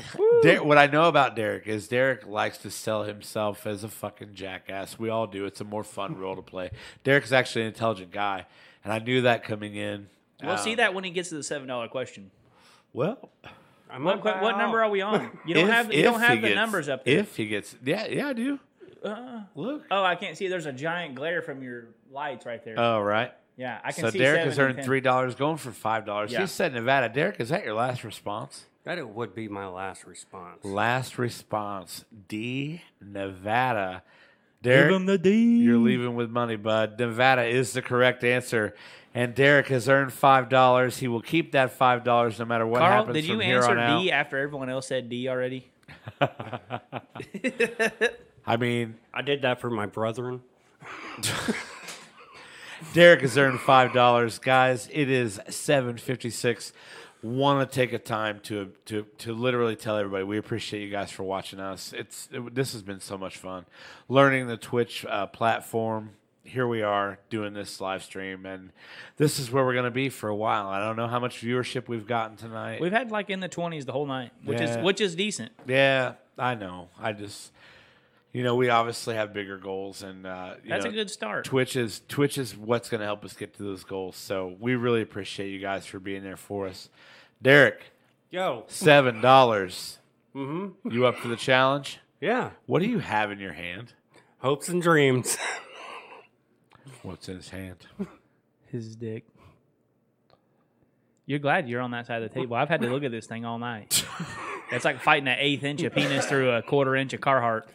[SPEAKER 1] Der- what I know about Derek is Derek likes to sell himself as a fucking jackass. We all do. It's a more fun role to play. Derek's actually an intelligent guy, and I knew that coming in.
[SPEAKER 2] We'll see
[SPEAKER 1] Um,
[SPEAKER 2] that when he gets to the seven dollar question.
[SPEAKER 1] Well,
[SPEAKER 3] I'm
[SPEAKER 2] What,
[SPEAKER 3] up
[SPEAKER 2] que- what
[SPEAKER 3] out.
[SPEAKER 2] number are we on? You don't
[SPEAKER 1] if-
[SPEAKER 2] have you
[SPEAKER 1] if
[SPEAKER 2] don't
[SPEAKER 1] he
[SPEAKER 2] have the
[SPEAKER 1] gets-
[SPEAKER 2] numbers up there.
[SPEAKER 1] If he gets, yeah, yeah, I do. Look.
[SPEAKER 2] oh, I can't see. There's a giant glare from your lights right there.
[SPEAKER 1] Oh, right.
[SPEAKER 2] yeah, I can
[SPEAKER 1] So
[SPEAKER 2] see.
[SPEAKER 1] Derek
[SPEAKER 2] seven
[SPEAKER 1] has
[SPEAKER 2] and
[SPEAKER 1] earned
[SPEAKER 2] 10.
[SPEAKER 1] three dollars, going for five dollars.
[SPEAKER 2] Yeah.
[SPEAKER 1] He said Nevada. Derek, is that your last response?
[SPEAKER 3] That it would be my last response.
[SPEAKER 1] Last response, D Nevada. Derek,
[SPEAKER 2] the D.
[SPEAKER 1] You're leaving with money, bud. Nevada is the correct answer. And Derek has earned five dollars. He will keep that five dollars no matter what
[SPEAKER 2] Carl,
[SPEAKER 1] happens
[SPEAKER 2] did you
[SPEAKER 1] from here
[SPEAKER 2] answer uh,
[SPEAKER 1] on
[SPEAKER 2] D
[SPEAKER 1] out.
[SPEAKER 2] after everyone else said D already?
[SPEAKER 1] I mean,
[SPEAKER 3] I did that for my brethren.
[SPEAKER 1] Derek has earned five dollars, guys. It is seven fifty-six. Want to take a time to to to literally tell everybody we appreciate you guys for watching us. It's it, this has been so much fun, learning the Twitch uh, platform. here we are doing this live stream, and this is where we're going to be for a while. I don't know how much viewership we've gotten tonight.
[SPEAKER 2] We've had like in the twenties the whole night, which
[SPEAKER 1] Yeah.
[SPEAKER 2] is which is decent.
[SPEAKER 1] yeah, I know. I just, you know, we obviously have bigger goals, and uh, you
[SPEAKER 2] That's
[SPEAKER 1] know,
[SPEAKER 2] a good start.
[SPEAKER 1] Twitch is Twitch is what's going to help us get to those goals. So we really appreciate you guys for being there for us. Derek,
[SPEAKER 3] Yo.
[SPEAKER 1] seven dollars. Mm-hmm. You up for the challenge?
[SPEAKER 3] Yeah.
[SPEAKER 1] What do you have in your hand?
[SPEAKER 3] Hopes and dreams. <laughs>
[SPEAKER 1] What's in his hand?
[SPEAKER 2] His dick. You're glad you're on that side of the table. I've had to look at this thing all night. it's like fighting an eighth inch of penis through a quarter inch of Carhartt.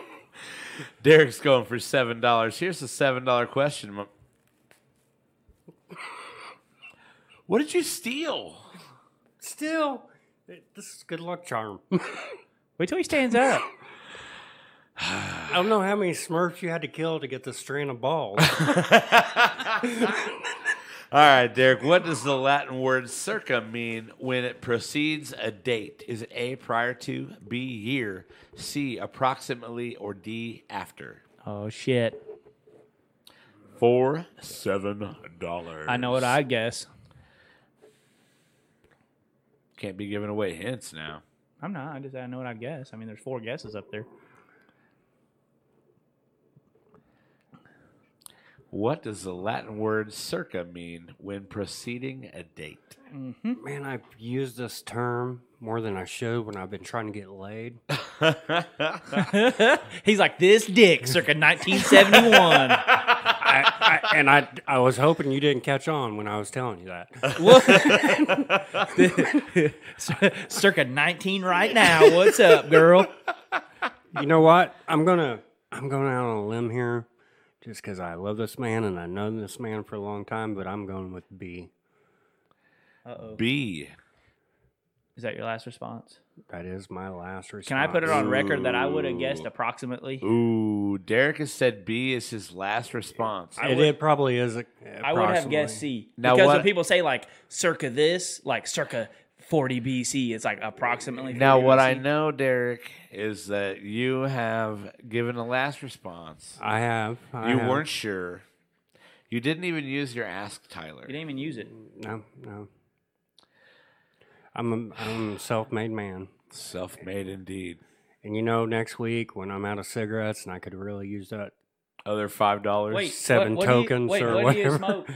[SPEAKER 1] <laughs> Derek's going for seven dollars. Here's a seven dollar question. Mo- What did you steal?
[SPEAKER 3] Still, it- this is good luck charm.
[SPEAKER 2] Wait till he stands up.
[SPEAKER 3] <sighs> I don't know how many Smurfs you had to kill to get the strand
[SPEAKER 2] <laughs>
[SPEAKER 3] of balls.
[SPEAKER 1] All right, Derek. What does the Latin word "circa" mean when it precedes a date? Is it A prior to, B year, C approximately, or D after?
[SPEAKER 2] Oh shit!
[SPEAKER 1] For seven dollars.
[SPEAKER 2] I know what I guess.
[SPEAKER 1] can't be giving away hints now.
[SPEAKER 2] I'm not. I just I know what I guess. I mean, there's four guesses up there. <laughs>
[SPEAKER 1] What does the Latin word "circa" mean when preceding a date?
[SPEAKER 3] Man, I've used this term more than I should when I've been trying to get laid.
[SPEAKER 2] <laughs> He's like this dick, circa 1971.
[SPEAKER 3] I, I, and I, I was hoping you didn't catch on when I was telling you that.
[SPEAKER 2] <laughs> <laughs> circa 19 right now. What's up, girl?
[SPEAKER 3] You know what? I'm gonna I'm going out on a limb here, just because I love this man and I've known this man for a long time. But I'm going with B.
[SPEAKER 1] B.
[SPEAKER 2] Is that your last response?
[SPEAKER 3] That is my last response.
[SPEAKER 2] Can I put it on record that I would have guessed approximately?
[SPEAKER 1] Ooh, Derek has said B is his last response.
[SPEAKER 3] It, it probably is. a-
[SPEAKER 2] I would have guessed
[SPEAKER 3] approximately.
[SPEAKER 2] C.
[SPEAKER 1] Now
[SPEAKER 2] because
[SPEAKER 1] what-
[SPEAKER 2] when people say like circa this, like circa 40 BC, it's like approximately.
[SPEAKER 1] Now,
[SPEAKER 2] 40
[SPEAKER 1] what
[SPEAKER 2] BC.
[SPEAKER 1] I know, Derek, is that you have given a last response.
[SPEAKER 3] I have. I
[SPEAKER 1] you
[SPEAKER 3] have.
[SPEAKER 1] weren't sure. You didn't even use your ask Tyler.
[SPEAKER 2] You didn't even use it.
[SPEAKER 3] No, no. I'm a, I'm a self-made man,
[SPEAKER 1] Self made indeed.
[SPEAKER 3] and you know, next week when I'm out of cigarettes and I could really use that.
[SPEAKER 1] Other five dollars.
[SPEAKER 2] Wait,
[SPEAKER 3] seven
[SPEAKER 2] what, what do you-
[SPEAKER 3] tokens
[SPEAKER 2] wait,
[SPEAKER 3] or
[SPEAKER 2] what Do you
[SPEAKER 3] whatever. <laughs>
[SPEAKER 2] smoke?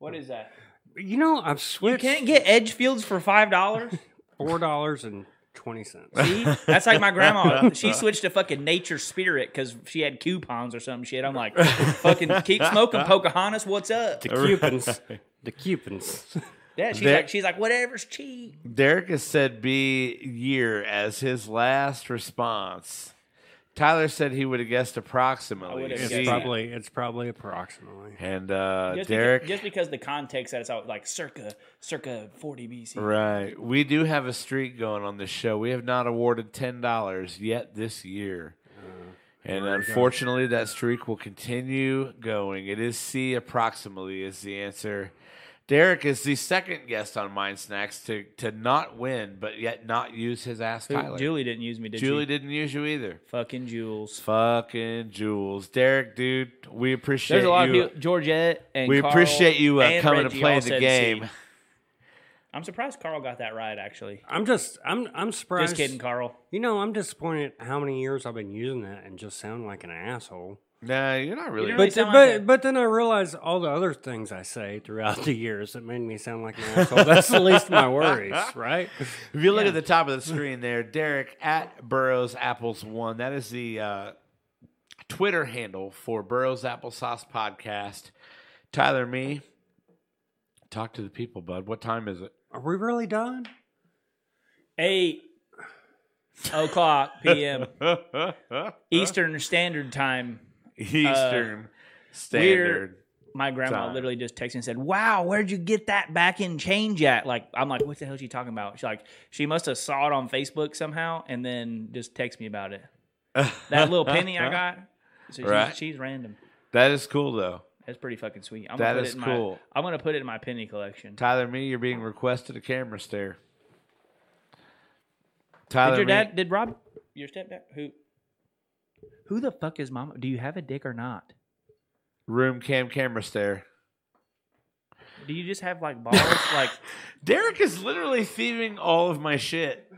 [SPEAKER 2] What is that?
[SPEAKER 3] You know, I've
[SPEAKER 2] You
[SPEAKER 3] switched
[SPEAKER 2] can't get Edgefields for five
[SPEAKER 3] <laughs>
[SPEAKER 2] dollars.
[SPEAKER 3] four dollars and twenty cents.
[SPEAKER 2] <laughs> See, that's like my
[SPEAKER 3] <laughs>
[SPEAKER 2] grandma. She switched to fucking Nature Spirit because she had coupons or some shit. I'm
[SPEAKER 3] <laughs>
[SPEAKER 2] like, fucking keep smoking Pocahontas. What's up?
[SPEAKER 3] The Cubans. The Cubans.
[SPEAKER 2] Yeah, she's
[SPEAKER 1] There-
[SPEAKER 2] like, she's like, whatever's cheap.
[SPEAKER 1] Derek has said B year as his last response. Tyler said he would have guessed approximately.
[SPEAKER 2] would've
[SPEAKER 1] C.
[SPEAKER 2] guessed
[SPEAKER 3] It's
[SPEAKER 2] that.
[SPEAKER 3] probably it's probably approximately.
[SPEAKER 1] And uh,
[SPEAKER 2] Just,
[SPEAKER 1] Derek.
[SPEAKER 2] Because, just because the context that's out, like circa circa 40 BC.
[SPEAKER 1] Right. We do have a streak going on this show. We have not awarded $10 yet this year.
[SPEAKER 2] Uh,
[SPEAKER 1] And unfortunately, that streak will continue going. It is C approximately is the answer. Derek is the second guest on Mind Snacks to, to not win, but yet not use his ass Tyler. Julie,
[SPEAKER 2] Julie didn't use me, did she?
[SPEAKER 1] didn't use you either.
[SPEAKER 2] Fucking Jules.
[SPEAKER 1] Fucking Jules. Derek, dude, we appreciate
[SPEAKER 2] There's a lot
[SPEAKER 1] you.
[SPEAKER 2] of people. Georgette and
[SPEAKER 1] we
[SPEAKER 2] Carl
[SPEAKER 1] appreciate you uh,
[SPEAKER 2] and
[SPEAKER 1] coming
[SPEAKER 2] Reggie
[SPEAKER 1] to play
[SPEAKER 2] all
[SPEAKER 1] the
[SPEAKER 2] said
[SPEAKER 1] game.
[SPEAKER 2] C. I'm surprised Carl got that right. Actually,
[SPEAKER 3] I'm just I'm I'm
[SPEAKER 2] just
[SPEAKER 3] surprised.
[SPEAKER 2] kidding, Carl.
[SPEAKER 3] You know, I'm disappointed how many years I've been using that and just sound like an asshole.
[SPEAKER 1] Nah, you're not really.
[SPEAKER 2] You're
[SPEAKER 3] But
[SPEAKER 2] sound
[SPEAKER 3] th- but
[SPEAKER 2] like that.
[SPEAKER 3] but then I realized all the other things I say throughout <laughs> the years that made me sound like an asshole. That's the least of my worries,
[SPEAKER 1] <laughs>
[SPEAKER 3] right?
[SPEAKER 1] If you look at the top of the screen there, Derek at Burroughs Apples One. That is the uh, Twitter handle for Burroughs Applesauce Podcast. Tyler, me, talk to the people, bud. What time is it? <laughs>
[SPEAKER 3] Are we really done?
[SPEAKER 2] Eight
[SPEAKER 1] <laughs>
[SPEAKER 2] o'clock p.m. Uh, Eastern Standard Time.
[SPEAKER 1] Eastern Standard.
[SPEAKER 2] My grandma
[SPEAKER 1] Time.
[SPEAKER 2] literally just texted and said, "Wow, where'd you get that back in change at?" Like, I'm like, "What the hell is she talking about?" She's like, "She must have saw it on Facebook somehow, and then just text me about it." <laughs> That
[SPEAKER 1] <laughs>
[SPEAKER 2] little penny I got, so she's,
[SPEAKER 1] Right.
[SPEAKER 2] she's random.
[SPEAKER 1] That is cool though.
[SPEAKER 2] That's pretty fucking sweet. I'm
[SPEAKER 1] That
[SPEAKER 2] gonna put
[SPEAKER 1] is
[SPEAKER 2] it in
[SPEAKER 1] cool.
[SPEAKER 2] My, I'm gonna put it in my penny collection.
[SPEAKER 1] Tyler, me, you're being requested a camera stare. Tyler,
[SPEAKER 2] Did your
[SPEAKER 1] me-
[SPEAKER 2] dad? Did Rob? Your stepdad? Who? Who the fuck is mama? Do you have a dick or not?
[SPEAKER 1] room cam camera stare.
[SPEAKER 2] Do you just have
[SPEAKER 1] <laughs>
[SPEAKER 2] like bars? like
[SPEAKER 1] Derek is literally thieving all of my shit.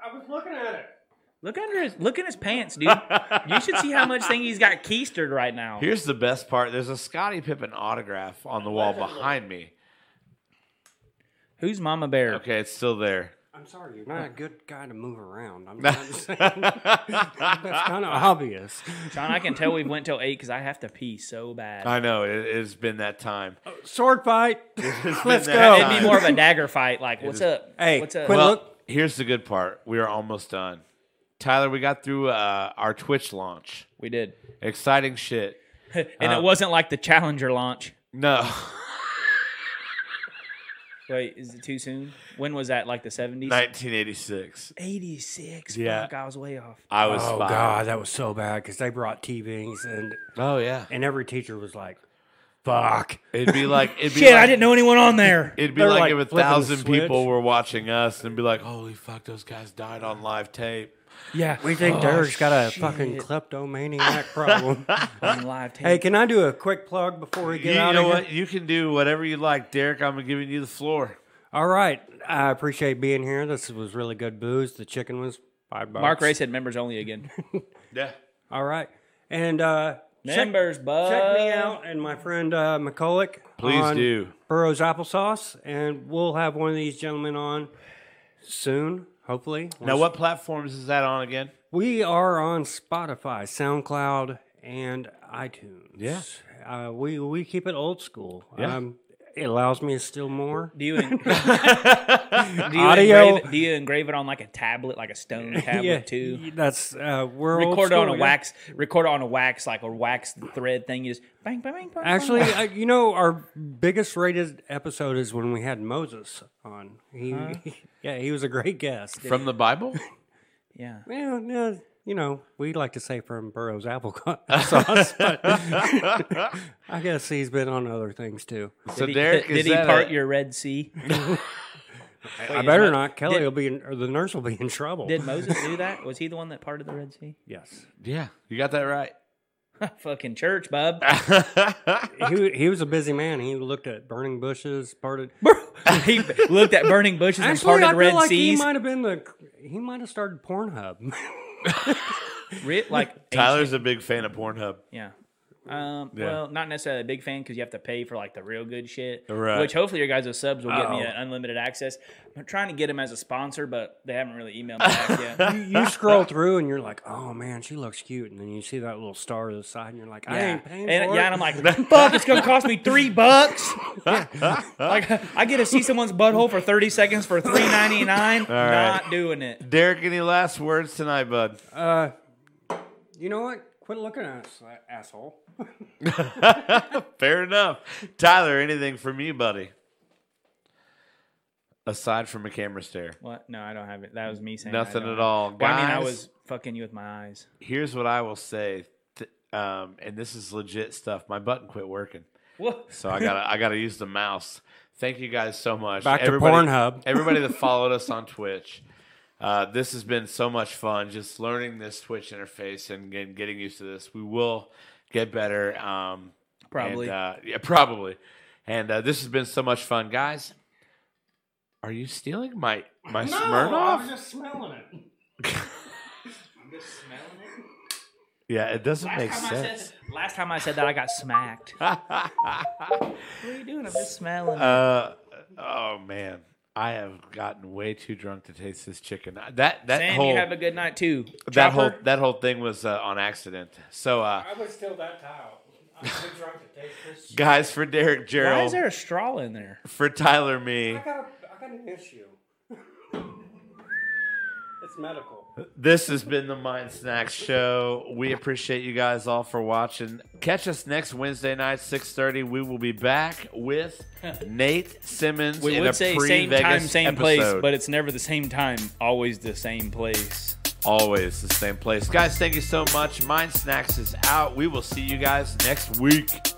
[SPEAKER 3] I was looking at it.
[SPEAKER 2] look under his look in his pants, dude. you should see how much thing he's got keistered right now.
[SPEAKER 1] Here's the best part. There's a Scottie Pippen autograph on the wall behind me.
[SPEAKER 2] Who's Mama Bear?
[SPEAKER 1] Okay, it's still
[SPEAKER 3] <laughs>
[SPEAKER 1] there.
[SPEAKER 3] I'm sorry, you're not a good guy to move around.
[SPEAKER 1] <laughs>
[SPEAKER 3] I'm trying to say that's
[SPEAKER 1] I
[SPEAKER 3] kind of obvious.
[SPEAKER 2] John, I can tell we've went till eight because I have to pee so bad.
[SPEAKER 1] know it, it's been that time.
[SPEAKER 3] Sword fight.
[SPEAKER 1] It's
[SPEAKER 3] <laughs> Let's
[SPEAKER 1] been
[SPEAKER 3] go.
[SPEAKER 1] that
[SPEAKER 2] It'd be
[SPEAKER 1] time.
[SPEAKER 2] more
[SPEAKER 1] <laughs>
[SPEAKER 2] of a dagger fight. Like, what's
[SPEAKER 1] is-
[SPEAKER 2] up?
[SPEAKER 3] Hey,
[SPEAKER 2] what's up?
[SPEAKER 3] quit-
[SPEAKER 1] well,
[SPEAKER 3] look-
[SPEAKER 1] here's the good part. We are almost done. Tyler, we got through uh, our Twitch launch.
[SPEAKER 2] we did,
[SPEAKER 1] Exciting shit.
[SPEAKER 2] and
[SPEAKER 1] Uh,
[SPEAKER 2] it wasn't like the Challenger launch.
[SPEAKER 1] No, <laughs>
[SPEAKER 2] Wait, is it too soon? When was that? Like the seventies?
[SPEAKER 1] 1986.
[SPEAKER 2] Eighty six.
[SPEAKER 1] Yeah.
[SPEAKER 2] Fuck, I was way off.
[SPEAKER 1] I was
[SPEAKER 3] Oh
[SPEAKER 1] five.
[SPEAKER 3] god, that was so bad because they brought TVs and
[SPEAKER 1] Oh yeah.
[SPEAKER 3] and every teacher was like, "Fuck."
[SPEAKER 1] It'd be like it'd
[SPEAKER 3] <laughs>
[SPEAKER 1] be
[SPEAKER 4] Shit,
[SPEAKER 1] like,
[SPEAKER 4] I didn't know anyone on there.
[SPEAKER 1] It'd be
[SPEAKER 3] They're,
[SPEAKER 1] like,
[SPEAKER 3] like,
[SPEAKER 1] if a
[SPEAKER 3] flipping the
[SPEAKER 1] thousand people
[SPEAKER 3] switch.
[SPEAKER 1] were watching us and be like, "Holy fuck, those guys died on live tape."
[SPEAKER 4] Yeah.
[SPEAKER 3] We think
[SPEAKER 1] Oh,
[SPEAKER 3] Derek's got a fucking kleptomaniac
[SPEAKER 1] <laughs>
[SPEAKER 3] problem. <laughs>
[SPEAKER 2] On live tape.
[SPEAKER 3] hey, can I do a quick plug before we get
[SPEAKER 1] you
[SPEAKER 3] out
[SPEAKER 1] know
[SPEAKER 3] of here?
[SPEAKER 1] what? You can do whatever you like, Derek. I'm giving you the floor.
[SPEAKER 3] All right, I appreciate being here. This was really good booze. The chicken was five bucks.
[SPEAKER 2] Mark Ray said members only again.
[SPEAKER 1] Yeah.
[SPEAKER 3] All right, and uh, <laughs> check,
[SPEAKER 2] members, bud.
[SPEAKER 3] check me out and my friend uh, McCulloch.
[SPEAKER 1] Please
[SPEAKER 3] on
[SPEAKER 1] do.
[SPEAKER 3] Burroughs applesauce, and we'll have one of these gentlemen on soon, hopefully.
[SPEAKER 1] Now, what platforms is that on again?
[SPEAKER 3] We are on Spotify, SoundCloud, and iTunes.
[SPEAKER 1] Yeah.
[SPEAKER 3] Uh, we we keep it old school.
[SPEAKER 1] Yeah.
[SPEAKER 3] Um, it allows me to steal more.
[SPEAKER 2] Do you,
[SPEAKER 3] <laughs>
[SPEAKER 2] en- <laughs> do, you
[SPEAKER 3] Audio.
[SPEAKER 2] engrave it, do you engrave it on like a tablet, like a
[SPEAKER 3] <laughs>
[SPEAKER 2] stone tablet too?
[SPEAKER 3] y- That's uh, we're old
[SPEAKER 2] Record it on a
[SPEAKER 3] school, yeah.
[SPEAKER 2] wax, record it on a wax, like a wax thread thing. You just bang, bang, bang, bang.
[SPEAKER 3] Actually, uh, you know, our biggest rated episode is when we had Moses on. He, <laughs> yeah, he was a great guest.
[SPEAKER 1] From the
[SPEAKER 2] <laughs>
[SPEAKER 1] Bible?
[SPEAKER 2] yeah.
[SPEAKER 3] Well, yeah, you know, we like to say from Burroughs apple co- <laughs> sauce, but <laughs> I guess he's been on other things too.
[SPEAKER 1] so,
[SPEAKER 2] did
[SPEAKER 1] Derek,
[SPEAKER 2] <laughs> he,
[SPEAKER 1] is
[SPEAKER 2] did he
[SPEAKER 1] that
[SPEAKER 2] part
[SPEAKER 1] a-
[SPEAKER 2] your Red Sea?
[SPEAKER 3] I better
[SPEAKER 2] Mo-
[SPEAKER 3] not. Kelly
[SPEAKER 2] did-
[SPEAKER 3] will be, in, or the nurse will be in trouble.
[SPEAKER 2] Did Moses do that? Was he the one that parted the Red Sea?
[SPEAKER 3] yes,
[SPEAKER 1] Yeah, you got that right.
[SPEAKER 2] Fucking church,
[SPEAKER 3] <laughs>
[SPEAKER 2] bub. <laughs>
[SPEAKER 3] he wa- he was a busy man. He looked at burning bushes, parted.
[SPEAKER 2] he looked at burning bushes and
[SPEAKER 3] Actually,
[SPEAKER 2] parted
[SPEAKER 3] I feel
[SPEAKER 2] Red
[SPEAKER 3] like he
[SPEAKER 2] Seas.
[SPEAKER 3] might have been the. He might have started Pornhub.
[SPEAKER 2] Re-
[SPEAKER 1] <laughs> <laughs>
[SPEAKER 2] like
[SPEAKER 1] Tyler's a big fan of Pornhub.
[SPEAKER 2] Yeah. Um, Well, not necessarily a big fan because you have to pay for like the real good shit.
[SPEAKER 1] Right.
[SPEAKER 2] Which hopefully your guys' subs will get me
[SPEAKER 3] Oh.
[SPEAKER 2] an unlimited access. I'm trying to get them as a sponsor, but they haven't really
[SPEAKER 1] <laughs>
[SPEAKER 2] emailed me back yet.
[SPEAKER 3] you, <laughs> you scroll through and you're like, oh man, she looks cute, and then you see that little star to the side, and you're like, I ain't paying
[SPEAKER 2] and,
[SPEAKER 3] for
[SPEAKER 2] yeah,
[SPEAKER 3] it.
[SPEAKER 2] and I'm
[SPEAKER 1] <laughs>
[SPEAKER 2] like, fuck, it's gonna cost me three bucks. like, I get to see someone's butthole for thirty seconds for three ninety
[SPEAKER 1] <laughs>
[SPEAKER 2] nine. Not doing it.
[SPEAKER 1] Derek, any last words tonight, bud? <laughs>
[SPEAKER 3] Uh, you know what? Quit looking at us, a- asshole.
[SPEAKER 1] Fair enough. Tyler, anything from you, buddy? Aside from a camera stare,
[SPEAKER 2] What? No, I don't have it. That was me saying I
[SPEAKER 1] nothing
[SPEAKER 2] don't
[SPEAKER 1] at
[SPEAKER 2] have
[SPEAKER 1] all.
[SPEAKER 2] it. Well, I mean, I
[SPEAKER 1] Guys,
[SPEAKER 2] was fucking you with my eyes.
[SPEAKER 1] here's what I will say, th- um, and this is legit stuff. My button quit working,
[SPEAKER 2] What?
[SPEAKER 1] so I gotta I gotta use the mouse. Thank you guys so much.
[SPEAKER 3] Back to Pornhub. <laughs>
[SPEAKER 1] everybody that followed us on Twitch. Uh, this has been so much fun, just learning this Twitch interface and, get- getting used to this. We will get better. Um,
[SPEAKER 2] Probably.
[SPEAKER 1] and, uh, yeah, probably. And uh, this has been so much fun, guys. Are you stealing my my Smirnoff?
[SPEAKER 3] Oh, just smelling it.
[SPEAKER 1] uh, Yeah, it doesn't make
[SPEAKER 2] Last time I said-
[SPEAKER 1] sense.
[SPEAKER 2] Last time I said that, I got smacked. what
[SPEAKER 1] <laughs>
[SPEAKER 2] are you doing? I'm just smelling. it.
[SPEAKER 1] Uh, oh man, I have gotten way too drunk to taste this chicken. That that
[SPEAKER 2] Sam,
[SPEAKER 1] whole
[SPEAKER 2] you have a good night too.
[SPEAKER 1] that
[SPEAKER 2] Chopper,
[SPEAKER 1] whole that whole thing was uh, on accident. So, uh,
[SPEAKER 3] I would steal that towel. I'm too drunk to taste this.
[SPEAKER 1] guys, for Derek
[SPEAKER 2] Why
[SPEAKER 1] Gerald,
[SPEAKER 2] is there a straw in there?
[SPEAKER 1] for Tyler, me,
[SPEAKER 3] I got, a, I got an issue. <laughs> it's medical.
[SPEAKER 1] this has been the Mind Snacks Show. We appreciate you guys all for watching. Catch us next Wednesday night, six thirty. We will be back
[SPEAKER 2] <laughs>
[SPEAKER 1] with Nate Simmons.
[SPEAKER 2] We
[SPEAKER 1] in a
[SPEAKER 2] would say same
[SPEAKER 1] pre-Vegas
[SPEAKER 2] time, same
[SPEAKER 1] episode.
[SPEAKER 2] place, but it's never the same time. Always the same place.
[SPEAKER 1] always the same place. Guys, thank you so much. Mind Snacks is out. We will see you guys next week.